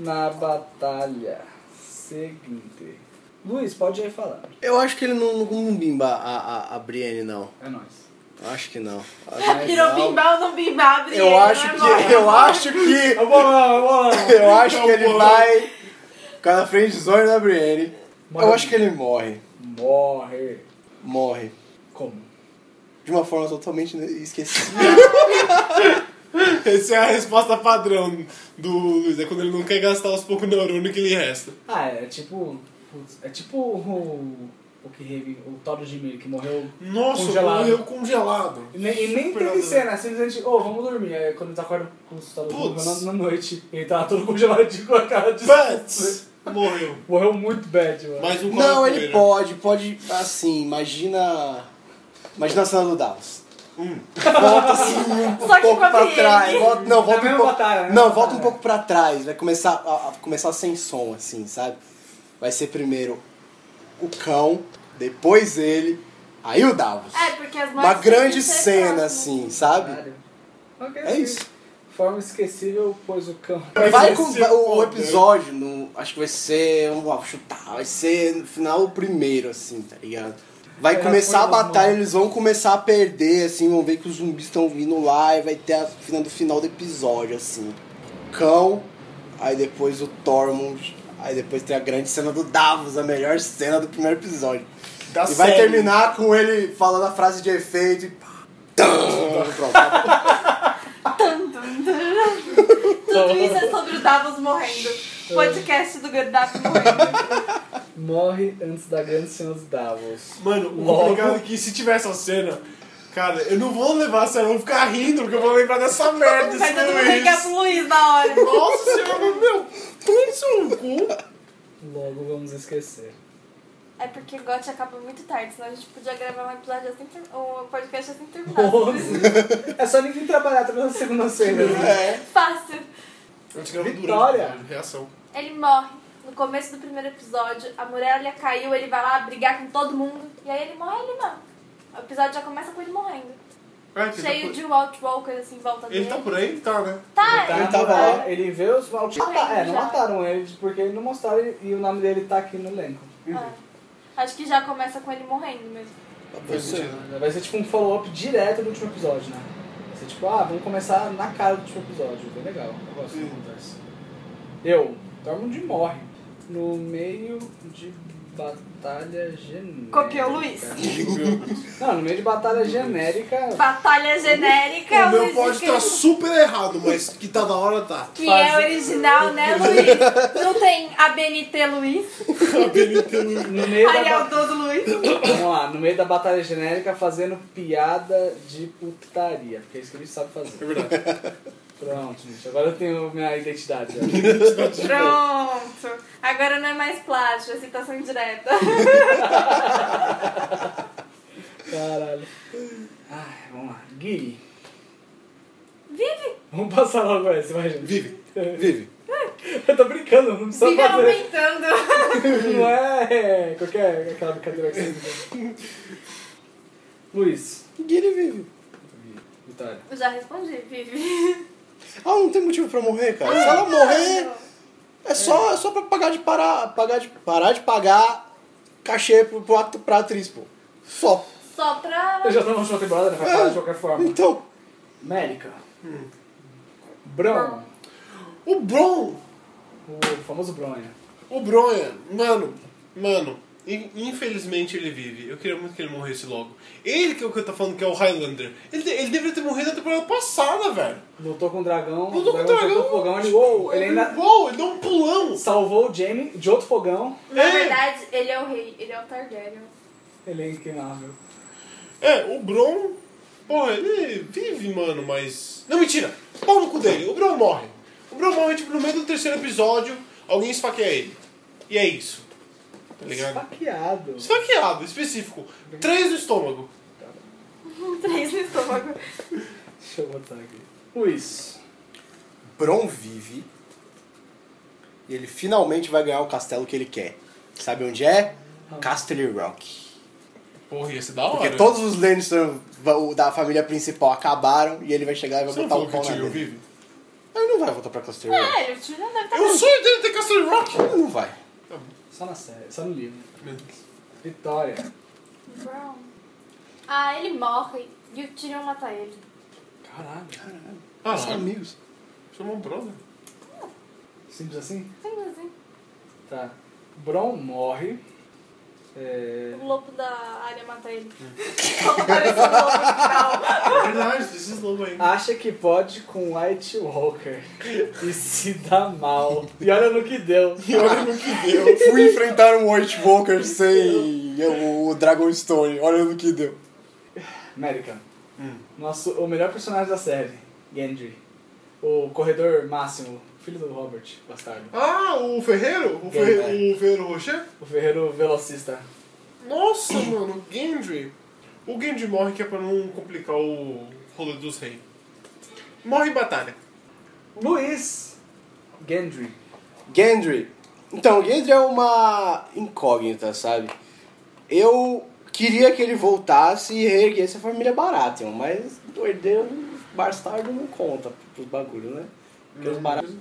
Speaker 2: na batalha seguinte. Luiz, pode ir falando.
Speaker 4: Eu acho que ele não, não bimba a, a, a Brienne, não.
Speaker 2: É nóis.
Speaker 4: Eu acho que não.
Speaker 5: Virou bimba ou não bimba, Brienne,
Speaker 4: Eu acho
Speaker 5: não é
Speaker 4: que. Eu acho que.
Speaker 2: É bolão, é bolão.
Speaker 4: Eu acho que ele
Speaker 3: bom.
Speaker 4: vai. Ficar na frente dos olhos da Brienne.
Speaker 2: Morre.
Speaker 4: Eu acho que ele morre.
Speaker 2: Morre.
Speaker 4: Morre.
Speaker 2: Como?
Speaker 4: De uma forma totalmente esquecida.
Speaker 5: assim.
Speaker 3: Essa é a resposta padrão do Luiz. É quando ele não quer gastar os poucos neurônios que lhe resta.
Speaker 2: Ah, é tipo. putz, É tipo o. O que revi- o Toro de Milho que morreu.
Speaker 3: Nossa,
Speaker 2: Congelado.
Speaker 3: morreu congelado.
Speaker 2: E nem, e nem
Speaker 3: Super
Speaker 2: teve
Speaker 3: nada.
Speaker 2: cena, simplesmente, ô, vamos dormir. Aí quando tu acorda com o Toro de
Speaker 3: Putz.
Speaker 2: na, na noite, ele tava todo congeladinho com a cara de.
Speaker 3: But morreu.
Speaker 2: Morreu muito bad, mano.
Speaker 3: Mais um
Speaker 4: Não, ele
Speaker 3: coloca
Speaker 4: pode, pode. Assim, imagina. Imagina a cena do Davos.
Speaker 3: Hum.
Speaker 4: Volta assim um
Speaker 5: Só que
Speaker 4: pouco
Speaker 5: com a
Speaker 4: pra
Speaker 5: Brienne.
Speaker 4: trás. Volta, não, volta um
Speaker 2: mesma
Speaker 4: pouco.
Speaker 2: batalha, né?
Speaker 4: não, volta
Speaker 2: Batalha.
Speaker 4: um pouco pra trás. Vai começar a, a- começar sem som, assim, sabe? Vai ser primeiro o cão, depois ele, aí o Davos.
Speaker 5: É, né? porque as
Speaker 4: Uma
Speaker 5: mortes
Speaker 4: grande
Speaker 5: têm que ser
Speaker 4: cena,
Speaker 5: próximas.
Speaker 4: assim, sabe?
Speaker 2: Caralho. Ok,
Speaker 4: É
Speaker 2: ok.
Speaker 4: isso.
Speaker 2: Forma esquecível, pois o cão.
Speaker 4: Vai com
Speaker 3: ser
Speaker 4: vai- o, o
Speaker 3: foda.
Speaker 4: episódio, no, acho que vai ser. Vamos chutar, vai ser no final o primeiro, assim, tá ligado? Vai
Speaker 2: É,
Speaker 4: começar a
Speaker 2: foi normal.
Speaker 4: batalha, eles vão começar a perder, assim, vão ver que os zumbis estão vindo lá e vai ter a final do final do episódio, assim. Cão, aí depois o Tormund, aí depois tem a grande cena do Davos, a melhor cena do primeiro episódio.
Speaker 3: Da
Speaker 4: e vai
Speaker 3: série.
Speaker 4: terminar com ele falando a frase de efeito e. pá, tum, pronto.
Speaker 5: Tudo isso é sobre o Davos morrendo.
Speaker 4: É.
Speaker 5: Podcast do Gandalf morrendo.
Speaker 2: Morre antes da grande cena dos Davos.
Speaker 3: Mano, o
Speaker 2: Logo.
Speaker 3: complicado é que se tiver essa cena, cara, eu não vou levar a sério, eu vou ficar rindo porque eu vou lembrar dessa merda.
Speaker 5: Vai
Speaker 3: esse
Speaker 5: todo mundo
Speaker 3: Luiz.
Speaker 5: ligar pro Luiz na hora.
Speaker 3: Nossa senhora, meu, toma seu cu.
Speaker 2: Logo vamos esquecer.
Speaker 5: É porque GOT acaba muito tarde, senão a gente podia gravar um episódio assim, ter- um podcast assim terminado.
Speaker 2: Onze. é só ninguém trabalhar toda segunda-feira. né?
Speaker 4: É.
Speaker 5: Fácil.
Speaker 3: Eu te gravo
Speaker 2: Vitória.
Speaker 3: durante, né, Reação.
Speaker 5: Ele morre no começo do primeiro episódio, a muralha caiu, ele vai lá brigar com todo mundo, e aí ele morre, ele não. O episódio já começa com ele morrendo.
Speaker 3: É, que
Speaker 5: Cheio
Speaker 3: ele tá
Speaker 5: de Walt Walker assim em volta
Speaker 3: por-
Speaker 5: dele.
Speaker 3: Ele tá por aí? Ele tá, né?
Speaker 5: Tá,
Speaker 4: Ele
Speaker 2: na
Speaker 4: tava
Speaker 2: moral,
Speaker 4: lá.
Speaker 2: Ele vê os mal-
Speaker 5: Morrendo
Speaker 2: É, não
Speaker 5: já.
Speaker 2: mataram ele porque ele não mostraram e o nome dele tá aqui no elenco.
Speaker 5: Ah, é. Acho que já começa com ele morrendo mesmo.
Speaker 2: Tá
Speaker 3: Faz sentido.
Speaker 2: Vai ser tipo um follow-up direto do último episódio, né? Vai ser tipo, ah, vamos começar na cara do último episódio. Bem legal. Eu gosto
Speaker 3: Sim.
Speaker 2: quando acontece. Eu, Dormund morre no meio de batalha genérica.
Speaker 5: Copiou, Luiz?
Speaker 2: Não, no meio de batalha genérica.
Speaker 5: Batalha genérica,
Speaker 3: O meu tá
Speaker 5: Luiz
Speaker 3: pode estar
Speaker 5: escreveu.
Speaker 3: super errado, mas que tá da hora, tá.
Speaker 5: Que
Speaker 2: Fazer-
Speaker 5: é original, né, Luiz? Não tem ABNT Luiz,
Speaker 2: No meio
Speaker 3: tá
Speaker 2: da
Speaker 5: Arial
Speaker 2: ba-
Speaker 5: Dodo Luiz.
Speaker 2: Vamos lá, no meio da batalha genérica fazendo piada de putaria. Porque é isso que a gente sabe
Speaker 3: É
Speaker 2: fazer.
Speaker 3: verdade.
Speaker 2: Pronto, gente. Agora eu tenho minha identidade. ó.
Speaker 5: Pronto. Agora não é mais plágio, é citação indireta.
Speaker 2: Caralho. Ai, vamos lá. Gui.
Speaker 5: Vive?
Speaker 2: Vamos passar logo essa, imagina.
Speaker 3: Vive.
Speaker 4: Vive.
Speaker 2: Eu tô brincando, não precisa
Speaker 5: Vive
Speaker 2: fazer.
Speaker 5: aumentando.
Speaker 2: Não é qualquer aquela brincadeira que você Luiz.
Speaker 4: Guilherme vive.
Speaker 2: Vitória.
Speaker 5: Eu já respondi, Vive.
Speaker 4: Ah, não tem motivo pra morrer, cara. Se ela morrer, é só, é só pra pagar de parar, pagar de, parar de pagar cachê pro, pro ato, pra atriz, pô. Só.
Speaker 5: Só pra.
Speaker 2: Eu já tô na última temporada, né? Vai falar de qualquer forma.
Speaker 4: Então,
Speaker 2: América. Bron.
Speaker 3: O Bron,
Speaker 2: O famoso né? Bronha.
Speaker 3: o Bronha, mano, mano, in- infelizmente ele vive. Eu queria muito que ele morresse logo. Ele que é o que eu tô falando que é o Highlander. Ele, de- ele deveria ter morrido na temporada passada, velho.
Speaker 2: Lutou com o dragão.
Speaker 3: Lutou com o
Speaker 2: soltou
Speaker 3: dragão.
Speaker 2: o fogão. Ele, uou, ele ainda
Speaker 3: Uou, ele deu um pulão.
Speaker 2: salvou o Jamie de outro fogão.
Speaker 5: Na
Speaker 3: É.
Speaker 5: verdade, ele é o rei, ele é o Targaryen.
Speaker 2: Ele é inquemável.
Speaker 3: É, o Bron, porra, ele vive, mano, mas. Não, mentira! Pau no cu dele, o Bron morre. O Bron morre, tipo, no meio do terceiro episódio, alguém esfaqueia ele. E é isso. Tá ligado?
Speaker 2: Esfaqueado.
Speaker 3: Esfaqueado, específico. Três no estômago.
Speaker 5: Três no estômago.
Speaker 2: Deixa eu botar aqui. Luiz.
Speaker 4: Bron vive. E ele finalmente vai ganhar o castelo que ele quer. Sabe onde é? Castle Rock.
Speaker 3: Porra, ia ser da hora.
Speaker 4: Porque todos os Lannister va- o da família principal acabaram e ele vai chegar e vai
Speaker 3: Você não
Speaker 4: botar
Speaker 3: falou
Speaker 4: o
Speaker 3: que
Speaker 4: pau
Speaker 3: o
Speaker 4: na
Speaker 3: Tyrion
Speaker 4: dele.
Speaker 3: vive?
Speaker 4: Ele não vai voltar pra Castle Rock.
Speaker 5: É, ele te não deve
Speaker 3: É o sonho dele ter Castle Rock!
Speaker 4: Ele não vai.
Speaker 2: Só na série, só no livro.
Speaker 3: Meu Deus.
Speaker 2: Vitória.
Speaker 5: estar. Ah, ele morre e o Tyrion mata ele.
Speaker 2: Caralho.
Speaker 3: Ah,
Speaker 4: São amigos.
Speaker 3: chamou o Bron, né?
Speaker 2: Simples assim?
Speaker 5: Simples assim.
Speaker 2: Tá. Bron morre. É...
Speaker 5: O lobo da área mata ele.
Speaker 4: É.
Speaker 5: Parece um lobo no final.
Speaker 3: É verdade, esses lobos
Speaker 4: Ah.
Speaker 3: aí.
Speaker 2: Acha que pode com White Walker e se dá mal. E olha no que deu.
Speaker 3: E olha no que deu.
Speaker 4: Eu fui enfrentar um White Walker sem o, o Dragonstone. Olha no que deu.
Speaker 2: América.
Speaker 3: Hum.
Speaker 2: Nosso, o melhor personagem da série, Gendry. O corredor máximo, filho do Robert, bastardo.
Speaker 3: Ah, o Ferreiro? O, Ferre...
Speaker 4: é.
Speaker 3: o Ferreiro Rocher?
Speaker 2: O ferreiro velocista.
Speaker 3: Nossa, mano, o Gendry. O Gendry morre que é pra não complicar o rolê dos reis. Morre em batalha.
Speaker 2: Luiz Gendry.
Speaker 4: Gendry. Então, Gendry é uma incógnita, sabe? Eu queria que ele voltasse e reerguesse a família Baratheon, mas o herdeiro bastardo não conta pros bagulhos, né? Porque os Baratheon...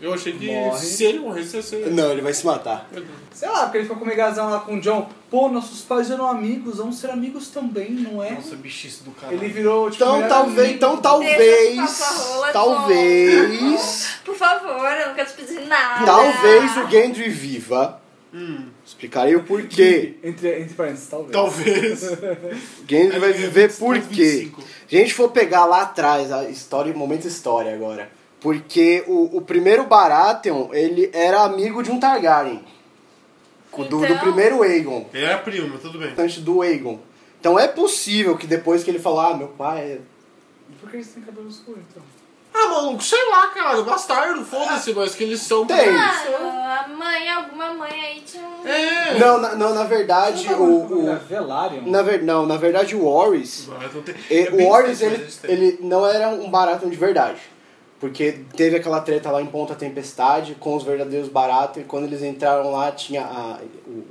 Speaker 3: Eu achei que
Speaker 2: Morre.
Speaker 3: se ele morresse ia ser.
Speaker 4: Não, ele vai se matar.
Speaker 2: Sei lá, porque ele ficou com o migazão lá com o John. Pô, nossos pais eram amigos, vamos ser amigos também, não é?
Speaker 3: Nossa, bichice do caralho.
Speaker 2: Ele virou, tipo,
Speaker 4: Então
Speaker 2: melhor
Speaker 4: talvez,
Speaker 2: amigo.
Speaker 4: então
Speaker 5: Deixa eu
Speaker 4: talvez,
Speaker 5: passar a rola,
Speaker 4: talvez,
Speaker 5: Por favor, eu nunca te pedi
Speaker 4: Hum.
Speaker 5: nada.
Speaker 4: talvez o Gendry viva. Hum. Explicarei o porquê.
Speaker 2: Entre, entre parênteses, talvez.
Speaker 3: Talvez.
Speaker 4: Gendry vai viver por quê?
Speaker 3: 25.
Speaker 4: Se a gente for pegar lá atrás, a história, momento história agora. Porque o, o primeiro Baratheon, ele era amigo de um Targaryen. Do, do
Speaker 5: Então-
Speaker 4: primeiro Aegon.
Speaker 3: Ele era é primo, mas tudo bem.
Speaker 4: Antes do Aegon. Então é possível que depois que ele falar, ah, meu pai é
Speaker 2: Por que eles têm cabelo escuro, então?
Speaker 3: Ah, maluco, sei lá, cara. Bastardo, foda-se, mas que eles são.
Speaker 4: Tem.
Speaker 5: Ah! Mano, a mãe, alguma mãe aí tinha um.
Speaker 3: É.
Speaker 4: Não, na, não, na verdade,
Speaker 2: tá
Speaker 4: o.
Speaker 2: Era
Speaker 4: o
Speaker 2: Velaryon.
Speaker 4: na ver, não, na verdade, o Warris.
Speaker 3: Mas não tem-
Speaker 4: e-
Speaker 3: é
Speaker 4: o
Speaker 3: bem
Speaker 4: Warris,
Speaker 3: distante,
Speaker 4: ele,
Speaker 3: mas eles têm.
Speaker 4: ele não era um Baratheon de verdade. Porque teve aquela treta lá em Ponta Tempestade com os verdadeiros Baratheon. E quando eles entraram lá, tinha a. o-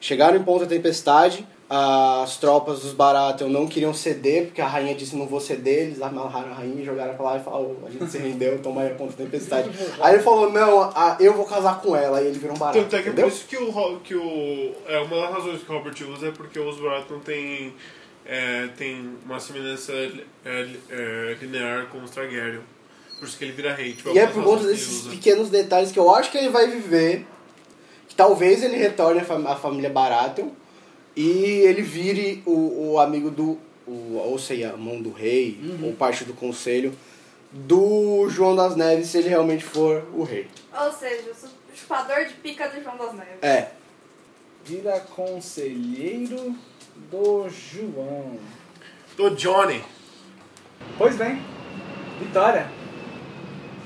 Speaker 4: chegaram em Ponta Tempestade. a- As tropas dos Baratheon não queriam ceder, porque a rainha disse não vou ceder, eles amarraram a rainha e jogaram pra lá e falaram, "Oh, a gente se rendeu, tomai a ponta da tempestade. Aí ele falou, não, a- eu vou casar com ela, e ele virou um barato.
Speaker 3: Tanto é que é por
Speaker 4: entendeu?
Speaker 3: isso que o, Ro- que o. É uma das razões que o Robert usa é porque os Baratheon tem. É, tem uma semelhança é, li- é, linear com os Targaryen. Por isso que ele vira rei. Tipo,
Speaker 4: E é
Speaker 3: uma das
Speaker 4: por conta
Speaker 3: razões que
Speaker 4: desses
Speaker 3: ele usa.
Speaker 4: pequenos detalhes que eu acho que ele vai viver, que talvez ele retorne à fam- à família Baratheon e ele vire o, o amigo do, o, ou seja, a mão do rei,
Speaker 3: Uhum.
Speaker 4: ou parte do conselho, do João das Neves, se ele realmente for o rei.
Speaker 5: Ou seja, o su- chupador de pica do João das Neves.
Speaker 4: É,
Speaker 2: Vira conselheiro do João.
Speaker 3: Do Johnny.
Speaker 2: Pois bem, Vitória.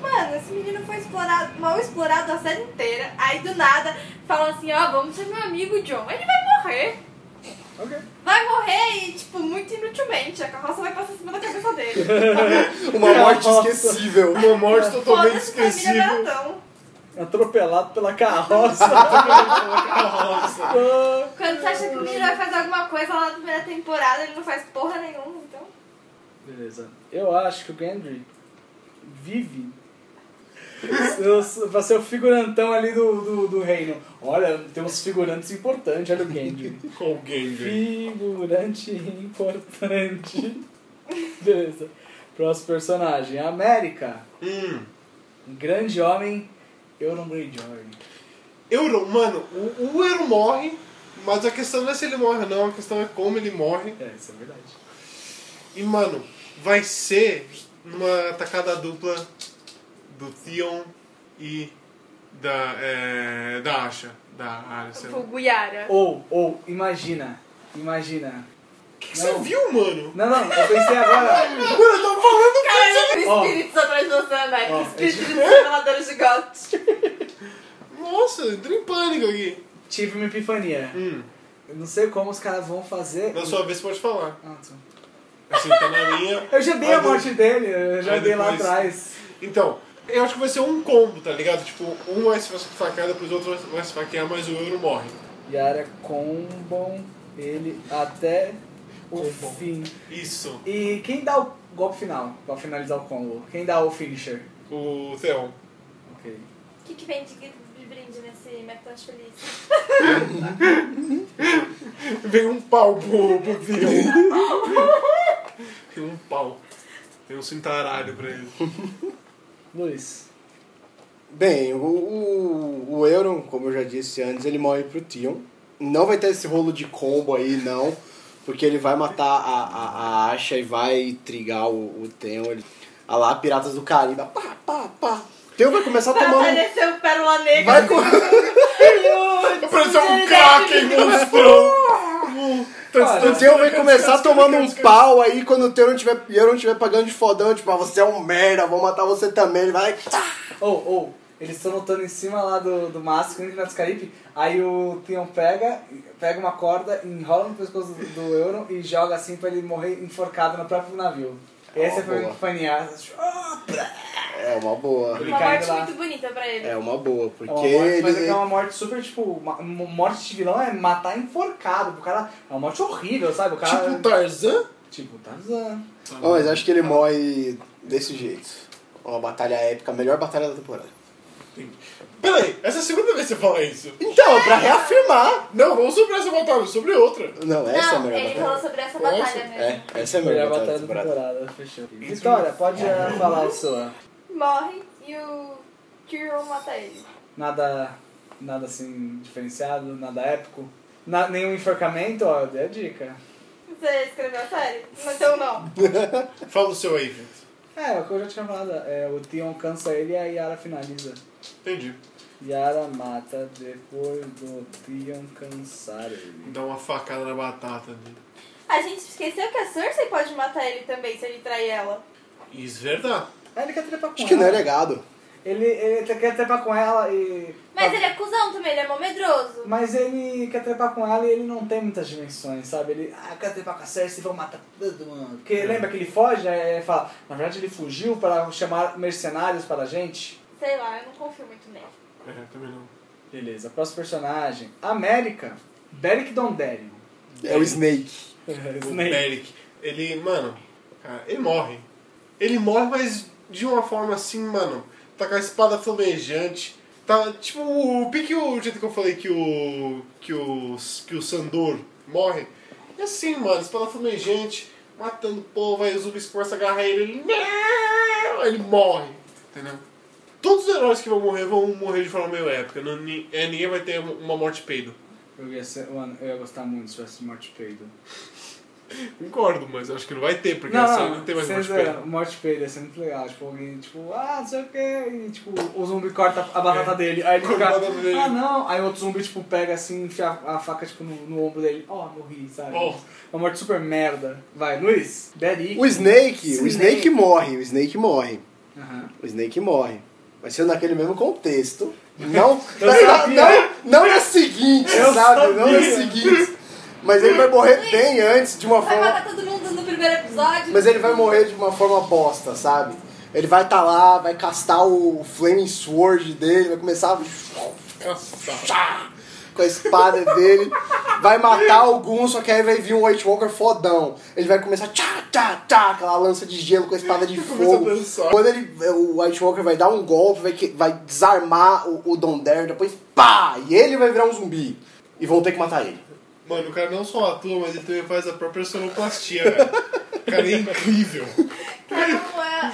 Speaker 5: Mano, esse menino foi explorado, mal explorado a série inteira. Aí do nada fala assim, ó, vamos ser meu amigo John. Ele vai morrer.
Speaker 2: Ok.
Speaker 5: Vai morrer e, tipo, muito inutilmente. A carroça vai passar em cima da cabeça dele.
Speaker 4: uma morte
Speaker 2: Nossa.
Speaker 4: esquecível.
Speaker 3: Uma morte totalmente
Speaker 5: Foda-se, família
Speaker 3: esquecível.
Speaker 5: Baratão.
Speaker 2: Atropelado pela carroça. Atropelado pela carroça.
Speaker 5: Quando você acha que o menino vai fazer alguma coisa lá na primeira temporada, ele não faz porra nenhuma, então.
Speaker 2: Beleza. Eu acho que o Gendry vive Eu sou- pra ser o figurantão ali do, do, do reino. Olha, tem uns figurantes importantes, olha o Gendry.
Speaker 3: Com o Gendry.
Speaker 2: Figurante importante. Beleza. Próximo personagem, América.
Speaker 3: Hum.
Speaker 2: Um grande homem, Euron Greyjoy.
Speaker 3: Euron, mano, o, o Euron morre, mas a questão não é se ele morre ou não, a questão é como ele morre.
Speaker 2: É, isso é verdade.
Speaker 3: E, mano, vai ser uma atacada dupla do Theon e da, é, da Asha, da Arya. O
Speaker 5: Tipo, Guiara.
Speaker 2: Ou, ou, imagina, imagina.
Speaker 3: que, que você viu, mano?
Speaker 2: Não, não, eu pensei agora. Ó.
Speaker 5: Espíritos atrás de você, América.
Speaker 2: Ó,
Speaker 5: Espíritos reveladores de gatos.
Speaker 3: Nossa, eu entrei em pânico aqui.
Speaker 2: Tive uma epifania.
Speaker 3: Hum,
Speaker 2: Eu não sei como os caras vão fazer.
Speaker 3: na sua vez você pode falar.
Speaker 2: Ah, tá.
Speaker 3: Assim, tá na minha.
Speaker 2: Eu já dei a
Speaker 3: Aí
Speaker 2: morte dele, eu já
Speaker 3: Aí
Speaker 2: dei lá
Speaker 3: depois-
Speaker 2: atrás.
Speaker 3: Então, eu acho que vai ser um combo, tá ligado? Tipo, um vai se faquear, depois o outro vai se- vai se faquear, mas o Euron morre.
Speaker 2: Yara combam ele até o
Speaker 3: Combam.
Speaker 2: fim.
Speaker 3: Isso,
Speaker 2: E quem dá o golpe final, pra finalizar o combo? Quem dá o finisher?
Speaker 3: o Theon.
Speaker 2: Ok.
Speaker 5: O que, que vem de, de brinde nesse McDonald's feliz?
Speaker 3: Vem um pau pro, pro Theon. Tem um pau. Tem um cintaralho pra ele.
Speaker 2: Luiz.
Speaker 4: Bem, o, o, o Euron, como eu já disse antes, ele morre pro Tion. Não vai ter esse rolo de combo aí, não. Porque ele vai matar a, a, a Asha e vai trigar o, o Theon. Ele, a lá, Piratas do Caribe. Pá, pá, pá. Theon vai começar tomando... um
Speaker 5: Apareceu Pérola Negra.
Speaker 4: Tá Vai, co-
Speaker 3: Apareceu um Kraken monstrão!
Speaker 4: o Theon vai começar tomando um pau aí quando o Theon não tiver, e Euron tiver pagando de fodão. Tipo, ah, você é um merda, vou matar você também. Ele vai...
Speaker 2: Ou, ou, eles estão lutando em cima lá do, do mastro, indo nas Caribe, aí o Theon pega, pega uma corda, enrola no pescoço do, do Euron e joga assim pra ele morrer enforcado no próprio navio. Essa
Speaker 4: Ó,
Speaker 2: foi a
Speaker 4: boa.
Speaker 2: epifania.
Speaker 4: É uma boa.
Speaker 2: Ele
Speaker 5: Uma
Speaker 2: caindo
Speaker 5: morte
Speaker 2: lá.
Speaker 5: muito bonita pra ele.
Speaker 4: É uma boa, porque...
Speaker 2: É uma morte, mas é que
Speaker 4: ele-
Speaker 2: é uma morte super, tipo, uma, uma morte de vilão é matar enforcado. O cara é uma morte horrível, sabe? O cara.
Speaker 3: Tipo Tarzan?
Speaker 2: Tipo, Tarzan.
Speaker 4: Ó, mas acho que ele morre desse jeito. Uma batalha épica, a melhor batalha da temporada.
Speaker 3: Peraí, essa é a segunda vez que você fala isso.
Speaker 4: Então, é pra reafirmar.
Speaker 3: Não, não sobre essa batalha, sobre outra.
Speaker 4: Não, essa é a
Speaker 5: Não,
Speaker 4: melhor
Speaker 5: ele falou
Speaker 4: batalha.
Speaker 5: sobre essa
Speaker 3: Nossa,
Speaker 5: batalha mesmo.
Speaker 4: É, essa é a melhor,
Speaker 2: Melhor
Speaker 4: batalha, É.
Speaker 2: batalha da temporada, fechou. Vitória, pode eh, falar a sua.
Speaker 5: Morre e o Tyrion mata ele.
Speaker 2: Nada. Nada assim diferenciado, nada épico. Na- nenhum enforcamento, ó, eu dei a dica.
Speaker 5: Você escreveu a série? Não, Então não.
Speaker 3: Fala o seu aí, gente.
Speaker 2: É, é o que eu já tinha falado. É, o Theon cansa ele e a Yara finaliza.
Speaker 3: Entendi.
Speaker 2: Yara mata depois do Theon cansar ele.
Speaker 3: Dá uma facada na batata dele.
Speaker 5: A gente esqueceu que a Cersei pode matar ele também se ele trair ela.
Speaker 3: Isso é verdade.
Speaker 2: Ah, ele quer trepar com
Speaker 4: Acho que não é
Speaker 2: ela.
Speaker 4: legado.
Speaker 2: Ele, ele te- quer trepar com ela e.
Speaker 5: Mas ele é cuzão também, ele é mó medroso.
Speaker 2: Mas ele quer trepar com ela e ele não tem muitas dimensões, sabe? Ele, ah, eu quero trepar com a Cersei, vão matar todo mundo. Porque lembra que ele foge, aí ele fala, na verdade ele fugiu para chamar mercenários para a gente.
Speaker 5: Sei lá, eu não confio muito nele.
Speaker 3: É, também não.
Speaker 2: Beleza, próximo personagem. América, Beric Dondarrion.
Speaker 4: É o Snake.
Speaker 3: O Merrick. Ele, mano, cara, ele morre. Ele morre, mas de uma forma assim, mano. Tá com a espada flamejante. Tá tipo o pique o jeito que eu falei que o. que o. que o Sandor morre. E assim, mano, espada flamejante, matando o povo, aí os zumbis começam a agarrar ele, ele. Não! Ele morre. Entendeu? Todos os heróis que vão morrer vão morrer de forma meio épica. Não, ni- é, ninguém vai ter uma morte peido.
Speaker 2: Eu ia, ser, mano, eu ia gostar muito se tivesse Morte Peido.
Speaker 3: Concordo, mas eu acho que não vai ter, porque essa não, tem mais
Speaker 2: sem
Speaker 3: morte
Speaker 2: zoeira,
Speaker 3: peido.
Speaker 2: é, Morte Peido ia ser muito legal. Tipo, alguém, tipo, ah, não sei o que. E, tipo, o zumbi corta a batata dele. Aí ele
Speaker 3: É. Corta a
Speaker 2: fica,
Speaker 3: batata dele.
Speaker 2: ah, não. Aí outro zumbi, tipo, pega assim, enfia a faca, tipo, no, no ombro dele. Ó, morri, sabe? É
Speaker 3: Ó.
Speaker 2: Uma morte super merda. Vai, Luiz, Daddy.
Speaker 4: O Snake, o Snake
Speaker 2: Snake.
Speaker 4: morre, o Snake morre.
Speaker 2: Aham.
Speaker 4: O Snake morre. Mas sendo naquele mesmo contexto. Não,
Speaker 2: Eu
Speaker 4: não,
Speaker 2: sabia.
Speaker 4: não, não é seguinte,
Speaker 2: Eu
Speaker 4: sabe? Não é
Speaker 2: sabia.
Speaker 4: seguinte. Mas ele vai morrer bem antes, de uma
Speaker 5: Vai
Speaker 4: forma.
Speaker 5: matar todo mundo no primeiro episódio.
Speaker 4: Mas ele vai morrer de uma forma bosta, sabe? Ele vai estar lá, vai castar o Flaming Sword dele, vai começar a... com a espada dele, vai matar algum, só que aí vai vir um White Walker fodão. Ele vai começar tchá, tchá, tchá, aquela lança de gelo com a espada de fogo.
Speaker 3: a dançar.
Speaker 4: Quando ele, o White Walker vai dar um golpe, vai, que- vai desarmar o, o Donder, depois pá! E ele vai virar um zumbi. E vão ter que matar ele.
Speaker 3: Mano, o cara não só atua, mas ele também faz a própria sonoplastia, velho. O cara é incrível.
Speaker 5: Cara,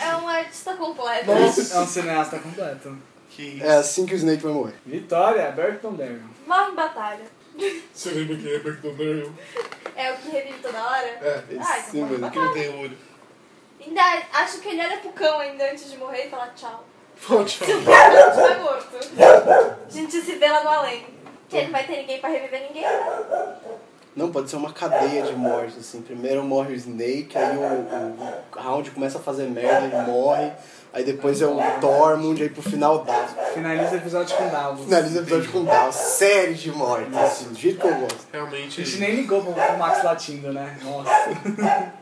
Speaker 5: é, é um artista completo.
Speaker 2: É um cineasta completo.
Speaker 3: Que isso.
Speaker 4: É assim que o Snake vai morrer.
Speaker 2: Vitória, Burton Darren.
Speaker 5: Morre em batalha.
Speaker 3: Você lembra que é McDonald's?
Speaker 5: É o que revive toda hora.
Speaker 3: É,
Speaker 5: Ah, então
Speaker 4: Sim,
Speaker 5: morre em
Speaker 4: mano.
Speaker 3: que não
Speaker 5: batalha.
Speaker 3: tem olho.
Speaker 5: Ainda acho que ele olha pro cão ainda antes de morrer e fala tchau.
Speaker 3: Fala tipo, tchau.
Speaker 5: Ele estiver morto. A gente se vê lá no além. Que ele não vai ter ninguém pra reviver ninguém.
Speaker 4: Não, pode ser uma cadeia de mortes, assim. Primeiro morre o Snake, aí o, o- o Round começa a fazer merda, ele morre. Aí depois é o Dormund, aí pro final dá.
Speaker 2: Finaliza o episódio com Davos.
Speaker 4: Finaliza o episódio com Down. Série de mortes, assim, do jeito que eu gosto.
Speaker 3: Realmente.
Speaker 2: A gente nem ligou pro, pro Max latindo, né? Nossa.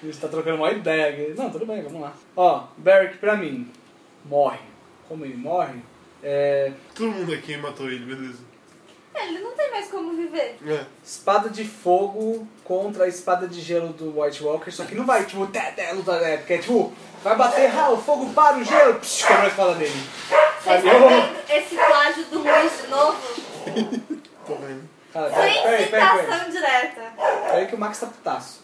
Speaker 2: A gente tá trocando uma ideia aqui. Não, tudo bem, vamos lá. Ó, Beric pra mim, morre. Como ele morre? É.
Speaker 3: Todo mundo aqui matou ele, beleza.
Speaker 5: Ele não tem mais como viver.
Speaker 3: É.
Speaker 2: Espada de fogo contra a espada de gelo do White Walker, só que não vai, tipo, té, té, luta, é, porque é tipo, vai bater, ah, o fogo para o gelo, psh, quebra a espada dele.
Speaker 5: Vocês estão tá vendo esse plágio do Luiz de novo?
Speaker 3: Tô vendo.
Speaker 2: Cara, peraí,
Speaker 5: Sem
Speaker 2: peraí, peraí, peraí.
Speaker 5: citação direta.
Speaker 2: Peraí que o Max tá putaço.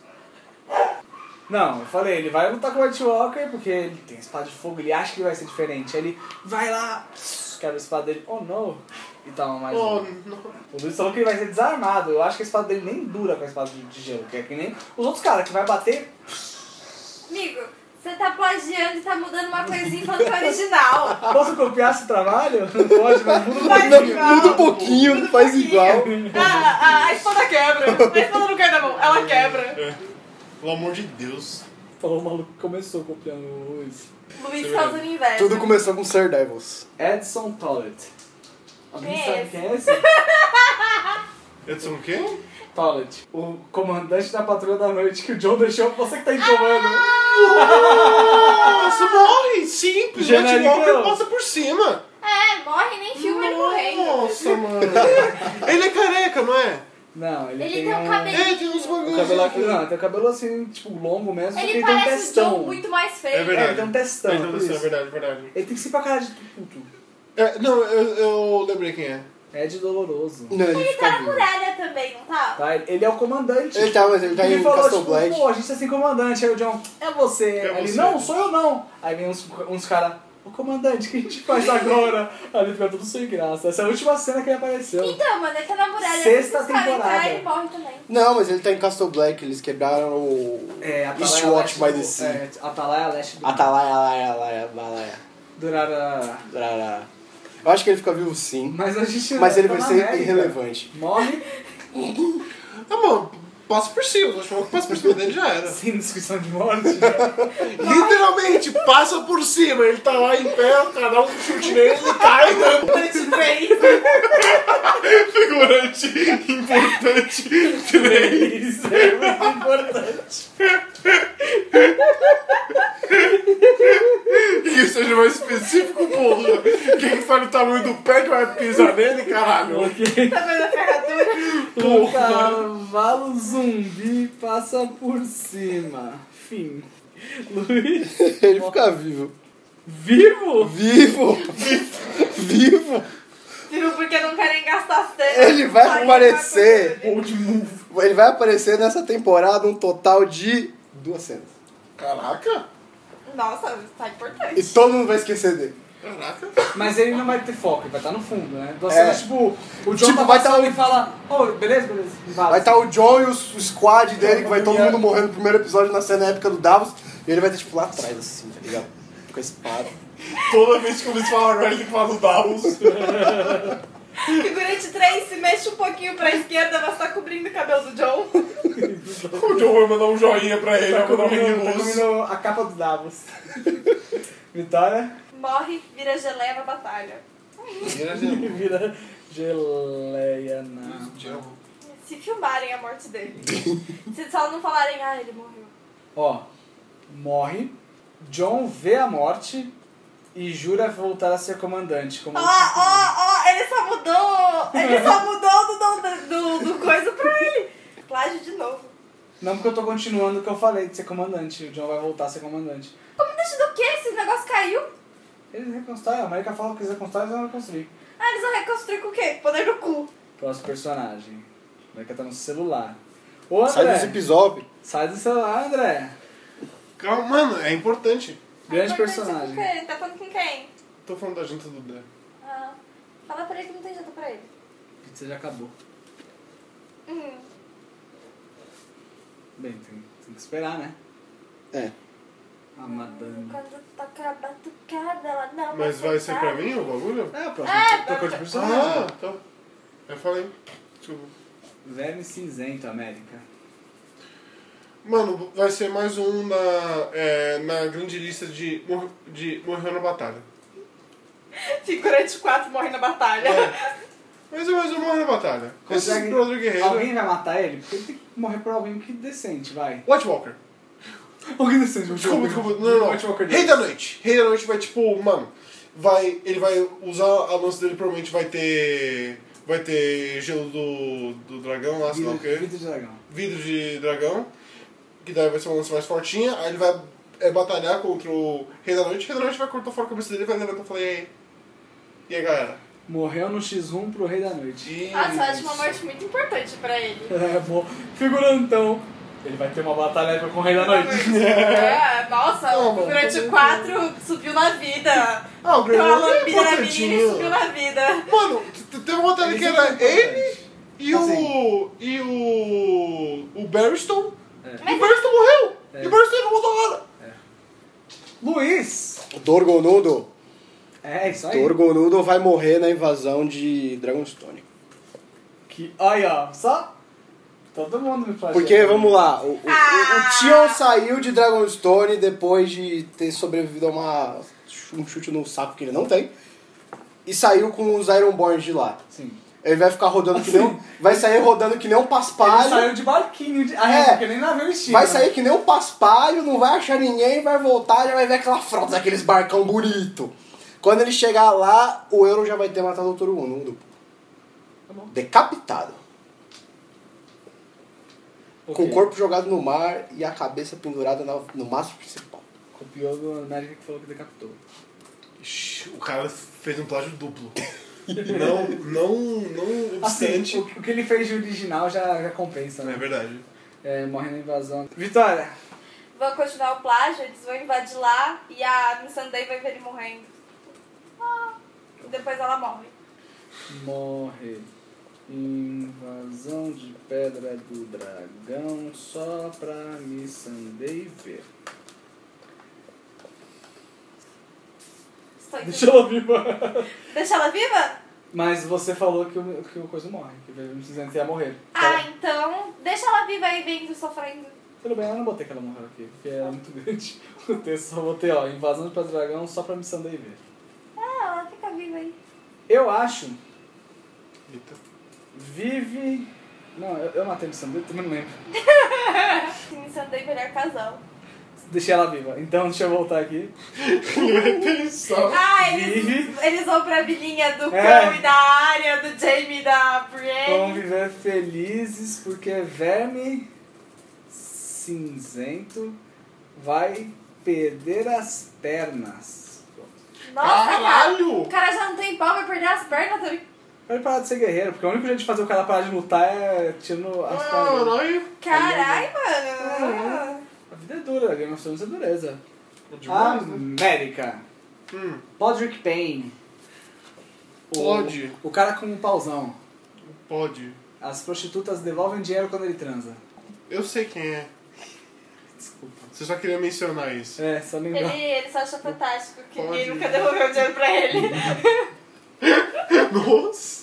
Speaker 2: Não, eu falei, ele vai lutar com o White Walker porque ele tem espada de fogo, ele acha que vai ser diferente. Aí ele vai lá, pss, quebra a espada dele, oh no, e toma mais
Speaker 3: Oh,
Speaker 2: um.
Speaker 3: não.
Speaker 2: O Luiz falou que ele vai ser desarmado, eu acho que a espada dele nem dura com a espada de de gelo, que é que nem os outros caras que vai bater.
Speaker 5: Amigo, você tá plagiando e tá mudando uma coisinha falando que é original.
Speaker 2: Posso copiar esse trabalho? Não pode, mas muda um
Speaker 5: Faz
Speaker 2: pouquinho.
Speaker 5: igual.
Speaker 4: Muda um pouquinho, não faz igual.
Speaker 5: A, a, a espada quebra. A espada não cai na mão, ela quebra.
Speaker 3: Pelo amor de Deus.
Speaker 2: Falou o maluco que começou copiando o Luiz.
Speaker 5: Luiz causando inveja.
Speaker 4: Tudo começou com Sir Devils.
Speaker 2: Edson Tollett. Alguém
Speaker 5: Quem é
Speaker 2: sabe
Speaker 5: esse?
Speaker 2: quem é esse?
Speaker 3: Edson o quê?
Speaker 2: Tollett, o comandante da patrulha da noite que o John deixou, você que tá em comando.
Speaker 3: Nossa, morre! Simples, o White
Speaker 2: Genérico.
Speaker 3: Walker passa por cima.
Speaker 5: É, morre nem filma ele então. morrendo.
Speaker 3: Nossa, mano. ele é careca, não é?
Speaker 2: Não, ele,
Speaker 5: Ele
Speaker 2: tem,
Speaker 5: tem um cabelo-
Speaker 3: É, tem uns
Speaker 2: um
Speaker 3: bagulhos.
Speaker 2: cabelo aqui, não, ele tem um cabelo assim, tipo, longo mesmo, só que
Speaker 5: Ele
Speaker 2: ele tem um
Speaker 5: parece o John
Speaker 2: testão.
Speaker 5: muito mais feio.
Speaker 3: É
Speaker 2: É,
Speaker 3: verdade.
Speaker 2: ele tem um testão.
Speaker 3: Então,
Speaker 2: por
Speaker 3: é
Speaker 2: isso.
Speaker 3: verdade, verdade.
Speaker 2: Ele tem que ser pra cara de puto.
Speaker 3: É, não, eu, eu lembrei quem é.
Speaker 2: É de doloroso.
Speaker 4: Não, ele
Speaker 5: Ele tá
Speaker 4: fica
Speaker 5: na
Speaker 4: vivo.
Speaker 5: muralha também, não tá?
Speaker 2: Tá? Ele ele é o comandante.
Speaker 4: Ele tá, mas ele tá
Speaker 2: ele
Speaker 4: em
Speaker 2: falou,
Speaker 4: Castle
Speaker 2: tipo,
Speaker 4: Black.
Speaker 2: pô, a gente tá sem comandante. Aí o John, é você.
Speaker 3: É
Speaker 2: Aí ele,
Speaker 3: você.
Speaker 2: não, sou eu não. Aí vem uns, uns caras, o comandante, o que a gente faz agora? Aí ele fica tudo sem graça. Essa é a última cena que ele apareceu.
Speaker 5: Então, mano, ele tá na muralha.
Speaker 2: Sexta
Speaker 5: se os caras
Speaker 2: temporada.
Speaker 5: entrarem, ele morre também.
Speaker 4: Não, mas ele tá em Castle Black, eles quebraram o
Speaker 2: É, Atalaia Leste
Speaker 4: Eastwatch by the
Speaker 2: do-
Speaker 4: Sea.
Speaker 2: É, Atalaia Leste do
Speaker 4: Atalaia, alaia, alaia, balaia.
Speaker 2: Durará.
Speaker 4: Rará. Eu acho que ele fica vivo sim,
Speaker 2: Mas a gente
Speaker 4: mas ele
Speaker 2: tá
Speaker 4: vai
Speaker 2: na
Speaker 4: ser
Speaker 2: América.
Speaker 4: irrelevante.
Speaker 2: Morre
Speaker 3: Ah, mano, passa por cima. O White Walker passa por cima dele já era.
Speaker 2: sem discussão de né? morte.
Speaker 3: Literalmente, passa por cima. Ele tá lá em pé, o canal um chute nele, ele cai. né? Figurante importante.
Speaker 2: Isso é muito importante.
Speaker 3: Que seja mais específico, porra. Quem tá sabe o tamanho do pé que vai pisar nele, caralho.
Speaker 2: Ok.
Speaker 3: Porra.
Speaker 2: Cara, Cavalo zumbi passa por cima. Fim. Luiz,
Speaker 4: Ele fica vivo.
Speaker 2: vivo?
Speaker 4: Vivo! vivo!
Speaker 5: Viu? Porque não querem gastar cena.
Speaker 4: Ele vai aparecer.
Speaker 2: Old move.
Speaker 4: Ele vai aparecer nessa temporada um total de duas cenas.
Speaker 3: Caraca!
Speaker 5: Nossa, tá importante.
Speaker 4: E todo mundo vai esquecer dele.
Speaker 3: Caraca!
Speaker 2: Mas ele não vai ter foco, ele vai estar no fundo, né? Duas
Speaker 4: É.
Speaker 2: cenas, tipo, o tá John
Speaker 4: Tipo,
Speaker 2: tá
Speaker 4: vai tá
Speaker 2: passando
Speaker 4: o-
Speaker 2: e fala, ô, beleza, beleza. vaza.
Speaker 4: Vai estar o John e o s- o squad dele, que vai todo mundo morrendo no primeiro episódio na cena épica do Davos. E ele vai estar tipo lá atrás, assim, tá ligado? Com a espada.
Speaker 3: Toda vez que começa a falar Riley, tem que falar do Davos.
Speaker 5: Figurante 3 se mexe um pouquinho pra esquerda, mas tá cobrindo o cabelo do John.
Speaker 3: O John vai mandar um joinha pra ele,
Speaker 2: Tá
Speaker 3: vai mandar um
Speaker 2: comendo, tá
Speaker 3: ring
Speaker 2: comendo a capa do Davos. Vitória
Speaker 5: Morre, vira geleia na batalha.
Speaker 3: tá
Speaker 2: e vira geleia na...
Speaker 5: Se filmarem a morte dele. Se só não falarem, ah, ele morreu.
Speaker 2: Ó, morre, John vê a morte e jura voltar a ser comandante. Como
Speaker 5: Ó, ó, ó, ele só mudou. Ele só mudou do, do, do, do coisa pra ele. Plágio de novo.
Speaker 2: Não porque eu tô continuando o que eu falei de ser comandante. O John vai voltar a ser comandante.
Speaker 5: Comandante do quê? Esse negócio caiu?
Speaker 2: Eles reconstrói, a América fala que eles reconstrói, eles vão reconstruir.
Speaker 5: Ah, eles vão reconstruir com o quê? Poder do cu.
Speaker 2: Próximo personagem. A América tá no celular. Ô André,
Speaker 4: Sai do zip zop.
Speaker 2: sai do celular, André.
Speaker 3: Calma, mano, é importante.
Speaker 2: Grande
Speaker 5: Importante
Speaker 2: personagem.
Speaker 5: Com quem? Tá falando com quem?
Speaker 3: Tô falando da janta do Dan.
Speaker 5: Ah, fala pra ele que não tem janta pra ele.
Speaker 2: Pizza já acabou.
Speaker 5: Hum.
Speaker 2: Bem, tem, tem que esperar, né?
Speaker 4: É.
Speaker 2: A madame.
Speaker 5: Quando toca a batucada, ela dá uma
Speaker 3: Mas vai ser pra
Speaker 5: sentada.
Speaker 3: mim o bagulho?
Speaker 2: É, o próximo. Tocou de personagem.
Speaker 3: Ah, tá. Eu falei. Desculpa.
Speaker 2: Verme cinzento, América.
Speaker 3: Mano, vai ser mais um na, é, na grande lista de, mor de morrer na batalha.
Speaker 5: Figurante 4 morre na batalha.
Speaker 3: Mas é mais um morrer na batalha. Esse
Speaker 2: Consegue-
Speaker 3: brother guerreiro.
Speaker 2: Alguém vai matar ele? Porque ele tem que morrer por alguém que é decente, vai.
Speaker 3: White Walker.
Speaker 2: Alguém decente,
Speaker 3: Desculpa, desculpa. Não, não.
Speaker 2: White Walker
Speaker 3: Rei
Speaker 2: dois.
Speaker 3: da Noite. Rei da Noite vai, tipo, mano... Vai, ele vai usar a lança dele, provavelmente vai ter... Vai ter gelo do, do dragão lá, sei lá o
Speaker 2: Vida,
Speaker 3: quê.
Speaker 2: vida de dragão.
Speaker 3: Vidro de dragão. Que daí vai ser uma lança mais fortinha. Aí ele vai é, batalhar contra o Rei da Noite. O Rei da Noite vai cortar fora a cabeça dele, vai levantar e falar, e aí? E aí, galera?
Speaker 2: Morreu no X1 pro Rei da Noite.
Speaker 5: Nossa, eu acho uma morte muito importante pra ele.
Speaker 2: É, bom. Figurantão. Ele vai ter uma batalha épica com o Rei da Noite.
Speaker 5: É, nossa,
Speaker 3: Não,
Speaker 5: o
Speaker 3: mano,
Speaker 5: Figurante 4 subiu na vida.
Speaker 3: Ah, o
Speaker 5: Deu
Speaker 3: Grêmio
Speaker 5: uma
Speaker 3: é
Speaker 5: lambida na menina e
Speaker 3: importantinho.
Speaker 5: subiu na vida.
Speaker 3: Mano, t- t- teve uma batalha que era
Speaker 2: é
Speaker 3: ele e o.
Speaker 2: Assim.
Speaker 3: e o. o Barriston. E
Speaker 2: É.
Speaker 3: o Barriston morreu!
Speaker 2: É.
Speaker 3: E o Barriston era uma da hora!
Speaker 2: Luiz!
Speaker 4: Dorgonudo.
Speaker 2: É, isso aí.
Speaker 4: Dorgonudo vai morrer na invasão de Dragonstone.
Speaker 2: Que, aí, ó, só. Todo mundo me faz.
Speaker 4: Porque, vamos lá, o, o, o- o Tion saiu de Dragonstone depois de ter sobrevivido a uma, um chute no saco que ele não tem. E saiu com os Ironborns de lá.
Speaker 2: Sim.
Speaker 4: Ele vai ficar rodando que nem um, Vai sair rodando que nem um
Speaker 2: Ele
Speaker 4: paspalho.
Speaker 2: saiu de barquinho. De... Ah, é,
Speaker 4: É.
Speaker 2: porque nem navio estilo.
Speaker 4: Vai sair que nem um paspalho, não vai achar ninguém, vai voltar, já vai ver aquela frota daqueles barcão bonito. Quando ele chegar lá, o Euro já vai ter matado o Toro Mundo. Decapitado. Com o corpo jogado no mar e a cabeça pendurada na- no mastro principal.
Speaker 2: Copiou do Magic que falou que decapitou.
Speaker 3: Ixi, o cara fez um plágio duplo. não, não, não
Speaker 2: Assim,
Speaker 3: obstante.
Speaker 2: o, o que ele fez de original já, já compensa,
Speaker 3: É
Speaker 2: né?
Speaker 3: verdade.
Speaker 2: É, morre na invasão. Vitória!
Speaker 5: Vão continuar o plágio, eles vão invadir lá e a Miss Sunday vai ver ele morrendo. Ah, e depois ela morre.
Speaker 2: Morre. Invasão de pedra do dragão só pra me sandei ver.
Speaker 5: Estou
Speaker 2: Deixa ela viva.
Speaker 5: Deixa ela viva?
Speaker 2: Mas você falou que o, que o coisa morre, que o Verme Cinzento ia morrer.
Speaker 3: Tá.
Speaker 5: Ah, então deixa ela viva aí vendo sofrendo.
Speaker 2: Tudo bem, eu não botei que ela morreu aqui, porque era muito grande. O texto só botei, ó, invasão de pedra do dragão só pra me sandei ver.
Speaker 5: Ah, ela fica viva aí.
Speaker 2: Eu acho
Speaker 3: Eita.
Speaker 2: Vive. Não, eu, eu matei o Missandei, também não lembro.
Speaker 5: Se Miss Sunday melhor casal.
Speaker 2: Deixei ela viva. Então deixa eu voltar aqui.
Speaker 5: Ah, eles,
Speaker 2: Vive.
Speaker 5: eles vão pra vilinha do
Speaker 2: É.
Speaker 5: Cão e da área, do Jamie e da
Speaker 2: Vamos
Speaker 3: É.
Speaker 5: Brienne.
Speaker 2: viver felizes porque verme cinzento vai perder as pernas.
Speaker 5: Nossa, cara.
Speaker 3: Caralho!
Speaker 5: O cara já não tem pau, vai perder as pernas também.
Speaker 2: Pode parar de ser guerreiro, porque o único jeito de fazer o cara parar de lutar é tirando as pernas.
Speaker 3: Caralho! é
Speaker 5: Caralho, mano.
Speaker 2: A vida é dura, Game of Thrones é dureza.
Speaker 3: Demais, né?
Speaker 2: América.
Speaker 3: Hum.
Speaker 2: Podrick Payne. O-
Speaker 3: Pode.
Speaker 2: O cara com um pauzão.
Speaker 3: Pode.
Speaker 2: As prostitutas devolvem dinheiro quando ele transa.
Speaker 3: Eu sei quem é.
Speaker 2: Desculpa.
Speaker 3: Você só queria mencionar isso.
Speaker 2: É, só lembrar.
Speaker 5: Ele, ele só acha fantástico que
Speaker 3: Pode.
Speaker 5: ninguém nunca devolveu dinheiro pra ele.
Speaker 3: Nossa!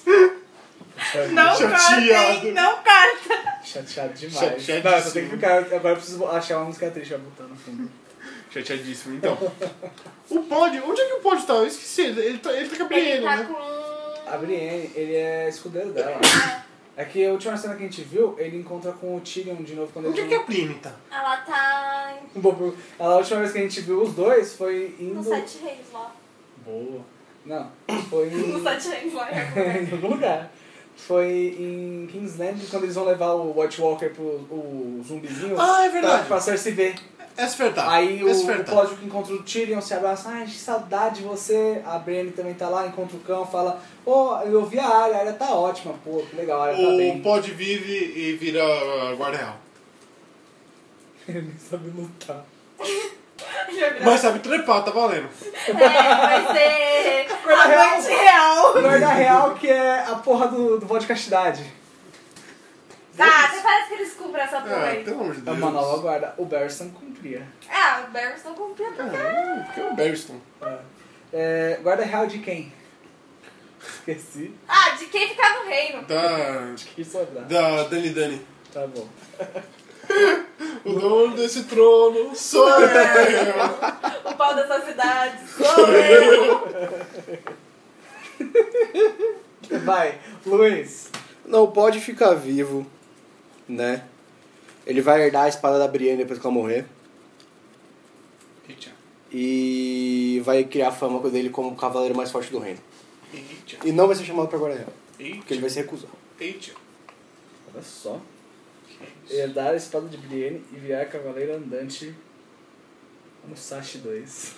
Speaker 5: Não corta,
Speaker 3: Chateado.
Speaker 5: hein? Não corta.
Speaker 2: Chateado demais.
Speaker 3: Chateadíssimo.
Speaker 2: Não, eu só tenho que ficar. Agora eu preciso achar uma música triste pra botar no fundo.
Speaker 3: Chateadíssimo. Então, o Pod, onde é que o Pod tá? Eu esqueci. Ele ele tá, ele tá com a Brienne,
Speaker 5: Ele tá
Speaker 3: né?
Speaker 5: com...
Speaker 2: A Brienne, ele é escudeiro dela.
Speaker 5: Ah,
Speaker 2: É que a última cena que a gente viu, ele encontra com o Tyrion de novo quando
Speaker 3: Onde é
Speaker 2: ele.
Speaker 3: que a Brienne tá?
Speaker 5: Ela tá em-
Speaker 2: Bom, a última vez que a gente viu os dois foi indo.
Speaker 5: no Sete Reis lá.
Speaker 2: Boa. Não, foi em.
Speaker 5: No Sete Reis lá.
Speaker 2: em algum lugar. Foi em Kingsland, quando eles vão levar o White Walker pro o zumbizinho.
Speaker 3: Ah, é
Speaker 2: Pra,
Speaker 3: verdade.
Speaker 2: pra Cersei ver.
Speaker 3: Essa é verdade.
Speaker 2: Aí o,
Speaker 3: Essa é
Speaker 2: o
Speaker 3: verdade.
Speaker 2: Código que encontra o Tyrion se abraça. Ai, que saudade de você. A Brienne também tá lá, encontra o cão, fala. Ô, eu vi a área, a área tá ótima. Pô, que legal, a área tá
Speaker 3: O
Speaker 2: bem.
Speaker 3: Pod vive e vira uh, guarda real.
Speaker 2: Ele nem sabe lutar.
Speaker 3: Mas sabe trepar, tá valendo.
Speaker 5: É, vai ser
Speaker 2: Guarda
Speaker 5: a
Speaker 2: real.
Speaker 5: noite real.
Speaker 2: O guarda real que é a porra do, do voto de castidade.
Speaker 5: Tá, até parece que eles cumprem essa porra
Speaker 3: Ah,
Speaker 5: aí.
Speaker 3: pelo amor de
Speaker 2: É
Speaker 3: Deus.
Speaker 2: uma nova guarda. O Barristan cumpria.
Speaker 5: Ah, o Barris não cumpria pra cá.
Speaker 3: Ah, porque é o Barristan.
Speaker 2: É, guarda real de quem? Esqueci.
Speaker 5: Ah, de quem ficar no reino?
Speaker 3: Da. é
Speaker 2: Que sobrar.
Speaker 3: Da Dani Dani.
Speaker 2: Tá bom.
Speaker 3: O dono desse trono sou eu.
Speaker 5: O pau dessa cidade. Sou eu.
Speaker 2: Vai, Luiz.
Speaker 4: Não pode ficar vivo, né? Ele vai herdar a espada da Brienne depois que ela morrer.
Speaker 3: Eita.
Speaker 4: E vai criar fama com dele como o cavaleiro mais forte do reino.
Speaker 3: Eita.
Speaker 4: E não vai ser chamado pra guarda real, porque ele
Speaker 3: Eita.
Speaker 4: vai se recusar.
Speaker 3: Eita.
Speaker 2: Olha só. Herdar a espada de Brienne e virar cavaleiro andante. Musashi 2.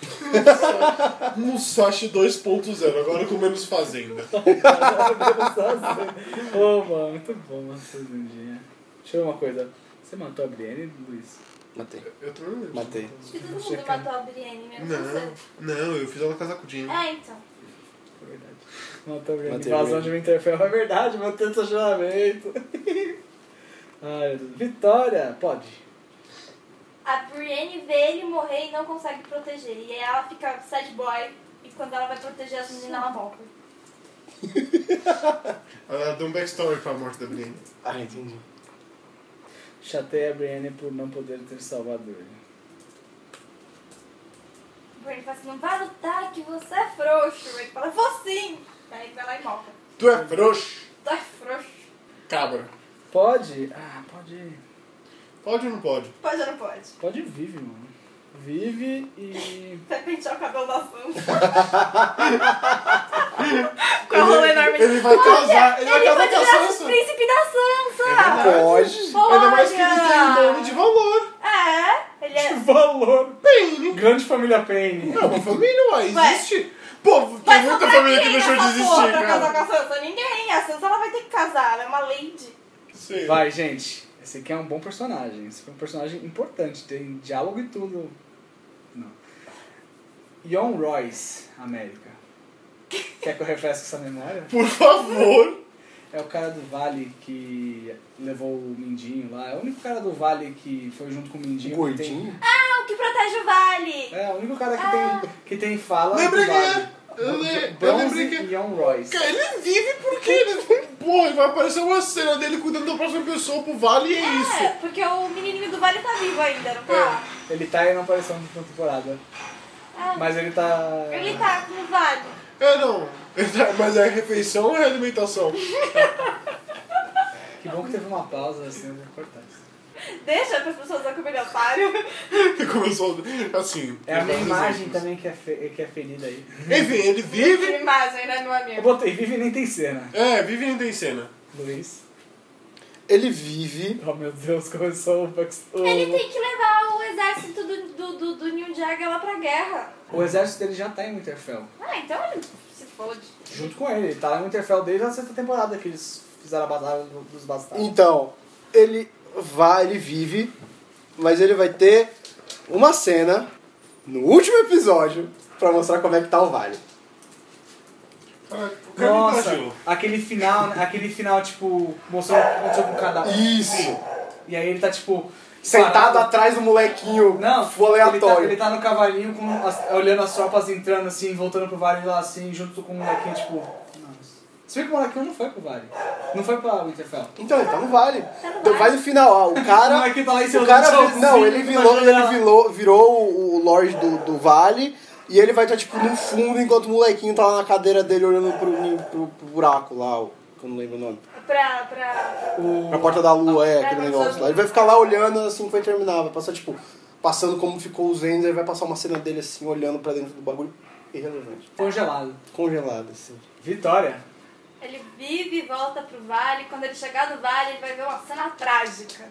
Speaker 3: Musashi 2.0, agora com menos fazenda.
Speaker 2: Ô, mano, muito bom, mano, essa zundinha. Deixa eu ver uma coisa. Você matou a Brienne, Luiz?
Speaker 4: Matei.
Speaker 3: Eu também lembro.
Speaker 4: Matei.
Speaker 5: Acho que todo mundo matou a Brienne, menos
Speaker 3: Não,
Speaker 5: você.
Speaker 3: não, eu fiz ela casar com o Jimmy.
Speaker 5: É, então.
Speaker 2: É verdade. Matou a Brienne.
Speaker 4: Matei a
Speaker 2: Invasão de
Speaker 4: Brienne.
Speaker 2: Winterfell. É verdade, meu tentacionamento. Ai, meu Deus. Vitória! Pode.
Speaker 5: A Brienne vê ele morrer e não consegue proteger. E aí ela fica sad boy. E quando ela vai proteger as meninas, ela morre.
Speaker 3: Ela deu um backstory pra morte da Brienne.
Speaker 4: Ah, entendi.
Speaker 2: Chatei a Brienne por não poder ter salvado ele.
Speaker 5: A Brienne fala assim, não vai lutar que você é frouxo. Ele fala, vou sim. Daí vai lá e morre.
Speaker 3: Tu é frouxo,
Speaker 5: Tu é frouxo.
Speaker 3: cabra.
Speaker 2: Pode? Ah, pode.
Speaker 3: Pode ou não pode?
Speaker 5: Pode ou é, não pode?
Speaker 2: Pode vive, mano. Vive e.
Speaker 5: Vai pentear o cabelo da Sansa. Com a rola enorme.
Speaker 3: Ele vai casar, ele
Speaker 5: Ele,
Speaker 3: vai casar
Speaker 5: vai
Speaker 3: com a
Speaker 5: virar
Speaker 3: Sansa.
Speaker 5: príncipe da Sansa.
Speaker 4: Pode.
Speaker 5: Olha.
Speaker 3: Ainda mais que ele tem um nome de valor.
Speaker 5: É, ele é...
Speaker 2: Valor!
Speaker 3: Penny.
Speaker 2: Grande família Payne.
Speaker 3: É uma família, ué,
Speaker 5: Ué.
Speaker 3: existe. Pô, tem
Speaker 5: Vai
Speaker 3: muita
Speaker 5: sobrar
Speaker 3: família que
Speaker 5: quem
Speaker 3: deixou de
Speaker 5: essa porra
Speaker 3: existir,
Speaker 5: pra casar
Speaker 3: cara.
Speaker 5: com a Sansa? Ninguém. A Sansa ela vai ter que casar. Ela é uma lady.
Speaker 3: Sei.
Speaker 2: Vai, gente. Esse aqui é um bom personagem. Esse é um personagem importante. Tem diálogo e tudo. Não. John Royce, América. Quer que eu refresque essa memória?
Speaker 3: Por favor.
Speaker 2: É o cara do Vale que levou o Mindinho lá. É o único cara do Vale que foi junto com o Mindinho. que tem-
Speaker 4: Gordinho.
Speaker 5: É o que protege o vale.
Speaker 2: É, o único cara que tem, que tem fala
Speaker 3: Lembrei
Speaker 2: do
Speaker 3: quem
Speaker 2: Vale.
Speaker 3: é. Eu le- eu
Speaker 2: Bronze
Speaker 3: lembrei é. que...
Speaker 2: e John Royce.
Speaker 3: Cara, ele vive porque ele... Pô, vai aparecer uma cena dele cuidando da próxima pessoa pro vale e é isso. É.
Speaker 5: É, porque o menininho do vale tá vivo ainda, não tá?
Speaker 2: Ele tá aí na aparição de última temporada.
Speaker 5: Ah.
Speaker 2: Mas ele tá.
Speaker 5: Ele tá no vale.
Speaker 3: É, não. Mas é refeição ou é alimentação?
Speaker 2: é Que bom que teve uma pausa assim, eu vou cortar isso.
Speaker 5: Deixa pras pessoas da comida otário.
Speaker 3: Começou assim.
Speaker 2: É a minha
Speaker 3: vários
Speaker 2: imagem
Speaker 3: exemplos.
Speaker 2: também que é, fe- que é ferida aí.
Speaker 3: Enfim, ele vive.
Speaker 5: Imagem, né, meu
Speaker 2: Eu
Speaker 5: amigo?
Speaker 2: botei, vive nem tem cena.
Speaker 3: É, vive ainda em cena.
Speaker 2: Luiz.
Speaker 4: Ele vive.
Speaker 2: Oh meu Deus, começou o, Bucks- o-
Speaker 5: Ele tem que levar o exército do, do, do, do New Jagger lá pra guerra.
Speaker 2: o exército dele já tá em Winterfell.
Speaker 5: Ah, então ele se fode.
Speaker 2: Junto com ele, ele tá em Winterfell desde a sexta temporada que eles fizeram a batalha do- dos bastardos.
Speaker 4: Então, ele vai, ele vive, mas ele vai ter uma cena no último episódio pra mostrar como é que tá o vale.
Speaker 3: Caraca, o cara me
Speaker 2: Nossa,
Speaker 3: plagiou.
Speaker 2: aquele final, né? aquele final, tipo, mostrando o que aconteceu com cada um.
Speaker 4: Isso!
Speaker 2: E aí ele tá, tipo,
Speaker 4: Sentado
Speaker 2: parado.
Speaker 4: atrás do molequinho
Speaker 2: Não,
Speaker 4: aleatório.
Speaker 2: Ele tá, ele tá no cavalinho com as- olhando as tropas entrando assim, voltando pro vale lá assim, junto com o molequinho, tipo. Nossa. Se bem que o molequinho não foi pro vale. Não foi pra Winterfell.
Speaker 4: Então, ele tá no vale. Então vai no final, ó. O
Speaker 2: O
Speaker 4: cara.
Speaker 2: molequinho tá lá em seu
Speaker 4: O cara.
Speaker 2: tchauzinho,
Speaker 4: Não, ele
Speaker 2: tá
Speaker 4: virou,
Speaker 2: olhando
Speaker 4: ele
Speaker 2: lá.
Speaker 4: virou, virou o o Lorde do, do Vale e ele vai estar tipo no fundo enquanto o molequinho tá lá na cadeira dele olhando pro, pro, pro buraco lá, ó, que eu não lembro o nome.
Speaker 5: Pra, pra...
Speaker 4: Pra porta da lua, é, aquele negócio lá. Ele vai ficar lá olhando assim enquanto terminar, vai passar tipo, passando como ficou os Ends, ele vai passar uma cena dele assim, olhando pra dentro do bagulho. Irrelevante.
Speaker 2: Congelado.
Speaker 4: Congelado, assim.
Speaker 2: Vitória.
Speaker 5: Ele vive e volta pro vale. Quando ele chegar no vale, ele vai ver uma cena trágica.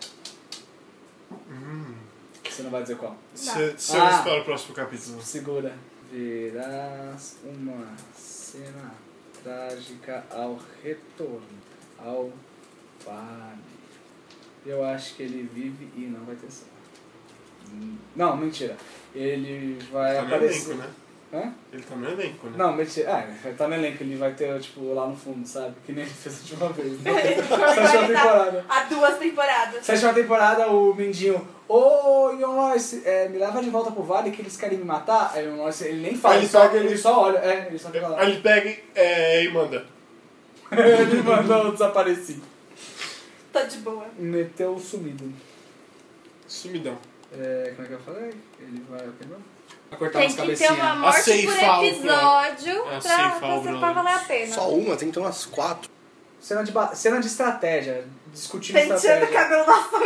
Speaker 2: Você não vai dizer qual.
Speaker 3: Se- se
Speaker 2: Ah.
Speaker 3: Vamos para o próximo capítulo.
Speaker 2: Segura. Verás uma cena trágica ao retorno ao vale. Eu acho que ele vive e não vai ter cena. Hum, Não, mentira. Ele vai
Speaker 3: Tá no
Speaker 2: aparecer.
Speaker 3: elenco, né?
Speaker 2: Hã?
Speaker 3: Ele tá no elenco, né?
Speaker 2: Não, mentira. Ah, ele vai estar no elenco, ele vai ter, tipo, lá no fundo, sabe? Que nem ele fez de uma vez. Né?
Speaker 5: Ele foi
Speaker 2: Sétima temporada.
Speaker 5: organizado há duas temporadas.
Speaker 2: Sétima temporada, o Mindinho. Ô, Ion Loyce, é, me leva de volta pro vale que eles querem me matar. Aí o Ion Loyce, ele nem fala,
Speaker 3: Aí
Speaker 2: ele
Speaker 3: ele
Speaker 2: só,
Speaker 3: pega
Speaker 2: ele
Speaker 3: ele-
Speaker 2: só olha. É, ele só fica lá.
Speaker 3: Aí ele pega é, e manda.
Speaker 2: ele mandou eu desapareci.
Speaker 5: Tô de boa.
Speaker 2: Meteu o sumido.
Speaker 3: Sumidão.
Speaker 2: É, como é que eu falei? Ele vai, ok, não? Vai cortar
Speaker 5: Tem
Speaker 2: umas
Speaker 5: que ter uma
Speaker 2: Tá cabecinhas.
Speaker 5: morte por
Speaker 3: Aceifar o
Speaker 5: episódio
Speaker 3: plano.
Speaker 5: pra,
Speaker 3: Aceifar
Speaker 5: pra,
Speaker 3: o
Speaker 5: ser- pra
Speaker 3: plano.
Speaker 5: valer a pena.
Speaker 4: Só uma, tem que ter umas quatro.
Speaker 2: Cena de, ba- cena de estratégia. Discutindo
Speaker 5: Penteando o
Speaker 2: estratégia.
Speaker 5: cabelo da fã.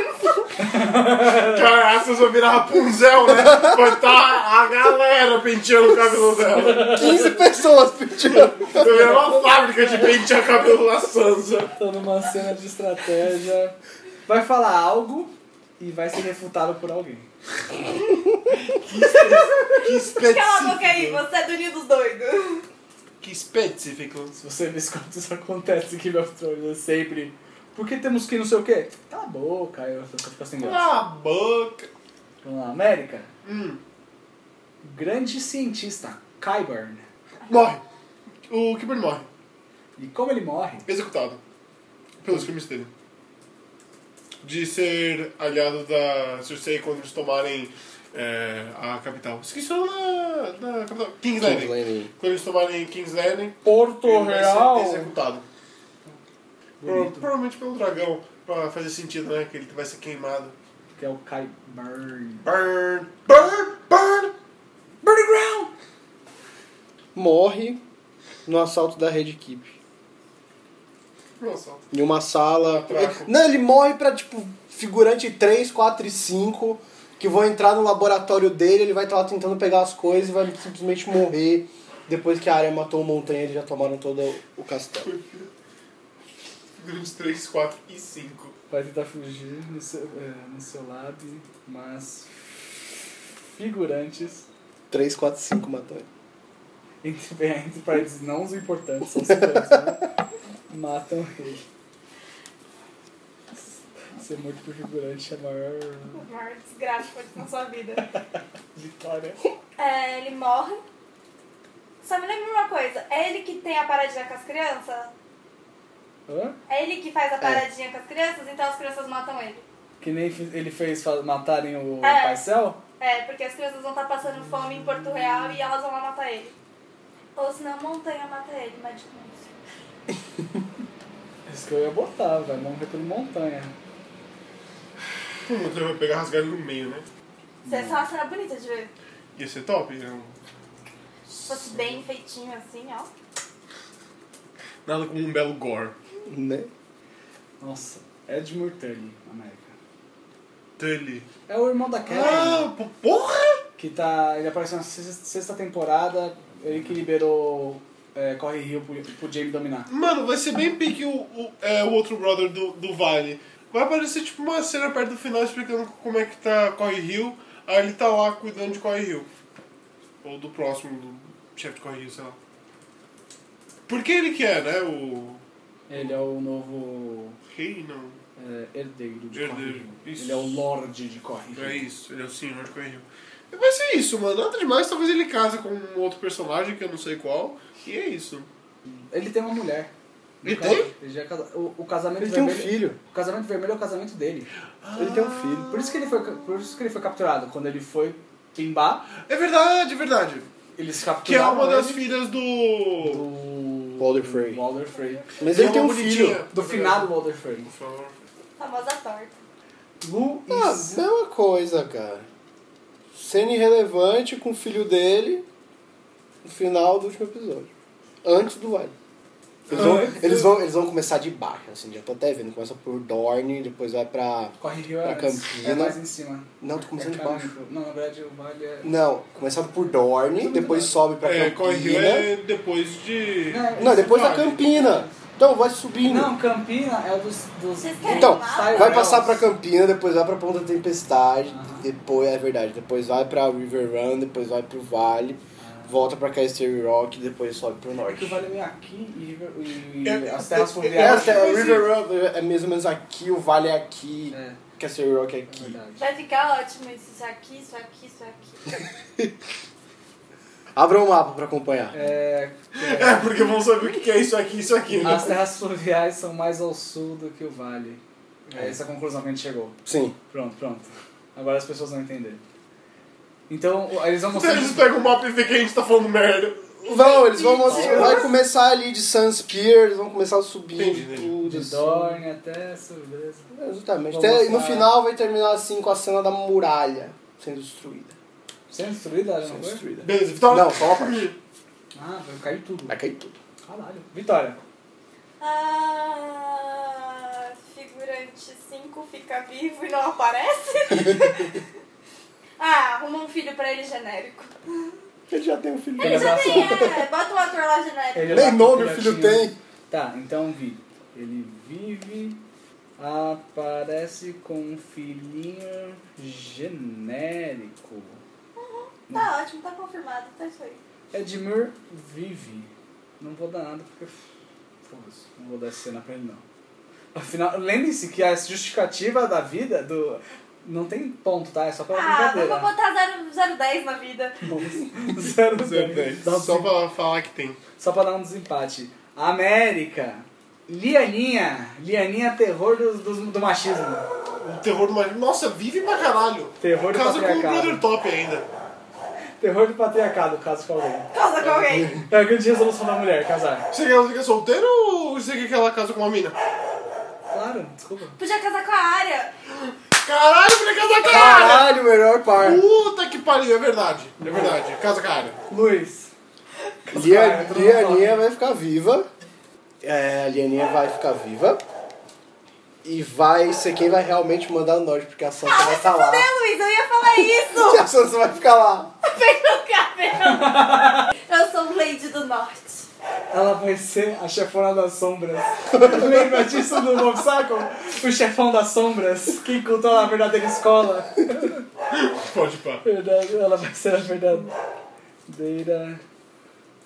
Speaker 2: É.
Speaker 3: Caraca, vocês vão virar Rapunzel, né? Vai tá a galera penteando o cabelo dela.
Speaker 4: 15 pessoas pedindo.
Speaker 3: Vai virar uma fábrica de pentear cabelo da Sansa.
Speaker 2: Tô numa cena de estratégia. Vai falar algo e vai ser refutado por alguém.
Speaker 3: Que
Speaker 5: Cala a
Speaker 3: específico.
Speaker 5: boca aí, você é do Ninho dos Doidos.
Speaker 3: Que específico.
Speaker 2: Se você me escuta, isso acontece em Game of Thrones é sempre. Por que temos que não sei o quê? Cala a boca, aí eu fico sem graça.
Speaker 3: Cala a boca.
Speaker 2: Vamos lá, América.
Speaker 3: Hum.
Speaker 2: Grande cientista, Kyburn.
Speaker 3: Morre. O Kibber morre.
Speaker 2: E como ele morre?
Speaker 3: Executado. Pelos crimes dele. De ser aliado da Cersei quando eles tomarem é, a capital. Esqueci o nome da, da capital. King's Landing. Quando eles tomarem King's Landing,
Speaker 2: Porto
Speaker 3: ele vai
Speaker 2: Real.
Speaker 3: ser executado. Pro-
Speaker 2: Bonito.
Speaker 3: provavelmente pelo dragão, pra fazer sentido, né? Que ele vai ser queimado.
Speaker 2: Que é o Kyburn.
Speaker 3: Burn! Burn! Burn!
Speaker 2: Burn the ground!
Speaker 4: Morre no assalto da Red Keep.
Speaker 3: Nossa.
Speaker 4: Em uma sala.
Speaker 3: Fraco.
Speaker 4: Não, ele morre pra, tipo, figurante 3, 4 e 5 que vão entrar no laboratório dele, ele vai estar lá tentando pegar as coisas e vai simplesmente morrer depois que a área matou o montanha eles já tomaram todo o castelo.
Speaker 3: Figurantes 3, 4 e 5.
Speaker 2: Vai tentar fugir no seu, é, no seu lab, mas figurantes.
Speaker 4: 3, 4 e 5 matou ele.
Speaker 2: Entre, bem, entre parênteses, não os importantes, são os figurantes, né? Matam ele. Ser muito pro figurante é a maior
Speaker 5: A maior desgraça que pode ter na sua vida.
Speaker 2: vitória.
Speaker 5: É, ele morre. Só me lembra uma coisa. É ele que tem a paradinha com as crianças?
Speaker 2: Hã?
Speaker 5: É ele que faz a paradinha com as crianças? Então as crianças matam ele.
Speaker 2: Que nem fe- ele fez fa- matarem o
Speaker 5: É.
Speaker 2: Paisel?
Speaker 5: É, porque as crianças vão estar passando fome em Porto Real e elas vão lá matar ele. Ou senão a montanha mata ele, mas tipo, não sei.
Speaker 2: Isso que eu ia botar, vai morrer pelo montanha.
Speaker 3: Todo mundo vai pegar rasgado no meio, né?
Speaker 5: Isso é só uma cena bonita de ver.
Speaker 3: Ia ser top. né?
Speaker 5: Se fosse bem feitinho assim, ó.
Speaker 3: Nada como um belo gore.
Speaker 4: Né?
Speaker 2: Nossa, Edmure Tully, América.
Speaker 3: Tully.
Speaker 2: É o irmão da Karen,
Speaker 3: Ah, po- porra!
Speaker 2: que tá. Ele apareceu na sexta, sexta temporada, ele que liberou é, Corre Rio pro, pro Jamie dominar.
Speaker 3: Mano, vai ser bem pique o, o, é, o outro brother do, do Vale. Vai aparecer tipo uma cena perto do final explicando como é que tá Corre Hill. Aí ele tá lá cuidando de Corre Hill. Ou do próximo, do chefe de Corre Hill, sei lá. Porque ele que é, né? O
Speaker 2: Ele é o novo
Speaker 3: rei, não.
Speaker 2: é, herdeiro de Corre
Speaker 3: Herdeiro,
Speaker 2: Rio.
Speaker 3: isso.
Speaker 2: Ele é o Lorde de Corre Rio.
Speaker 3: É isso, ele é o senhor de Corre Hill. Vai ser é isso, mano. Nada demais. Talvez ele casa com um outro personagem que eu não sei qual. E é isso.
Speaker 2: Ele tem uma mulher.
Speaker 3: Ele
Speaker 2: O ca-
Speaker 3: tem?
Speaker 2: Ele já é casa- o, o casamento
Speaker 4: Ele tem um
Speaker 2: vermelho.
Speaker 4: filho.
Speaker 2: O casamento vermelho é o casamento dele.
Speaker 4: Ele tem um filho.
Speaker 2: Por isso que ele foi, ca- por isso que ele foi capturado. Quando ele foi pimbar,
Speaker 3: É verdade, é verdade.
Speaker 2: eles
Speaker 3: Que é
Speaker 2: capturaram
Speaker 3: uma das
Speaker 2: ele
Speaker 3: filhas do.
Speaker 2: do
Speaker 4: Walder Frey.
Speaker 2: Walder Frey.
Speaker 4: Mas ele
Speaker 3: Tem
Speaker 4: tem um
Speaker 3: é uma bonitinha.
Speaker 4: filho.
Speaker 2: Do finado Walder Frey.
Speaker 5: Famosa torta.
Speaker 4: Ah,
Speaker 2: Luiz.
Speaker 4: mesma coisa, cara. Cena irrelevante com o filho dele no final do último episódio. Antes do vale. Eles vão, eles vão, eles vão começar de baixo, assim, já tô até vendo. Começa por Dorne, depois vai pra.
Speaker 2: Corre Rio
Speaker 4: Pra né?
Speaker 2: é, mais-
Speaker 4: Campina.
Speaker 2: é mais em cima.
Speaker 4: Não, tô começando
Speaker 2: É
Speaker 4: de baixo.
Speaker 2: caminho. Não, na verdade o vale é...
Speaker 4: Não, começando por Dorne, depois sobe pra
Speaker 3: É, Corre Rio
Speaker 4: Campina.
Speaker 3: é depois de.
Speaker 4: Não, depois da Campina. Então, vai subindo.
Speaker 2: é Não, Campina é o dos... dos
Speaker 5: Vocês querem
Speaker 4: Então,
Speaker 5: falar?
Speaker 4: Vai passar pra Campina, depois vai pra Ponta Tempestade,
Speaker 2: Aham.
Speaker 4: depois, é verdade, depois vai pra River Run, depois vai pro Vale, volta pra Castery Rock e depois sobe pro
Speaker 2: É que o
Speaker 4: norte.
Speaker 2: vale é meio aqui e, River- e- e
Speaker 3: É-
Speaker 2: as terras
Speaker 4: É,
Speaker 2: fluviais.
Speaker 4: até
Speaker 2: É,
Speaker 4: a River Run é mais ou menos aqui, o Vale é aqui,
Speaker 2: é
Speaker 4: Castery Rock é aqui.
Speaker 2: verdade.
Speaker 5: Vai ficar ótimo isso, isso aqui, isso aqui, isso aqui.
Speaker 4: Abra o mapa pra acompanhar.
Speaker 2: É,
Speaker 3: É, porque vão saber o que que é isso aqui isso aqui. né?
Speaker 2: as terras fluviais são mais ao sul do que o vale. É essa a conclusão que a gente chegou.
Speaker 4: Sim.
Speaker 2: Pronto, pronto. Agora as pessoas vão entender. Então, o- eles vão mostrar.
Speaker 3: Eles pegam o mapa e vê que a gente tá falando merda.
Speaker 4: Vão, eles vão mostrar, vai começar ali de Sunspear, eles vão começar a subir
Speaker 3: Entendi,
Speaker 4: tudo.
Speaker 2: De
Speaker 4: assim.
Speaker 2: Dorne até Surbreza.
Speaker 4: É, Exatamente.
Speaker 2: Vão
Speaker 4: Até- e no
Speaker 2: mostrar-
Speaker 4: final vai terminar assim com a cena da muralha sendo destruída.
Speaker 2: Sendo destruída, ela é não
Speaker 4: Sendo
Speaker 2: foi?
Speaker 4: destruída.
Speaker 3: Beleza, então- Vitória.
Speaker 4: Não, só uma parte.
Speaker 2: Ah, vai cair tudo.
Speaker 4: Vai cair tudo.
Speaker 2: Caralho. Vitória.
Speaker 5: Ah, figurante 5 fica vivo e não aparece? ah, arruma um filho pra ele genérico.
Speaker 4: Ele já tem um filho.
Speaker 2: Ele
Speaker 5: Já
Speaker 2: abraçou.
Speaker 5: tem, é, bota um ator lá genérico.
Speaker 2: Ele
Speaker 4: Nem
Speaker 2: abraçou
Speaker 4: nome o
Speaker 2: filhotinho.
Speaker 4: filho tem.
Speaker 2: Tá, então vive. Ele vive, aparece com um filhinho genérico.
Speaker 5: Tá ótimo, tá confirmado, tá isso aí.
Speaker 2: Edmure vive. Não vou dar nada porque. Foda-se, não vou dar essa cena pra ele não. Afinal, lembre-se que a justificativa da vida do. Não tem ponto, tá? É só pra
Speaker 5: Ah,
Speaker 2: brincadeira.
Speaker 5: vamos botar 010 na vida.
Speaker 2: Zero, zero,
Speaker 3: É
Speaker 2: Dá um
Speaker 3: Só pra falar que tem.
Speaker 2: Só pra dar um desempate. América. Lianinha. Lianinha, terror dos, dos- do machismo.
Speaker 3: O terror do marido. Nossa, vive pra caralho.
Speaker 2: Terror do
Speaker 3: Casa com o
Speaker 2: patriarcado.
Speaker 3: brother top ainda.
Speaker 2: Terror do patriarcado, caso com alguém.
Speaker 5: Causa com alguém.
Speaker 2: É a grande resolução da mulher, casar.
Speaker 3: Você quer ela fica solteira ou você quer que ela casa com uma mina?
Speaker 2: Claro, desculpa.
Speaker 5: Podia casar com a área.
Speaker 3: Caralho, pra casa com a área!
Speaker 4: Caralho, melhor par.
Speaker 3: Puta que pariu, é verdade. É verdade, casa com a área.
Speaker 2: Luiz.
Speaker 4: Lia-
Speaker 2: Cara,
Speaker 4: Lianinha vai ficar viva. É, a Lianinha vai ficar viva. E vai ser quem vai realmente mandar o norte, porque a
Speaker 5: Ah,
Speaker 4: Sansa vai estar lá.
Speaker 5: Meu Luiz, eu ia falar isso.
Speaker 4: E a Sansa vai ficar lá.
Speaker 5: Vem no cabelo. Eu sou um Lady do Norte.
Speaker 2: Ela vai ser a chefona das sombras. Lembra disso do Mob Psycho? O chefão das sombras, que controla a verdadeira escola.
Speaker 3: Pode pá.
Speaker 2: Verdade, ela vai ser a verdadeira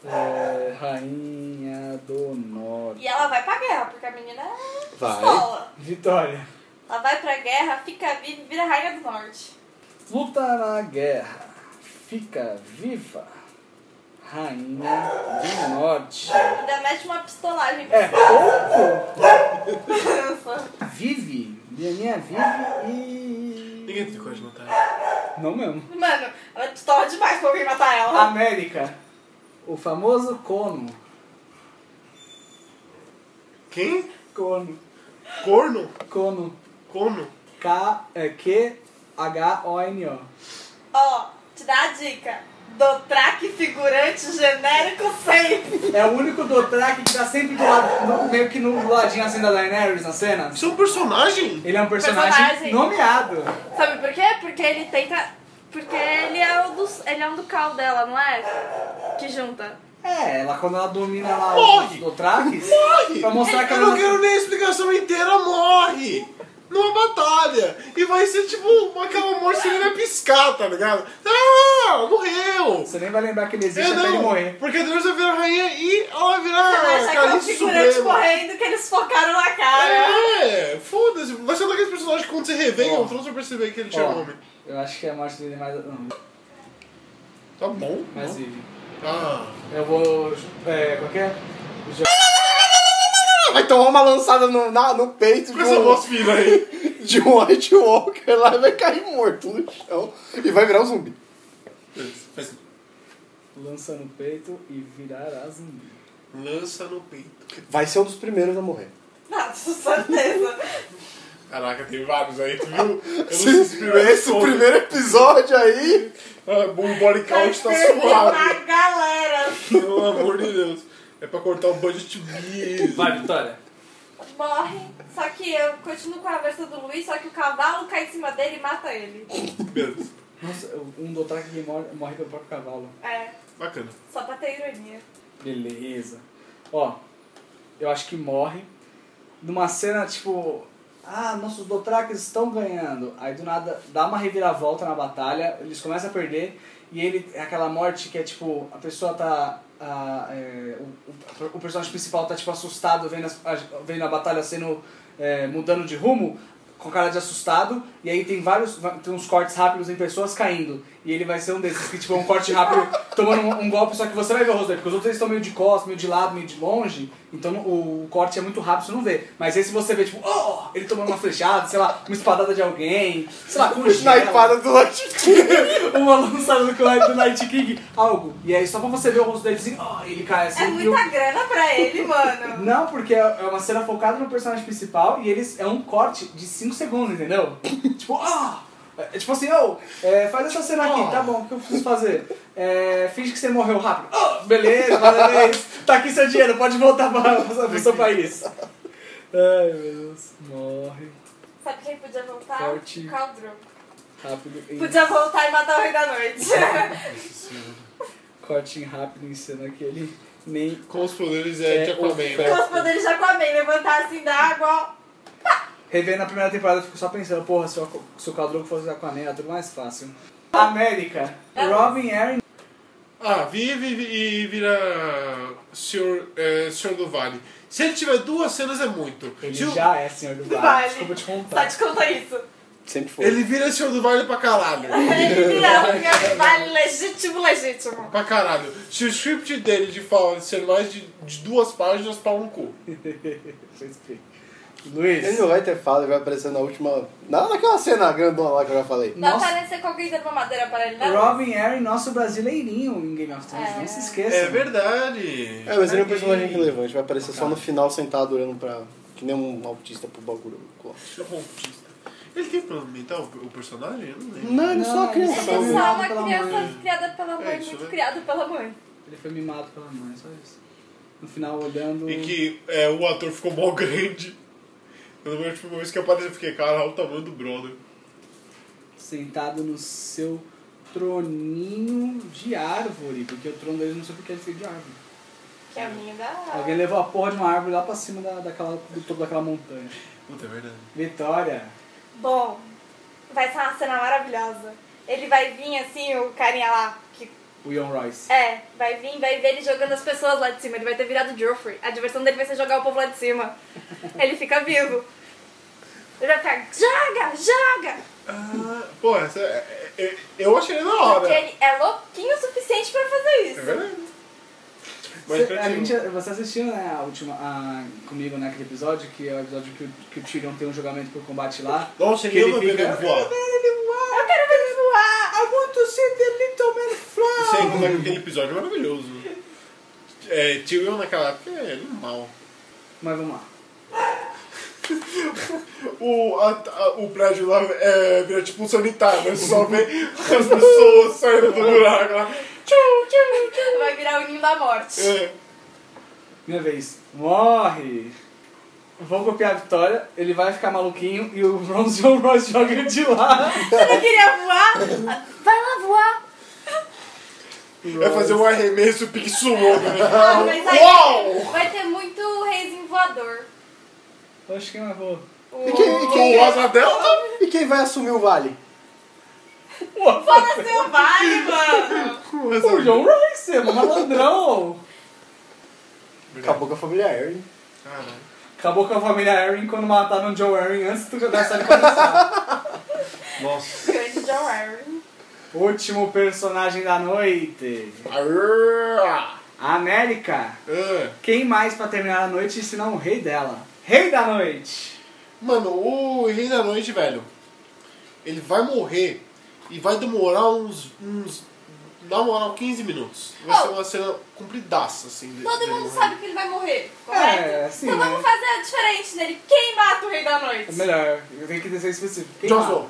Speaker 2: é, rainha do norte.
Speaker 5: E ela vai pra guerra, porque a menina é
Speaker 4: Vai.
Speaker 5: sola.
Speaker 2: Vitória.
Speaker 5: Ela vai pra guerra, fica viva e vira rainha do norte.
Speaker 2: Luta na guerra. Fica viva. Rainha do norte.
Speaker 5: Ainda mete uma pistolagem.
Speaker 2: É, pouco.
Speaker 5: Nossa.
Speaker 2: Vive. Lianinha vive e...
Speaker 3: Ninguém tem coragem de matar.
Speaker 2: Não mesmo.
Speaker 5: Mano, ela é pistola demais pra alguém matar ela.
Speaker 2: América. O famoso cono.
Speaker 3: Quem?
Speaker 2: Cono.
Speaker 3: Corno?
Speaker 2: Cono.
Speaker 3: Corno?
Speaker 2: K... É, Q... H-O-N-O.
Speaker 5: Ó, te dá a dica. Dotraque figurante genérico sempre.
Speaker 10: É o único Dothraki que tá sempre do lado, no- meio que no ladinho assim da Daenerys na cena.
Speaker 3: Isso é um personagem?
Speaker 10: Ele é um personagem,
Speaker 5: Personagem.
Speaker 10: nomeado.
Speaker 5: Sabe por quê? Porque ele tenta. Porque ele é o dos. Ele é um do cal dela, não é? Que junta.
Speaker 10: É, ela quando ela domina lá
Speaker 3: Morre!
Speaker 10: os Dothrakis,
Speaker 3: Morre!
Speaker 10: pra mostrar que
Speaker 3: Eu
Speaker 10: ela
Speaker 3: não quero nem a explicação inteira, morre! Numa batalha! E vai ser tipo uma- aquela morte que ele vai piscar, tá ligado? Ah, morreu!
Speaker 10: Você nem vai lembrar que ele existe
Speaker 3: Eu
Speaker 10: até ele
Speaker 3: não,
Speaker 10: morrer.
Speaker 3: porque a Daenerys vai virar rainha e ela vai
Speaker 5: Vai
Speaker 3: virar
Speaker 5: achar que é o
Speaker 3: Calice
Speaker 5: figurante
Speaker 3: Suprema.
Speaker 5: correndo que eles focaram na cara.
Speaker 3: É, foda-se. Vai ser um daqueles personagens que quando você revê em
Speaker 10: Ó.
Speaker 3: outro, você vai perceber que ele tinha
Speaker 10: Ó,
Speaker 3: nome.
Speaker 2: Eu acho que é a morte dele é mais. Não,
Speaker 3: Tá bom.
Speaker 2: mais
Speaker 3: não?
Speaker 2: vive.
Speaker 3: Ah.
Speaker 2: Eu vou. É, qual que é?
Speaker 4: Vai tomar uma lançada no, na- no peito de
Speaker 3: Com essa voz
Speaker 4: um,
Speaker 3: fina aí.
Speaker 4: de um White Walker lá e vai cair morto no chão e vai virar um zumbi.
Speaker 3: Faz-
Speaker 2: Lança no peito e virará zumbi.
Speaker 3: Lança no peito.
Speaker 4: Vai ser um dos primeiros a morrer.
Speaker 5: Nossa, certeza.
Speaker 3: Caraca, tem vários aí, tu viu? Eu não sei se
Speaker 4: Esse, esse
Speaker 3: todo.
Speaker 4: primeiro episódio aí.
Speaker 3: Ah, bom, o body count tá
Speaker 5: Certeza, Uma
Speaker 3: suave.
Speaker 5: galera.
Speaker 3: Pelo amor de Deus. É pra cortar o budget mesmo.
Speaker 11: Vai, Vitória.
Speaker 5: Morre. Só que eu continuo com a versão do Luiz, só que o cavalo cai em cima dele e mata ele.
Speaker 3: Beleza.
Speaker 2: Nossa, um Dothraki que morre, morre pelo próprio cavalo.
Speaker 5: É,
Speaker 3: Bacana.
Speaker 5: só pra ter ironia.
Speaker 2: Beleza. Ó, eu acho que morre. Numa cena tipo. Ah, nossos Dothrakis estão ganhando. Aí do nada dá uma reviravolta na batalha, eles começam a perder. E ele, é aquela morte que é tipo: a pessoa tá. ah, é, o, o- o personagem principal tá tipo assustado vendo, as- a, vendo a batalha sendo. é, mudando de rumo, com cara de assustado. E aí tem vários. va- Tem uns cortes rápidos em pessoas caindo. E ele vai ser um desses que tipo é um corte rápido tomando um, um golpe, só que você vai ver o rosto dele, porque os outros eles estão meio de costas, meio de lado, meio de longe, então o corte é muito rápido, você não vê. Mas esse você vê, tipo, oh, ele tomando uma flechada, sei lá, uma espadada de alguém, sei lá, com
Speaker 4: Snipada do Light
Speaker 2: uma lançada do Clyde do Night King, algo. E aí só pra você ver o rosto dele assim, oh, ele cai assim.
Speaker 5: É
Speaker 2: e
Speaker 5: muita grana pra ele, mano.
Speaker 2: Não, porque é é uma cena focada no personagem principal e eles é um corte de 5 segundos, entendeu? tipo, ah! É tipo assim, ô, é, faz essa cena aqui, tá bom, o que eu preciso fazer? É, finge que você morreu rápido. Ah, beleza, parabéns, tá aqui seu dinheiro, pode voltar para, pro seu país. Ai, meu Deus, morre
Speaker 5: Sabe quem podia voltar?
Speaker 2: Forte.
Speaker 5: O Caldro.
Speaker 2: rápido. Em,
Speaker 5: Podia voltar e matar o Rei da Noite.
Speaker 2: É. Corte em rápido em cena que ele nem...
Speaker 3: Com os poderes é,
Speaker 2: É,
Speaker 3: de Aquaman,
Speaker 2: o-
Speaker 5: Com
Speaker 3: né?
Speaker 5: os poderes de Aquaman, levantar assim da água, ó.
Speaker 2: Revendo a primeira temporada, eu fico só pensando, porra, se o, Aqu- se o Caldrogo fosse Aquaman, era tudo mais fácil. América, Robin Aaron
Speaker 3: Ah, vive e vira senhor, é, senhor do Vale. Se ele tiver duas cenas é muito.
Speaker 2: Ele
Speaker 3: Se o-
Speaker 2: já é senhor do
Speaker 5: Do
Speaker 2: vale.
Speaker 5: vale.
Speaker 2: Desculpa te
Speaker 5: Só
Speaker 2: contar.
Speaker 5: te conta isso.
Speaker 4: Sempre foi.
Speaker 3: ele vira senhor do Vale pra caralho.
Speaker 5: Ele virava o Senhor do é Vale legítimo, legítimo.
Speaker 3: Pra caralho. Se o script dele de fala ser mais de, de duas páginas, pau no cu.
Speaker 4: Ele
Speaker 2: Luiz,
Speaker 4: não vai ter fala, ele vai aparecer na última. Na, naquela cena grandona lá que eu já falei.
Speaker 5: Dá
Speaker 2: Nossa.
Speaker 5: pra parecer com alguém dando uma madeira para ele, não?
Speaker 2: Robin Aaron, nosso brasileirinho em Game of Thrones, não se esqueça.
Speaker 3: É verdade.
Speaker 4: É, mas ele é um personagem relevante, vai aparecer só no final sentado olhando pra. Que nem um autista pro bagulho.
Speaker 3: Rompista. Ele tem problema mental, o o personagem? Eu não lembro.
Speaker 4: Não, ele
Speaker 2: Não,
Speaker 4: só é uma criança.
Speaker 5: Ele
Speaker 2: Foi
Speaker 5: é só
Speaker 2: mirado
Speaker 5: uma
Speaker 2: pela
Speaker 5: criança
Speaker 2: mãe.
Speaker 5: criada pela mãe,
Speaker 3: É isso,
Speaker 5: muito
Speaker 3: né?
Speaker 5: criada pela mãe.
Speaker 2: Ele foi mimado pela mãe, só isso. No final, olhando...
Speaker 3: E que é, o ator ficou mal grande. Eu lembro tipo, uma vez que apareceu, eu fiquei, cara, olha o tamanho do brother.
Speaker 2: Sentado no seu troninho de árvore. Porque o trono dele não sei porque ele feito de árvore.
Speaker 5: Que é a minha da.
Speaker 3: Ah.
Speaker 2: Alguém levou a porra de uma árvore lá pra cima da, daquela, do topo daquela montanha.
Speaker 3: Puta, é verdade.
Speaker 2: Vitória.
Speaker 5: Bom, vai ser uma cena maravilhosa. Ele vai vir assim, o carinha lá, que
Speaker 2: O Ian Royce.
Speaker 5: é, vai vir, vai ver ele jogando as pessoas lá de cima. Ele vai ter virado Joffrey. A diversão dele vai ser jogar o povo lá de cima. Ele fica vivo. Ele vai ficar, joga, joga!
Speaker 3: Ah, pô, essa, é- é- é- eu achei na hora.
Speaker 5: Porque ele é louquinho o suficiente pra fazer
Speaker 3: É
Speaker 5: isso.
Speaker 3: verdade. Mas
Speaker 2: Você, a
Speaker 3: continua.
Speaker 2: gente, você assistiu né, a última, a, comigo naquele episódio, que é o episódio que, o- que o Tyrion tem um julgamento por combate lá.
Speaker 3: Nossa,
Speaker 2: que
Speaker 3: eu não vi
Speaker 2: fica-
Speaker 3: ele voar.
Speaker 5: Eu quero ver ele voar!
Speaker 2: I want to see the little man fly!
Speaker 3: Sei como é que aquele episódio é maravilhoso. É, Tyrion naquela época é normal.
Speaker 2: Mas vamos lá.
Speaker 3: O, a- a- o prédio lá é, vira tipo um sanitário, né? Você só vê as pessoas saindo do buraco lá.
Speaker 5: Vai virar o ninho da morte.
Speaker 3: É.
Speaker 2: Minha vez. Morre! Vou copiar a vitória, ele vai ficar maluquinho e o Ron John Ross joga ele de lá.
Speaker 5: Você não queria voar? Vai lá voar.
Speaker 3: Vai fazer um arremesso pique sumô.
Speaker 5: Ah, mas aí
Speaker 3: Uau!
Speaker 5: vai ter muito reizinho voador.
Speaker 2: Oxe, quem mais voa?
Speaker 4: E quem, e
Speaker 3: Com
Speaker 4: quem- é?
Speaker 3: o Asa Delta?
Speaker 4: e quem vai assumir o vale?
Speaker 5: Foda-se o vale, mano.
Speaker 3: Com o
Speaker 2: O
Speaker 3: Asa
Speaker 2: John Rice, é um malandrão!
Speaker 4: Acabou com a família Erin.
Speaker 3: Caralho.
Speaker 2: Acabou com a família Erin quando mataram o John Erin antes do- da série começar.
Speaker 12: Nossa.
Speaker 5: Grande John Aaron.
Speaker 2: Último personagem da noite.
Speaker 3: Arrrrrra.
Speaker 2: América.
Speaker 3: É.
Speaker 2: Quem mais pra terminar a noite se não o rei dela? Rei da noite.
Speaker 3: Mano, o Rei da Noite, velho, ele vai morrer e vai demorar uns. uns na moral, 15 minutos. Vai ser
Speaker 5: Oh.
Speaker 3: uma cena compridaça, assim. de-
Speaker 5: Todo
Speaker 3: dele
Speaker 5: mundo
Speaker 3: morrendo.
Speaker 5: sabe que ele vai morrer, correto?
Speaker 2: É, assim,
Speaker 5: então vamos
Speaker 2: né?
Speaker 5: fazer diferente nele. Quem mata o rei da
Speaker 2: É
Speaker 5: noite?
Speaker 2: melhor, eu tenho que ser específico. Quem
Speaker 3: Jon
Speaker 2: mata?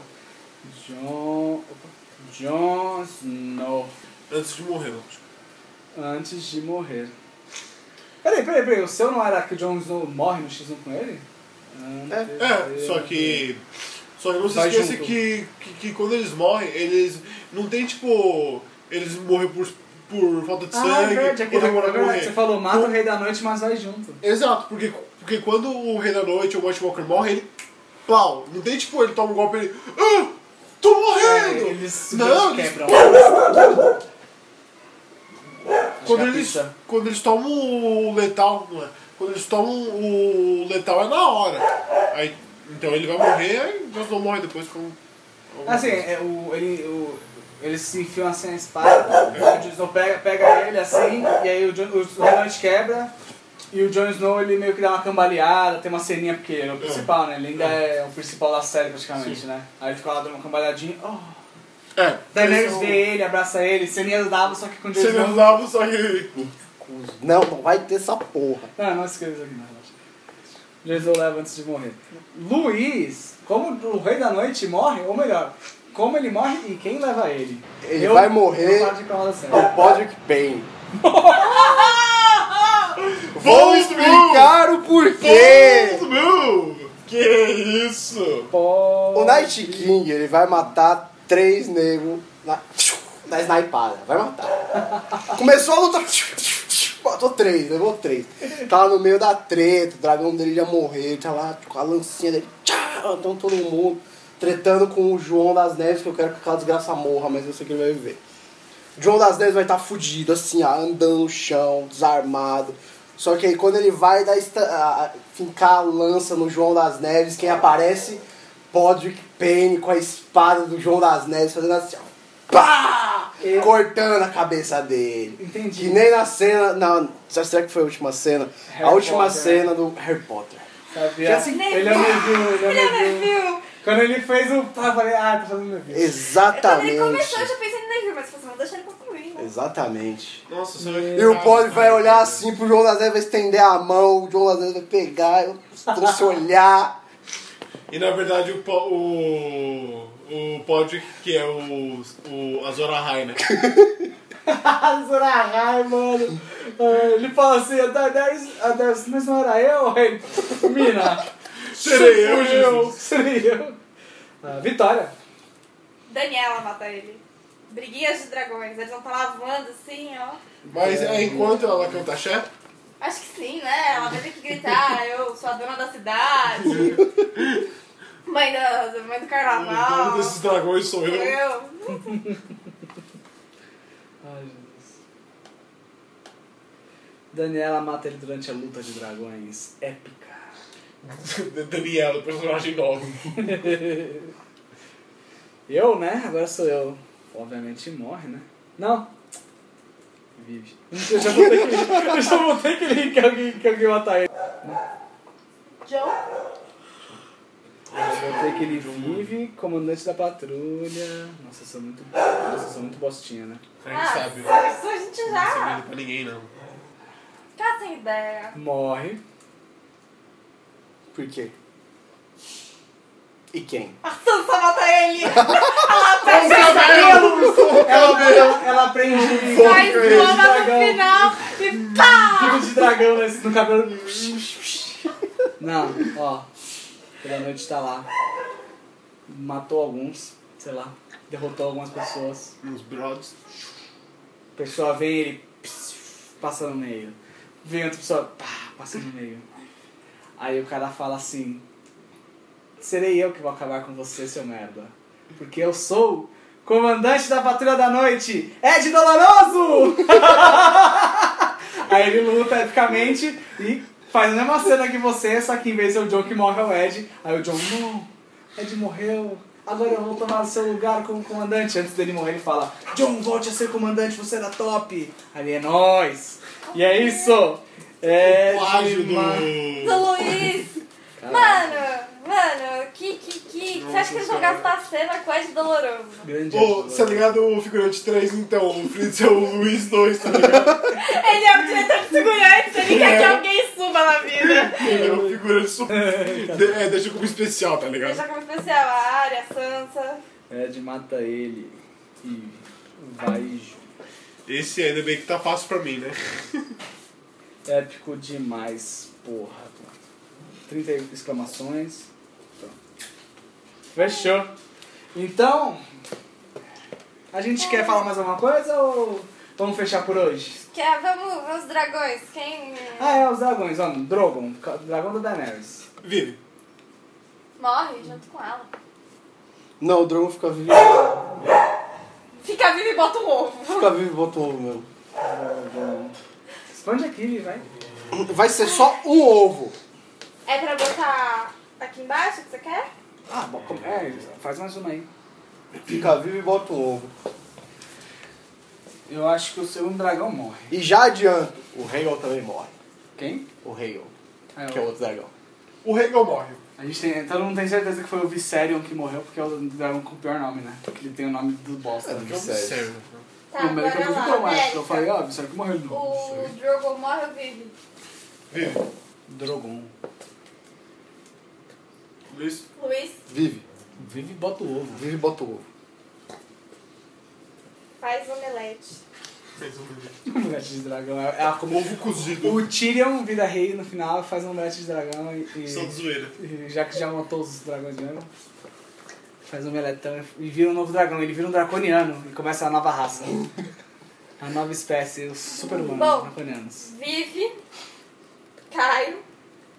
Speaker 3: Snow,
Speaker 2: John. opa. Jon Snow.
Speaker 3: antes de morrer, lógico.
Speaker 2: Antes de morrer. Peraí, peraí, peraí. O seu não era que o Jon Snow morre no X1 com ele? Antes
Speaker 3: É,
Speaker 2: de-
Speaker 3: só que. Só que não se
Speaker 2: Vai
Speaker 3: esqueça
Speaker 2: junto.
Speaker 3: que, que, que quando eles morrem, eles. Não tem tipo. Eles morrem por, por falta de
Speaker 2: Ah, é
Speaker 3: sangue.
Speaker 2: verdade, é
Speaker 3: ou
Speaker 2: verdade,
Speaker 3: demorar
Speaker 2: é
Speaker 3: pra
Speaker 2: verdade.
Speaker 3: morrer.
Speaker 2: Você falou, mata o
Speaker 3: Não-
Speaker 2: rei da noite, mas vai junto.
Speaker 3: Exato, porque, porque quando o Rei da Noite ou o White Walker morre, ele. Plau! Não tem tipo, ele toma um golpe e ele. Ah, tô morrendo!
Speaker 2: É, eles
Speaker 3: não, eles-
Speaker 2: quebram.
Speaker 3: quando,
Speaker 2: Acho que é
Speaker 3: eles,
Speaker 2: pizza.
Speaker 3: quando eles tomam o letal, não é? Quando eles tomam o letal é na hora. Aí, então ele vai morrer, aí Jon Snow morre depois com. alguma
Speaker 2: Assim,
Speaker 3: coisa.
Speaker 2: é, o, ele, o, eles se enfiam assim a espada, o Jon Snow pega, pega ele assim, e aí o, Jon- o, o Rei da Noite quebra, e o Jon Snow ele meio que dá uma cambaleada, tem uma ceninha, porque ele é o principal, né? Ele ainda é o principal da série praticamente, né? Aí ele fica lá dando uma cambaleadinha, oh.
Speaker 3: É.
Speaker 2: Daenerys
Speaker 3: eles
Speaker 2: vê ele, abraça ele, ceninha do Davo, só que com o Jon
Speaker 3: Você
Speaker 2: Snow...
Speaker 3: não dava só que.
Speaker 4: Não, não vai ter essa porra.
Speaker 2: Não, não escreva isso Ah, aqui não, relaxa. Jon Snow leva antes de morrer. Luiz, como o Rei da Noite morre, ou melhor, como ele morre e quem leva ele?
Speaker 4: Ele vai morrer- Oh.
Speaker 2: Eu paro de assim. falar da série.
Speaker 4: O Podrick Payne.
Speaker 3: Vou
Speaker 4: Vou explicar o porquê.
Speaker 3: Meu! Que isso!
Speaker 2: Pô,
Speaker 4: O Night King, ele vai matar três negros na, na snipada. Vai matar. Começou a luta. Matou três, levou três. Tava no meio da treta, o dragão dele ia morrer, ele tava lá com a lancinha dele. Tchau, então todo mundo tretando com o João das Neves, que eu quero que aquela desgraça morra, mas eu sei que ele vai viver. João das Neves vai estar fudido, assim, ó, andando no chão, desarmado. Só que aí quando ele vai dar esta, a- a- fincar a lança no João das Neves, quem aparece? Podrick Payne com a espada do João das Neves, fazendo assim, ó, pá!
Speaker 2: Eu-
Speaker 4: Cortando a cabeça dele.
Speaker 2: Entendi.
Speaker 4: Que nem na cena, na, será que foi a última cena? a
Speaker 2: Harry
Speaker 4: última
Speaker 2: Potter. né?
Speaker 4: cena do Harry Potter.
Speaker 2: sabia?
Speaker 4: que assim-
Speaker 2: ele é o Neville, ele
Speaker 5: Ele
Speaker 2: é
Speaker 5: é
Speaker 2: o Neville.
Speaker 5: Neville.
Speaker 2: Quando ele fez o... Ah, eu falei, ah, tá fazendo Neville.
Speaker 5: Quando
Speaker 4: Exatamente.
Speaker 5: ele começou, eu já pensei no Neville, mas eu falei, vamos deixar ele concluir, né?
Speaker 4: Exatamente.
Speaker 3: Nossa, você vai
Speaker 4: E o Poli vai olhar assim pro João das Neves, vai estender a mão, o João das Neves vai pegar, eu vou se olhar.
Speaker 3: E na verdade o po- o o Podrick que é o o Azora Ahai, né?
Speaker 2: Ah, Zurahai, mano. Ah, Ele fala assim, a Daenerys, a Daenerys, mas não era eu? Ele, Mina,
Speaker 3: Serei eu,
Speaker 2: sou
Speaker 3: Jesus.
Speaker 2: Serei eu. Ah, Vitória.
Speaker 5: Daniela mata ele. Briguinhas de dragões. Eles vão estar lavando assim, ó.
Speaker 3: Mas é enquanto ela canta axé,
Speaker 5: Acho que sim, né? Ela vai ter que gritar, eu sou a dona da cidade. mãe, da,
Speaker 3: o
Speaker 5: mãe do
Speaker 3: dono
Speaker 5: carnaval.
Speaker 3: desses dragões sou
Speaker 5: sou
Speaker 3: eu.
Speaker 5: eu.
Speaker 2: Ai, Jesus. Daniela mata ele durante a luta de dragões. Épica.
Speaker 3: Daniela, personagem novo.
Speaker 2: Eu, né? Agora sou eu. Obviamente morre, né? Não. Vive. Eu já botei que ele, eu já botei que ele que alguém, que alguém matar ele.
Speaker 5: John.
Speaker 2: Eu botei que ele vive, comandante da patrulha. Nossa, eu sou muito. Nossa, eu sou muito bostinha, né?
Speaker 3: Quem sabe? né?
Speaker 5: Ah, isso a gente
Speaker 3: Não sabe
Speaker 5: já.
Speaker 3: nada pra ninguém não.
Speaker 5: Tá sem ideia.
Speaker 2: Morre.
Speaker 4: Por quê? E quem?
Speaker 5: A Sansa mata ele. Ah, Ela
Speaker 3: Vamos
Speaker 5: fecha
Speaker 3: cabelo!
Speaker 2: Ela, ela, ela aprende
Speaker 5: a escova no
Speaker 2: dragão.
Speaker 5: final e tá, pá!
Speaker 2: Fico de dragão nesse- no cabelo.
Speaker 13: Não, ó.
Speaker 2: Pela noite tá lá. Matou alguns, sei lá. Derrotou algumas pessoas.
Speaker 3: Nos brothers.
Speaker 2: A pessoa vem ele pss, passa no meio. Vem outra pessoa, pá, passa no meio. Aí o cara fala assim: Serei eu que vou acabar com você, seu merda. Porque eu sou comandante da patrulha da noite, Ed Doloroso! Aí ele luta epicamente e faz a mesma cena que você, só que em vez de ser o John que morre é o Ed. Aí o John, não, Ed morreu. Agora eu vou tomar o seu lugar como comandante. Antes dele morrer, ele fala: John, volte a ser comandante, você era top. Ali é nóis. E é isso. É.
Speaker 3: Plágio do.
Speaker 2: demais.
Speaker 5: Do Luiz. Mano, mano, que, que, que. Você acha que eles vão
Speaker 3: Senhora.
Speaker 5: gastar a cena com Ed Doloroso?
Speaker 2: Grande Ed
Speaker 3: Ô,
Speaker 2: Doloroso.
Speaker 3: tá ligado o figurante 3, então? O Fritz é o Luiz 2, tá ligado?
Speaker 5: Ele é o diretor de segurança, ele quer que alguém suba na vida.
Speaker 3: Ele é o figurante super. De- É, deixa como especial, tá ligado?
Speaker 5: Deixa como especial a área, Sansa.
Speaker 2: né? Ed mata ele e vai.
Speaker 3: Esse ainda bem que tá fácil pra mim, né?
Speaker 2: Épico demais, porra. 30 exclamações. Pronto. Fechou. Então, a gente quer falar mais alguma coisa ou vamos fechar por hoje?
Speaker 5: Quer, vamos, vamos, dragões. Quem.
Speaker 2: Ah, é, os dragões, vamos. Drogon, ca- dragão da Daenerys.
Speaker 3: Vini,
Speaker 5: Morre junto com ela.
Speaker 4: Não, o Drogon fica vivo.
Speaker 5: Fica vivo e bota um ovo.
Speaker 4: Fica vivo e bota um ovo mesmo.
Speaker 2: Drogon. Esconde aqui, vai.
Speaker 4: Vai ser só um ovo.
Speaker 5: É pra botar aqui embaixo que você quer?
Speaker 2: Ah, bom, como- é, faz mais uma aí.
Speaker 4: Fica vivo e bota um ovo.
Speaker 2: Eu acho que o segundo dragão morre.
Speaker 4: E já adianto, o Hegel também morre.
Speaker 2: Quem?
Speaker 4: O Hegel,
Speaker 2: É,
Speaker 4: que é o outro dragão.
Speaker 3: o Hegel morre.
Speaker 2: A gente tem, todo mundo tem certeza que foi o Viserion que morreu, porque é o dragão com o pior nome, né? Porque ele tem o nome do bosta.
Speaker 4: é
Speaker 2: né?
Speaker 4: Sério.
Speaker 5: Tá,
Speaker 2: No meio que eu
Speaker 5: bora
Speaker 2: duvidou
Speaker 5: lá.
Speaker 2: mais, porque eu
Speaker 5: Érica,
Speaker 2: falei, ó, Viserion que morreu. Não.
Speaker 5: O Drogon morre ou vive?
Speaker 3: Vini,
Speaker 2: Drogon.
Speaker 3: Luiz,
Speaker 5: Luiz,
Speaker 4: Vive.
Speaker 2: Vive e bota o ovo.
Speaker 4: Vive e bota o ovo.
Speaker 5: faz um omelete.
Speaker 3: fez um vídeo.
Speaker 2: Omelete de dragão. É a como...
Speaker 3: Ovo cozido.
Speaker 2: O Tyrion vira rei no final, faz um omelete de dragão e,
Speaker 3: Só de
Speaker 2: e,
Speaker 3: zoeira.
Speaker 2: e já que já matou os dragões mesmo, faz um omeletão e vira um novo dragão. Ele vira um draconiano e começa a nova raça. A nova espécie, os super-humanos,
Speaker 5: Bom.
Speaker 2: draconianos.
Speaker 5: Vive, Caio.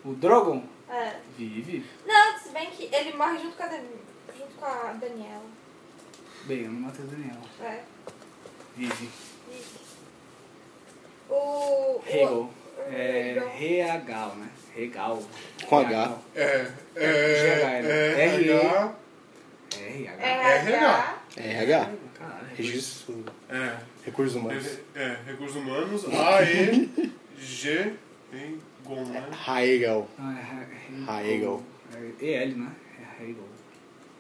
Speaker 2: O Drogon
Speaker 5: É.
Speaker 2: vive.
Speaker 5: Não, se bem que ele morre junto com a, Dan- junto com a Daniela.
Speaker 2: Bem, eu não matei o Daniel.
Speaker 5: É.
Speaker 2: Vive.
Speaker 5: Vive. O. o
Speaker 2: Hegel. É Reagal, né? Regal.
Speaker 4: Com H.
Speaker 3: É,
Speaker 2: GH, né?
Speaker 3: é,
Speaker 2: R,
Speaker 3: é,
Speaker 2: E.
Speaker 3: H,
Speaker 2: RH.
Speaker 5: É, RH.
Speaker 4: RH.
Speaker 2: É, Caralho.
Speaker 4: Registro.
Speaker 3: é,
Speaker 4: Recursos humanos.
Speaker 3: Rece- É, recursos humanos, A, E, G, e GOM, né?
Speaker 4: Hegel.
Speaker 2: Não, é He-
Speaker 4: Ah, Hegel.
Speaker 2: É EL, né? É Hegel.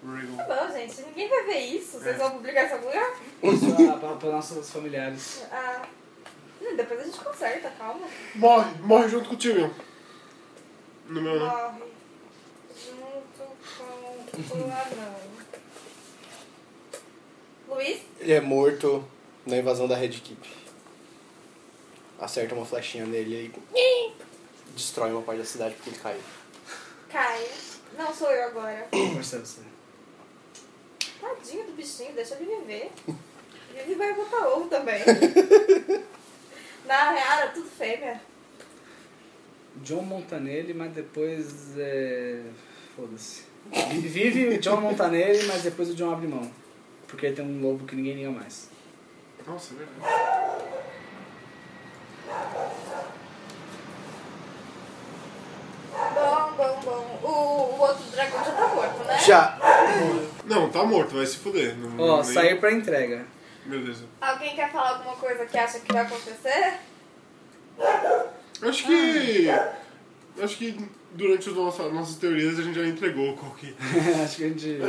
Speaker 5: Tá
Speaker 3: Regal.
Speaker 5: bom, gente, ninguém vai ver isso. Vocês
Speaker 2: É.
Speaker 5: vão publicar isso em algum lugar?
Speaker 2: Isso para nossos familiares.
Speaker 5: Ah. Não, depois a gente conserta, calma.
Speaker 3: Morre, morre junto com o Tyrion. No meu, né?
Speaker 5: Morre junto com o anão. Luiz?
Speaker 4: Ele é morto na invasão da Red Keep. Acerta uma flechinha nele e destrói uma parte da cidade porque ele caiu.
Speaker 5: Caio. Não sou eu agora.
Speaker 2: Marcelo, você.
Speaker 5: Tadinho do bichinho, deixa ele viver. Ele vai botar ovo também. Na real, é tudo fêmea.
Speaker 2: John Montanelli, mas depois é... Foda-se. Vive o John Montanelli, mas depois o John abre mão. Porque ele tem um lobo que ninguém liga mais.
Speaker 3: Nossa, é verdade.
Speaker 5: Bom, bom, bom. O, o outro dragão já tá morto, né?
Speaker 4: Já!
Speaker 3: Não, tá morto, vai se fuder. Não,
Speaker 2: Ó,
Speaker 4: Uhum.
Speaker 3: nem-
Speaker 2: sair pra entrega.
Speaker 3: Beleza.
Speaker 5: Alguém quer falar alguma coisa que acha que vai acontecer?
Speaker 3: Acho que... Acho que durante as nossas, nossas teorias a gente já entregou qual que...
Speaker 2: Acho que a gente...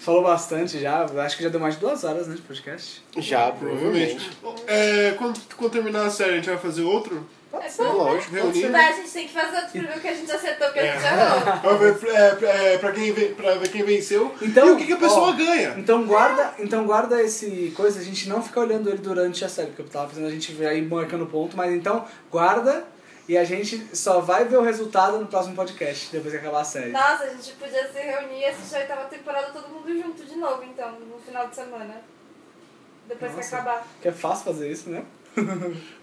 Speaker 2: Falou bastante já. Acho que já deu mais de duas horas, né, de podcast.
Speaker 4: Já,
Speaker 3: Provavelmente.
Speaker 4: provavelmente.
Speaker 3: É, quando, quando terminar a série, a gente vai fazer outro?
Speaker 5: É
Speaker 2: Uhum.
Speaker 4: Lógico.
Speaker 3: Reunir?
Speaker 5: Vai, a gente tem que fazer outro pra ver o que a gente acertou, o que a gente errou.
Speaker 3: Pra ver, é, é, pra, quem, ve- pra ver quem venceu
Speaker 2: Então,
Speaker 3: e o que, que a pessoa
Speaker 2: ó,
Speaker 3: ganha.
Speaker 2: Então guarda, então guarda esse coisa, a gente não fica olhando ele durante a série, porque eu tava fazendo a gente aí marcando ponto, mas então guarda e a gente só vai ver o resultado no próximo podcast, depois que acabar a série.
Speaker 5: Nossa, a gente podia se reunir e assistir a oitava temporada todo mundo junto de novo, então, no final de semana. Depois que
Speaker 2: Nossa.
Speaker 5: acabar.
Speaker 2: Que é fácil fazer isso, né?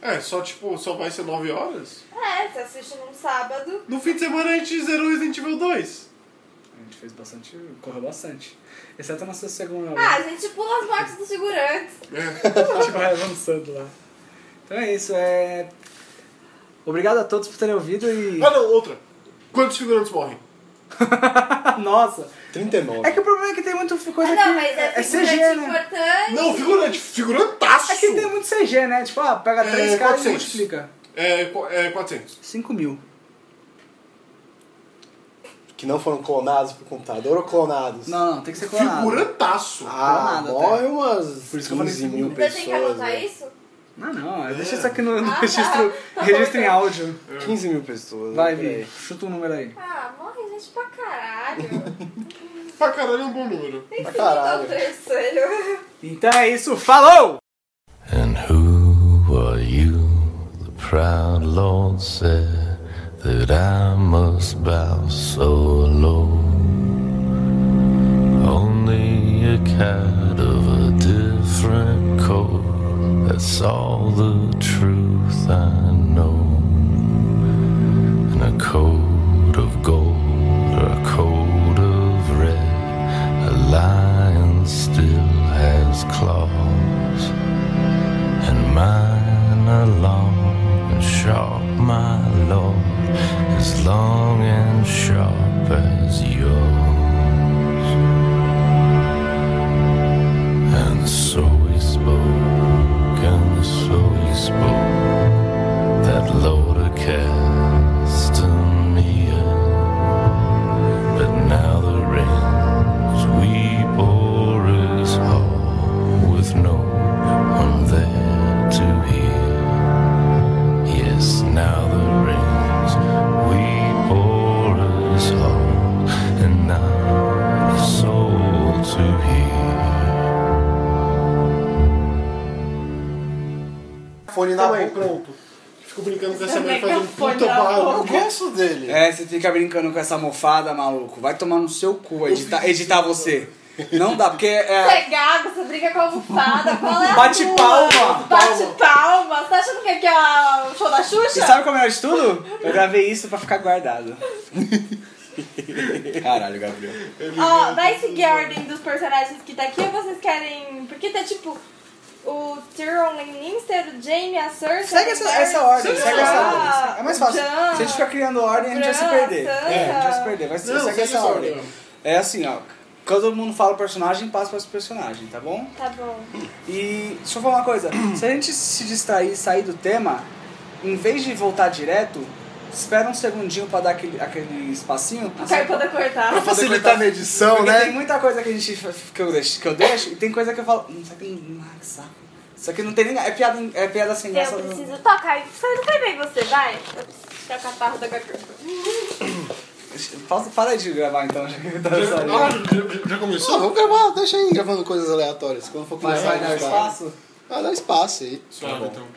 Speaker 3: É, só tipo, só vai ser 9 horas?
Speaker 5: É, você assiste num sábado.
Speaker 3: No fim de semana a gente zerou Resident Evil 2.
Speaker 2: A gente fez bastante, correu bastante. Exceto na sua segunda.
Speaker 5: Ah, então a gente pula as mortes dos figurantes.
Speaker 3: É.
Speaker 2: A gente vai avançando lá. Então é isso, é. Obrigado a todos por terem ouvido e.
Speaker 3: Ah não, outra. Quantos figurantes morrem?
Speaker 2: Nossa!
Speaker 4: 39.
Speaker 2: É que o problema é que tem muito coisa
Speaker 5: Não,
Speaker 2: que.
Speaker 5: mas é
Speaker 2: é
Speaker 5: figurante
Speaker 2: CG, né?
Speaker 5: importante.
Speaker 3: Não, figurante, figurantaço!
Speaker 2: É que tem muito CG, né? Tipo, ah, pega
Speaker 3: É,
Speaker 2: três caras e
Speaker 3: 400.
Speaker 2: multiplica.
Speaker 3: É, qu- é 400.
Speaker 2: 5 mil.
Speaker 4: Que não foram clonados pro computador ou clonados?
Speaker 2: Não, não, tem que ser clonado.
Speaker 3: Figurantaço!
Speaker 4: Ah,
Speaker 2: Clonado até.
Speaker 4: morre umas
Speaker 2: Por isso que eu falei
Speaker 4: 15
Speaker 2: isso.
Speaker 4: mil
Speaker 5: Você tem que
Speaker 4: pessoas.
Speaker 5: anotar
Speaker 4: né?
Speaker 5: isso?
Speaker 2: Ah, Não, não,
Speaker 3: É.
Speaker 2: deixa isso aqui no, no
Speaker 5: Ah,
Speaker 2: registro,
Speaker 5: tá.
Speaker 2: registro em áudio.
Speaker 4: 15 mil pessoas. né?
Speaker 2: Vai,
Speaker 4: Por aí.
Speaker 2: Vi, chuta um número aí.
Speaker 5: Ah, morre gente pra caralho.
Speaker 3: Pra caralho é um bom número.
Speaker 4: Pra
Speaker 5: Tá
Speaker 4: caralho.
Speaker 5: o terceiro.
Speaker 2: Então é isso, falou!
Speaker 14: And who are you? The proud Lord said that I must bow so low. Only a cat of a different coat. That's all the truth I know. And a coat of gold or a coat of red. A lion still has claws and mine are long and sharp, my lord, as long and sharp as yours. And so he spoke, and so he spoke, that Lord of cast on me up. But now the rains weep o'er his hall with no one there to hear. Yes, now the rains weep o'er his hall and not a soul to hear.
Speaker 4: Fone na
Speaker 3: Calma aí,
Speaker 4: boca.
Speaker 3: pronto. Fico brincando com essa mulher
Speaker 5: Também
Speaker 3: faz um
Speaker 5: não foi
Speaker 3: puta
Speaker 5: na
Speaker 3: barulho.
Speaker 4: Eu gosto dele.
Speaker 2: É, você fica brincando com essa mofada, maluco. Vai tomar no seu cu editar, editar você. Não dá, porque
Speaker 5: Você
Speaker 2: é.
Speaker 5: é gago, você briga com a almofada. Qual é a
Speaker 2: Bate
Speaker 5: tua?
Speaker 2: palma.
Speaker 5: Bate palma. Você tá achando que aqui é o show da
Speaker 2: E
Speaker 5: Xuxa?
Speaker 2: sabe como é o melhor de tudo? Eu gravei isso pra ficar guardado. Caralho, Gabriel.
Speaker 5: Ó, vai seguir a ordem dos personagens que tá aqui ou vocês querem. Porque tá tipo. O Tyrion Lannister, o Jaime, a Cersei.
Speaker 2: Segue
Speaker 5: o
Speaker 2: essa,
Speaker 5: Barry,
Speaker 2: essa ordem,
Speaker 5: o
Speaker 2: segue
Speaker 5: Jon,
Speaker 2: essa ordem. É mais fácil.
Speaker 5: o
Speaker 2: Se
Speaker 5: Jon,
Speaker 2: a gente ficar criando ordem, a gente vai se
Speaker 5: Branca,
Speaker 2: perder. É, a gente vai se
Speaker 5: Sansa.
Speaker 2: perder. Vai ser
Speaker 3: Não,
Speaker 2: segue
Speaker 3: segue
Speaker 2: essa
Speaker 3: essa
Speaker 2: ordem.
Speaker 3: ordem.
Speaker 2: É assim, ó. Quando todo mundo fala o personagem, passa para os personagens, tá bom?
Speaker 5: Tá bom.
Speaker 2: E deixa eu falar uma coisa. se a gente se distrair e sair do tema, em vez de voltar direto, espera um segundinho pra dar aquele, aquele espacinho.
Speaker 5: Não quero poder cortar.
Speaker 4: Pra facilitar na edição,
Speaker 2: Porque tem
Speaker 4: né?
Speaker 2: muita coisa que a gente que eu deixo, que eu deixo e tem coisa que eu falo, hum, isso aqui não, ah, que saco. Isso aqui não tem nem, é piada, é piada sem graça.
Speaker 5: Eu preciso tocar. Você não vai ver você, vai. Eu preciso tirar o catarro da garganta.
Speaker 2: Posso, para de gravar então, já que eu tava
Speaker 3: Já,
Speaker 2: saindo.
Speaker 3: já- já- já
Speaker 4: Ah,
Speaker 3: começou?
Speaker 4: vamos gravar, deixa aí gravando coisas aleatórias. Quando for
Speaker 2: Mas vai
Speaker 4: começar, a
Speaker 2: dar
Speaker 4: buscar.
Speaker 2: espaço?
Speaker 4: Vai dar espaço aí.
Speaker 2: Tá
Speaker 3: Suave, então.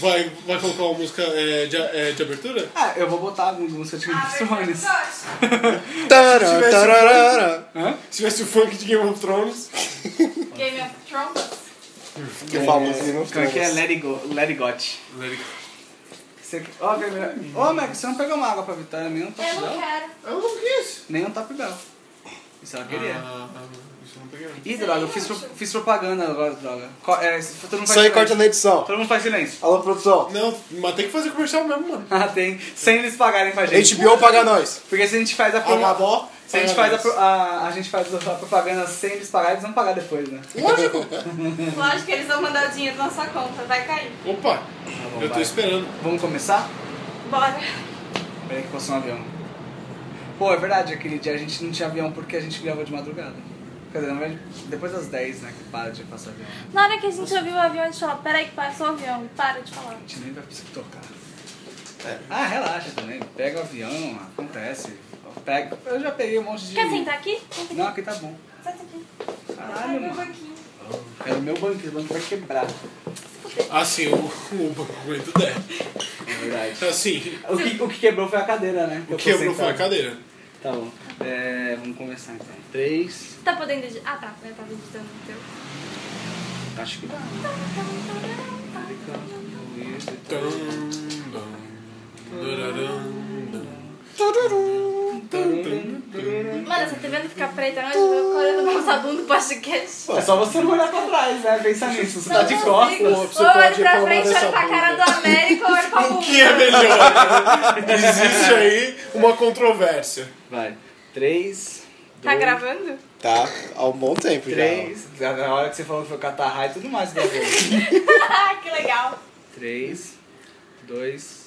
Speaker 3: Vai, vai colocar uma música é, de, é, de abertura?
Speaker 2: Ah, eu vou botar alguma música de Game
Speaker 5: Ah,
Speaker 2: of Thrones.
Speaker 4: Tará,
Speaker 3: tivesse
Speaker 4: tararara.
Speaker 2: Hã?
Speaker 3: Se tivesse o funk de Game of Thrones.
Speaker 5: Game of Thrones.
Speaker 4: Que famoso Game of
Speaker 2: Como é que é?
Speaker 4: Thrones.
Speaker 2: Let it go, let it got. Você, ó, oh, Ô, Mac, você não pegou uma água pra Vitória, nem um Top
Speaker 5: Eu não
Speaker 2: Bell?
Speaker 5: quero.
Speaker 3: Eu não quis.
Speaker 2: Nem um Top Bell. Isso ela queria.
Speaker 3: Ah, ah, isso eu não peguei.
Speaker 2: Ih, droga, eu fiz, pro- fiz propaganda agora, droga. Co- é, todo mundo faz
Speaker 4: Isso aí
Speaker 2: silêncio.
Speaker 4: corta na edição.
Speaker 2: Todo mundo faz silêncio.
Speaker 4: Alô, produção.
Speaker 3: Não, mas tem que fazer comercial mesmo, mano.
Speaker 2: Ah, tem. Sem eles pagarem pra gente.
Speaker 4: HBO paga nós.
Speaker 2: Porque se a gente faz a
Speaker 3: A
Speaker 2: propaganda.
Speaker 3: Gabó.
Speaker 2: Se a gente faz a, pro- a, a gente faz a propaganda sem eles pagarem, eles vão pagar depois, né?
Speaker 3: Lógico.
Speaker 5: Lógico que eles vão mandar o dinheiro na sua conta, vai cair.
Speaker 3: Opa,
Speaker 2: Tá bom,
Speaker 3: eu tô
Speaker 2: vai.
Speaker 3: esperando.
Speaker 2: Vamos começar?
Speaker 5: Bora.
Speaker 2: Peraí que passou um avião. Pô, é verdade, aquele dia a gente não tinha avião porque a gente gravou de madrugada. Quer dizer, na verdade, depois das 10, né, que para de passar avião. né?
Speaker 5: Na hora que a gente ouviu o avião, a gente falou, peraí que passou o avião, para de falar.
Speaker 2: A gente nem vai precisar tocar. Ah, relaxa também. Pega o avião, acontece. Pega. Eu já peguei um monte de.
Speaker 5: Quer sentar aqui? Senta
Speaker 2: Não,
Speaker 5: aqui.
Speaker 2: aqui tá bom.
Speaker 5: Senta aqui. Tá, Ai,
Speaker 3: Ah,
Speaker 2: Caralho,
Speaker 5: meu
Speaker 2: mano.
Speaker 5: banquinho.
Speaker 2: É o meu banco, o banco vai quebrar. Na
Speaker 3: Assim, o, o bagulho dela.
Speaker 2: verdade.
Speaker 3: Assim,
Speaker 2: O que, o que quebrou foi a cadeira, né?
Speaker 3: o
Speaker 2: eu
Speaker 3: que quebrou
Speaker 2: tô
Speaker 3: foi a
Speaker 2: sentado.
Speaker 3: cadeira.
Speaker 2: Tá bom. É, vamos começar então. 3.
Speaker 5: Tá podendo editar? Ah, tá. Eu tava editando o teu. Tá,
Speaker 2: Acho que dá.
Speaker 3: Tum, dum, dararam, dum.
Speaker 5: tá. Mano, essa TV não fica preta, mas eu olhando o nosso aluno do podcast.
Speaker 2: Pô, é só você não olhar pra trás, né? Pensa nisso. Você tá de costas.
Speaker 3: Pô, você
Speaker 5: Ou eu
Speaker 3: pode
Speaker 5: olho pra
Speaker 3: reclamar
Speaker 5: frente,
Speaker 3: dessa
Speaker 5: olho pra cara do
Speaker 3: bunda.
Speaker 5: Américo, olho pra
Speaker 3: O que é melhor? Existe aí uma controvérsia.
Speaker 2: Vai. 3.
Speaker 5: Tá gravando?
Speaker 4: Tá há um bom tempo já.
Speaker 2: 3. Na hora que você falou que foi catarrar e tudo mais, né, gravou.
Speaker 5: Ah, que legal.
Speaker 2: 3, 2.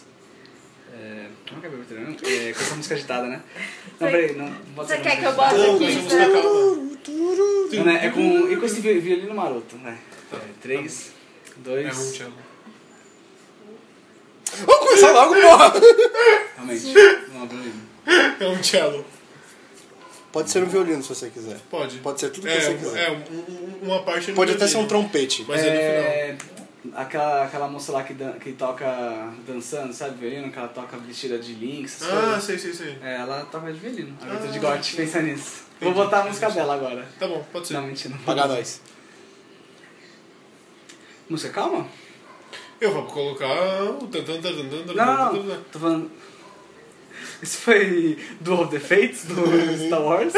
Speaker 2: É, como é que é meu veterano? É, com essa música agitada, né? Não,
Speaker 5: Você-
Speaker 2: peraí, não, não pode
Speaker 5: Você
Speaker 2: ser
Speaker 5: quer
Speaker 2: música
Speaker 5: que eu
Speaker 2: agitada.
Speaker 5: bote
Speaker 3: Não, tá
Speaker 5: aqui?
Speaker 3: mas vamos tocar.
Speaker 5: então?
Speaker 2: Não, né? É com, e com esse vi- violino maroto, né? 3,
Speaker 3: É um
Speaker 2: 2.
Speaker 3: tchau.
Speaker 4: Vamos começar logo, porra!
Speaker 2: Realmente, não abre o livro.
Speaker 3: É um cello.
Speaker 4: Pode ser um violino se você quiser.
Speaker 3: Pode.
Speaker 4: Pode ser tudo que
Speaker 3: é,
Speaker 4: você quiser.
Speaker 3: É, um- um- uma parte no
Speaker 4: Pode até ser
Speaker 3: violino.
Speaker 4: um trompete.
Speaker 3: Mas é
Speaker 2: É, aquela, aquela moça lá que, dan- que toca dançando, sabe? Violino, que ela toca vestida de links.
Speaker 3: no final. Ah, sei, sei, sei.
Speaker 2: É, ela toca de violino. A Vitor de Gotti, pensa nisso. Vou botar a música dela agora.
Speaker 3: Tá bom, pode ser.
Speaker 2: Não, mentira. não vou.
Speaker 4: Pagar nós.
Speaker 2: Música calma?
Speaker 3: Eu vou colocar o... tan, tan, tan, tan, tan,
Speaker 2: Não, não,
Speaker 3: tan, tan,
Speaker 2: não.
Speaker 3: tan.
Speaker 2: Tô falando. Isso foi do of the Fates do Star Wars?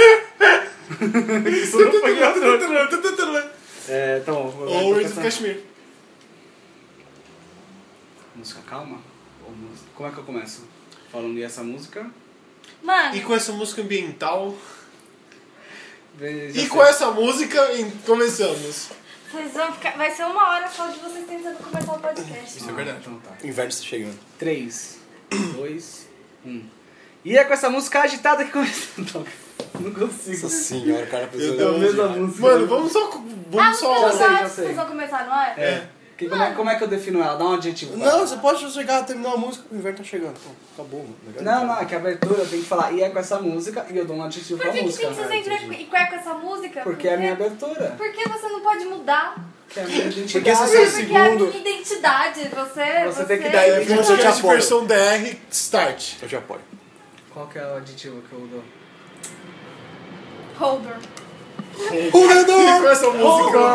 Speaker 2: Isso não foi em outro. É, tá bom. agora eu
Speaker 3: Ou
Speaker 2: tô
Speaker 3: Raise of
Speaker 2: pensando.
Speaker 3: Kashmir.
Speaker 2: Música calma? Ou música- Como é que eu começo? Falando e essa música.
Speaker 5: Mano,
Speaker 3: E com essa música ambiental...
Speaker 2: Veja
Speaker 3: E é-
Speaker 2: se-
Speaker 3: com essa música em- começamos.
Speaker 5: vocês vão ficar... vai ser uma hora só de vocês tentando começar o podcast. Ah,
Speaker 3: Isso é verdade.
Speaker 2: Então tá.
Speaker 4: O inverno está chegando.
Speaker 2: 3, 2, 1. E é com essa música agitada que começa. Não, Não consigo.
Speaker 4: Nossa senhora,
Speaker 3: Eu
Speaker 4: cara,
Speaker 2: É a
Speaker 4: precisa.
Speaker 3: também.
Speaker 2: mesma música.
Speaker 3: Mano, vamos só...
Speaker 5: Ah,
Speaker 3: Vamos só...
Speaker 2: já sei, já
Speaker 5: Mas
Speaker 2: sei.
Speaker 5: Vocês vão começar, não é?
Speaker 2: É. Que- como, é, como é que eu defino ela? Dá um adjetivo. pra
Speaker 4: Não,
Speaker 2: ela.
Speaker 4: você pode chegar a terminar a música, o inverno tá chegando. Pô, acabou, né? mano. Melhor
Speaker 2: Não, não, é que a abertura eu tenho que falar e é com essa música e eu dou um adjetivo
Speaker 5: Por
Speaker 2: pra
Speaker 5: que, que
Speaker 2: música.
Speaker 5: tem que ser sempre e qual é com essa música?
Speaker 2: Porque é a minha abertura.
Speaker 5: Por que você não pode mudar?
Speaker 2: Que é a minha identidade.
Speaker 4: Porque essa
Speaker 5: Porque
Speaker 4: Seu
Speaker 5: é a
Speaker 4: segundo.
Speaker 5: minha identidade. Você,
Speaker 2: Você tem que dar-
Speaker 4: É,
Speaker 3: É,
Speaker 4: eu te
Speaker 3: podcast
Speaker 4: apoio.
Speaker 3: versão DR, start.
Speaker 4: Eu te apoio.
Speaker 2: Qual que é o adjetivo que eu dou?
Speaker 5: Holder.
Speaker 4: O Renan!
Speaker 3: E com essa música...